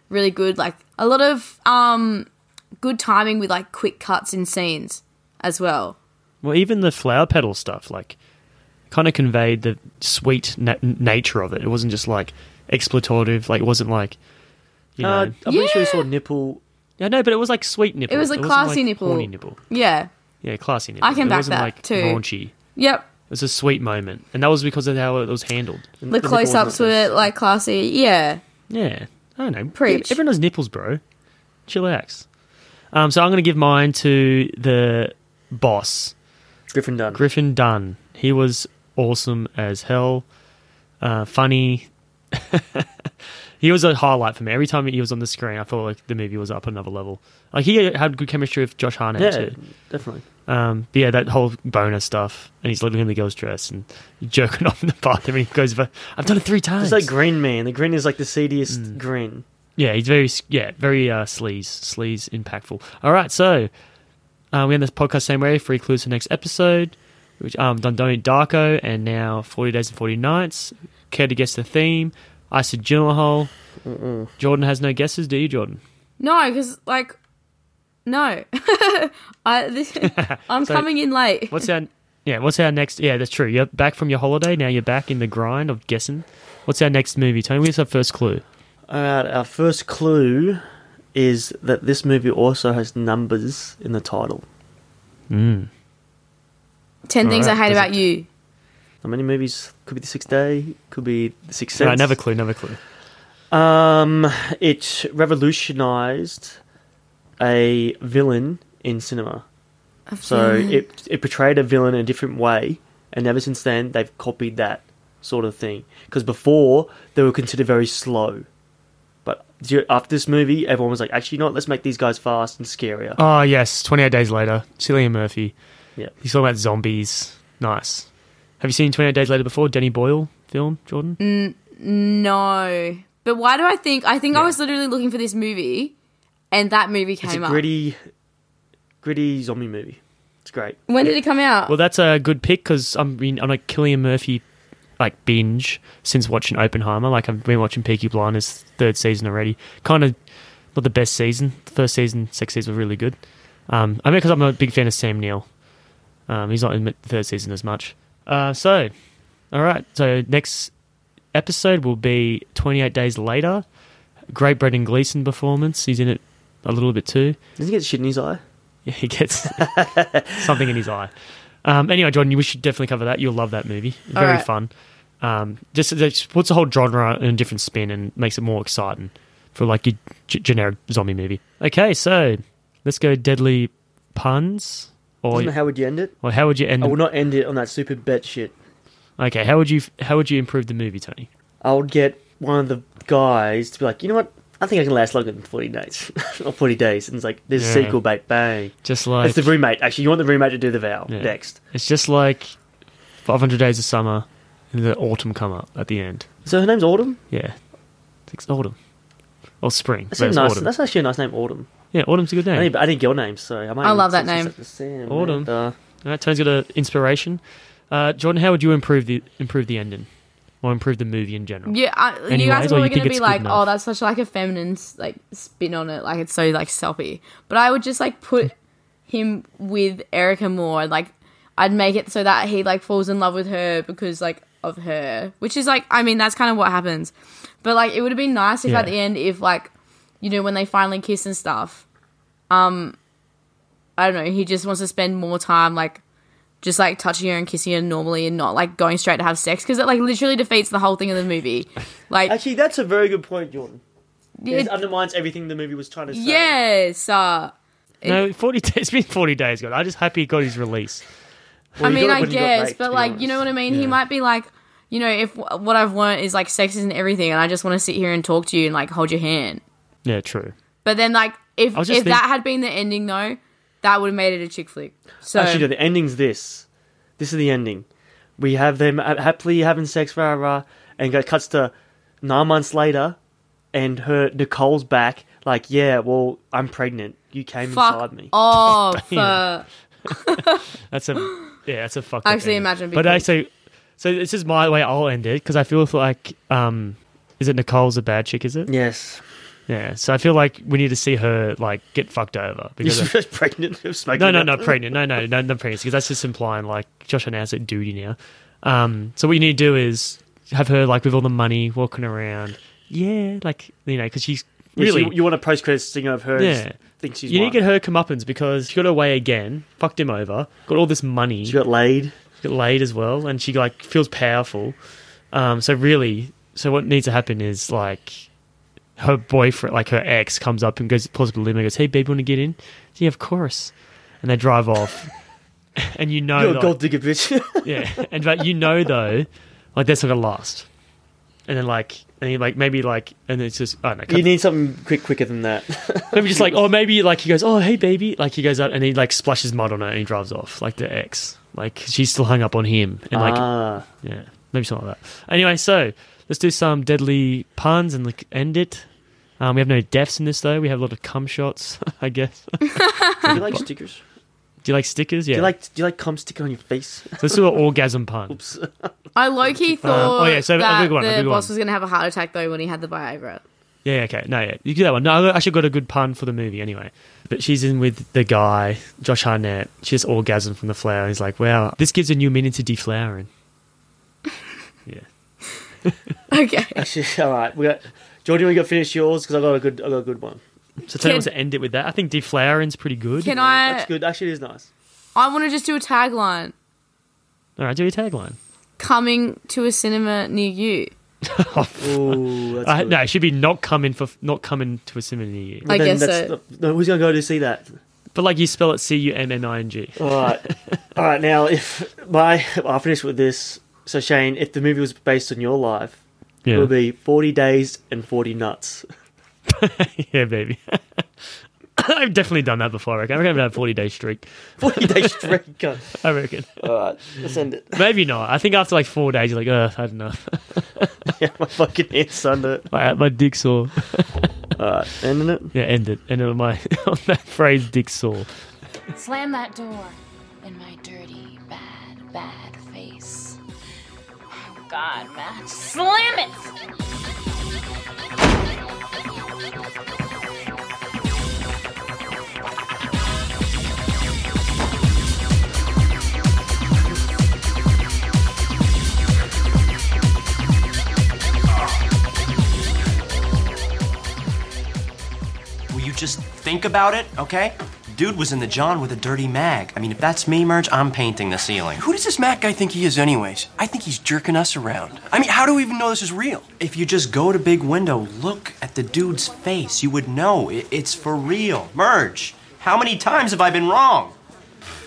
Speaker 4: really good. Like a lot of um, good timing with like quick cuts in scenes as well.
Speaker 3: Well, even the flower petal stuff, like, kind of conveyed the sweet na- nature of it. It wasn't just like exploitative. Like, it wasn't like, you know,
Speaker 5: Uh, I'm pretty sure you saw nipple.
Speaker 3: Yeah, no, but it was like sweet nipple.
Speaker 4: It was a
Speaker 3: wasn't,
Speaker 4: classy
Speaker 3: like,
Speaker 4: nipple.
Speaker 3: horny nipple.
Speaker 4: Yeah.
Speaker 3: Yeah, classy nipple.
Speaker 4: I can
Speaker 3: it
Speaker 4: back
Speaker 3: wasn't,
Speaker 4: that,
Speaker 3: like,
Speaker 4: too.
Speaker 3: Raunchy.
Speaker 4: Yep.
Speaker 3: It was a sweet moment, and that was because of how it was handled.
Speaker 4: The close ups were like classy. Yeah.
Speaker 3: Yeah, I don't know.
Speaker 4: Preach.
Speaker 3: Everyone knows nipples, bro. Chillax. Um, so I'm going to give mine to the boss,
Speaker 5: Griffin Dunn.
Speaker 3: Griffin Dunn. He was awesome as hell. Uh, funny. he was a highlight for me. Every time he was on the screen, I felt like the movie was up another level. Like he had good chemistry with Josh Hartnett
Speaker 5: Yeah,
Speaker 3: too.
Speaker 5: definitely.
Speaker 3: Um, but yeah, that whole boner stuff, and he's looking in the girl's dress and jerking off in the bathroom, and he goes, "I've done it three times."
Speaker 5: It's like grin, man. The grin is like the seediest
Speaker 3: Mm.
Speaker 5: grin.
Speaker 3: Yeah, he's very yeah very uh, sleaze sleaze impactful. All right, so uh, we end this podcast same way. Free clues for next episode, which um done Donnie Darko and now Forty Days and Forty Nights. Care to guess the theme? I said Gyllenhaal. Jordan has no guesses, do you, Jordan?
Speaker 4: No, because like, no. I this, I'm
Speaker 3: So-
Speaker 4: coming in late.
Speaker 3: What's our Yeah, what's our next? Yeah, that's true. You're back from your holiday. Now you're back in the grind of guessing. What's our next movie? Tony, what's our first clue?
Speaker 5: All right, our first clue is that this movie also has numbers in the title.
Speaker 3: Mm.
Speaker 4: Ten things I
Speaker 5: Alright,
Speaker 4: hate
Speaker 5: does
Speaker 4: about you.
Speaker 5: How many movies? Could be The Sixth Day, could be The Sixth
Speaker 3: No,
Speaker 5: Sense.
Speaker 3: never clue, never clue.
Speaker 5: Um, it revolutionized a villain in cinema.
Speaker 4: A
Speaker 5: so
Speaker 4: villain.
Speaker 5: it it portrayed a villain in a different way, and ever since then they've copied that sort of thing. Because before they were considered very slow, but do- after this movie, everyone was like, actually, you know what? Let's make these guys fast and scarier.
Speaker 3: Oh yes, Twenty Eight Days Later, Cillian Murphy.
Speaker 5: Yep.
Speaker 3: he's talking about zombies. Nice. Have you seen Twenty Eight Days Later before? Danny Boyle film, Jordan.
Speaker 4: N- no. But why do I think? I think I was literally looking for this movie, and that movie
Speaker 5: It's
Speaker 4: came
Speaker 5: a
Speaker 4: up.
Speaker 5: gritty, gritty zombie movie. It's great.
Speaker 4: When did it come out?
Speaker 3: Well, that's a good pick because I'm been on a Killian Murphy like binge since watching Oppenheimer. Like I've been watching Peaky Blinders third season already. Kind of not the best season. The first season, second season were really good. Um, I mean, because I'm a big fan of Sam Neill. Um, he's not in the third season as much. Uh, so, all right. So next episode will be 28 days later. Great Brendan Gleeson performance. He's in it a little bit too.
Speaker 5: Doesn't he get shit in his eye?
Speaker 3: Yeah, he gets something in his eye. Um, anyway, Jordan, we should definitely cover that. You'll love that movie.
Speaker 5: All
Speaker 3: Very
Speaker 5: right.
Speaker 3: fun. Um, just it just puts the whole genre in a different spin and makes it more exciting for like your g- generic zombie movie. Okay, so let's go deadly puns. Or
Speaker 5: Doesn't- how would you end it?
Speaker 3: Or how would you end?
Speaker 5: I will not end it on that stupid bet shit.
Speaker 3: Okay, how would you how would you improve the movie, Tony?
Speaker 5: I would get one of the guys to be like, you know what? I think I can last longer than 40 days. or 40 days. And it's like, there's
Speaker 3: Yeah.
Speaker 5: a sequel, bait, bang.
Speaker 3: Just like-
Speaker 5: It's the roommate. Actually, you want the roommate to do the vow
Speaker 3: Yeah.
Speaker 5: next.
Speaker 3: It's just like 500 Days of Summer and the autumn come up at the end.
Speaker 5: So her name's Autumn?
Speaker 3: Yeah, I think it's autumn or spring.
Speaker 5: That's,
Speaker 3: but
Speaker 5: a
Speaker 3: it's
Speaker 5: nice,
Speaker 3: autumn.
Speaker 5: that's actually a nice name, Autumn.
Speaker 3: Yeah, Autumn's a good name.
Speaker 5: I didn't, I didn't get your name, so I might
Speaker 4: I
Speaker 5: even
Speaker 4: love that
Speaker 5: text
Speaker 4: name.
Speaker 5: this to Sam,
Speaker 3: Autumn.
Speaker 5: and, uh,
Speaker 3: All right, Tony's got an inspiration. Uh, Jordan, how would you improve the improve the ending, or improve the movie in general?
Speaker 4: Yeah, I, you
Speaker 3: Anyways,
Speaker 4: guys
Speaker 3: or
Speaker 4: are probably
Speaker 3: think
Speaker 4: gonna
Speaker 3: it's
Speaker 4: be
Speaker 3: good
Speaker 4: like,
Speaker 3: enough?
Speaker 4: "Oh, that's such like a feminine like spin on it. Like it's so like selfie." But I would just like put him with Erica Moore. and, Like I'd make it so that he like falls in love with her because like of her, which is like I mean that's kind of what happens. But like it would have been nice if at
Speaker 12: Yeah.
Speaker 4: the end if like you know when they finally kiss and stuff, um, I don't know. He just wants to spend more time like just like touching her and kissing her normally and not like going straight to have sex because it like literally defeats the whole thing of the movie. Like
Speaker 5: actually, that's a very good point, Jordan.
Speaker 4: Yeah.
Speaker 5: It undermines everything the movie was trying to say.
Speaker 4: yes, uh,
Speaker 3: No, forty. Days, it's been forty days, God. I'm just happy he got his release.
Speaker 4: I mean, I guess, but like you know what I mean. He
Speaker 3: Yeah.
Speaker 4: might be like, you know, if w- what I've learned is like sex isn't everything, and I just want to sit here and talk to you and like hold your hand.
Speaker 3: Yeah, true.
Speaker 4: But then like if
Speaker 5: I
Speaker 4: if
Speaker 5: was just
Speaker 4: that
Speaker 5: think-
Speaker 4: had been the ending though, that would have made it a chick flick. So
Speaker 5: Actually, no, the ending's this. This is the ending. We have them ha- happily having sex, rah rah, and it cuts to nine months later, and her Nicole's back. Like, yeah, well, I'm pregnant. You came
Speaker 4: fuck
Speaker 5: inside me.
Speaker 4: off.
Speaker 5: Damn.
Speaker 4: uh,
Speaker 3: That's a yeah, that's a fucked. up
Speaker 4: Actually,
Speaker 3: ending.
Speaker 4: imagine it'd be
Speaker 3: But
Speaker 4: cool.
Speaker 3: actually, so this is my way. I'll end it because I feel like um, is it Nicole's a bad chick? Is it?
Speaker 5: Yes.
Speaker 3: Yeah. So I feel like we need to see her like get fucked over because.
Speaker 5: You're just pregnant. you're smoking
Speaker 3: No, no,
Speaker 5: it
Speaker 3: no,
Speaker 5: up.
Speaker 3: pregnant. No, no, no, not pregnant. Because that's just implying like Josh announced it, duty now. Um, so what you need to do is have her like with all the money walking around. Yeah, like you know, because she's
Speaker 5: Yeah,
Speaker 3: really
Speaker 5: so you, you want a post credit thing of her?
Speaker 3: yeah.
Speaker 5: Yeah. Think she's
Speaker 3: you
Speaker 5: won.
Speaker 3: need to get her comeuppance because she got her way again, fucked him over, got all this money. She
Speaker 5: got laid.
Speaker 3: She got laid as well, and she like feels powerful. Um, so really, so what needs to happen is like her boyfriend, like her ex, comes up and goes pulls up a limo, and goes, "Hey, babe, want to get in?" Yeah, of course. And they drive off, and you know,
Speaker 5: You're a
Speaker 3: like-
Speaker 5: gold digger, bitch.
Speaker 3: yeah, and but you know though, like that's not gonna last. And then like, and you like maybe like, and it's just I don't know.
Speaker 5: you need something quick, quicker than that.
Speaker 3: Maybe just like, oh, maybe like he goes, oh, hey, baby. Like he goes out and he like splashes mud on her and he drives off, like the ex. Like she's still hung up on him. And like,
Speaker 5: Ah.
Speaker 3: yeah, maybe something like that. Anyway, so let's do some deadly puns and like end it. Um, we have no deaths in this though. We have a lot of cum shots, I guess. do
Speaker 5: do you like stickers?
Speaker 3: you like stickers? Yeah.
Speaker 5: Do you like do you like cum sticker on your face?
Speaker 3: so let's do an orgasm pun.
Speaker 4: I low key thought
Speaker 3: oh, yeah, so a
Speaker 4: that
Speaker 3: big one, a
Speaker 4: the
Speaker 3: big
Speaker 4: boss
Speaker 3: one.
Speaker 4: was gonna have a heart attack though when he had the Viagra.
Speaker 3: Yeah, okay. No, yeah. You do that one. No, I actually got a good pun for the movie anyway. But she's in with the guy, Josh Harnett. She has orgasm from the flower. He's like, wow, this gives a new meaning to deflowering.
Speaker 4: Okay.
Speaker 5: Actually, all right. We got. Jordan, we got to finish yours because I got a good, I got a good one.
Speaker 3: So tell me to end it with that. I think deflowering's pretty good.
Speaker 4: Can I-
Speaker 5: That's good. Actually, it is nice.
Speaker 4: I want to just do a tagline.
Speaker 3: All right, do your tagline.
Speaker 4: Coming to a cinema near you.
Speaker 5: Ooh, that's
Speaker 3: Uh,
Speaker 5: good.
Speaker 3: Oh, no, it should be not coming for not coming to a cinema near you.
Speaker 5: But then that's the- no, who's gonna go to see that?
Speaker 3: But like you spell it C U M M I N G.
Speaker 5: All right, all right. Now, if my, I'll finish with this. So, Shane, if the movie was based on your life,
Speaker 3: Yeah.
Speaker 5: it would be forty days and forty nuts.
Speaker 3: yeah, baby. I've definitely done that before. I reckon. I reckon I've had a forty day streak.
Speaker 5: Forty days straight. God.
Speaker 3: I reckon.
Speaker 5: All right, let's end it.
Speaker 3: Maybe not. I think after like four days, you're like, ugh, I had enough.
Speaker 5: yeah, my fucking hands under.
Speaker 3: my, my dick sore.
Speaker 5: All right, ending it.
Speaker 3: Yeah, end it. End it on my on that phrase, dick sore.
Speaker 10: Slam that door in my dirty, bad, bad face. Oh, God, Matt. Slam it!
Speaker 12: Will you just think about it, okay? Dude was in the John with a dirty mag. I mean, if that's me, Merge, I'm painting the ceiling. Who does this Mac guy think he is, anyways? I think he's jerking us around. I mean, how do we even know this is real? If you just go to Big Window, look at the dude's face, you would know it, it's for real. Merge, how many times have I been wrong?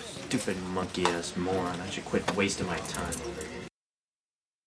Speaker 13: Stupid monkey ass moron. I should quit wasting my time over here.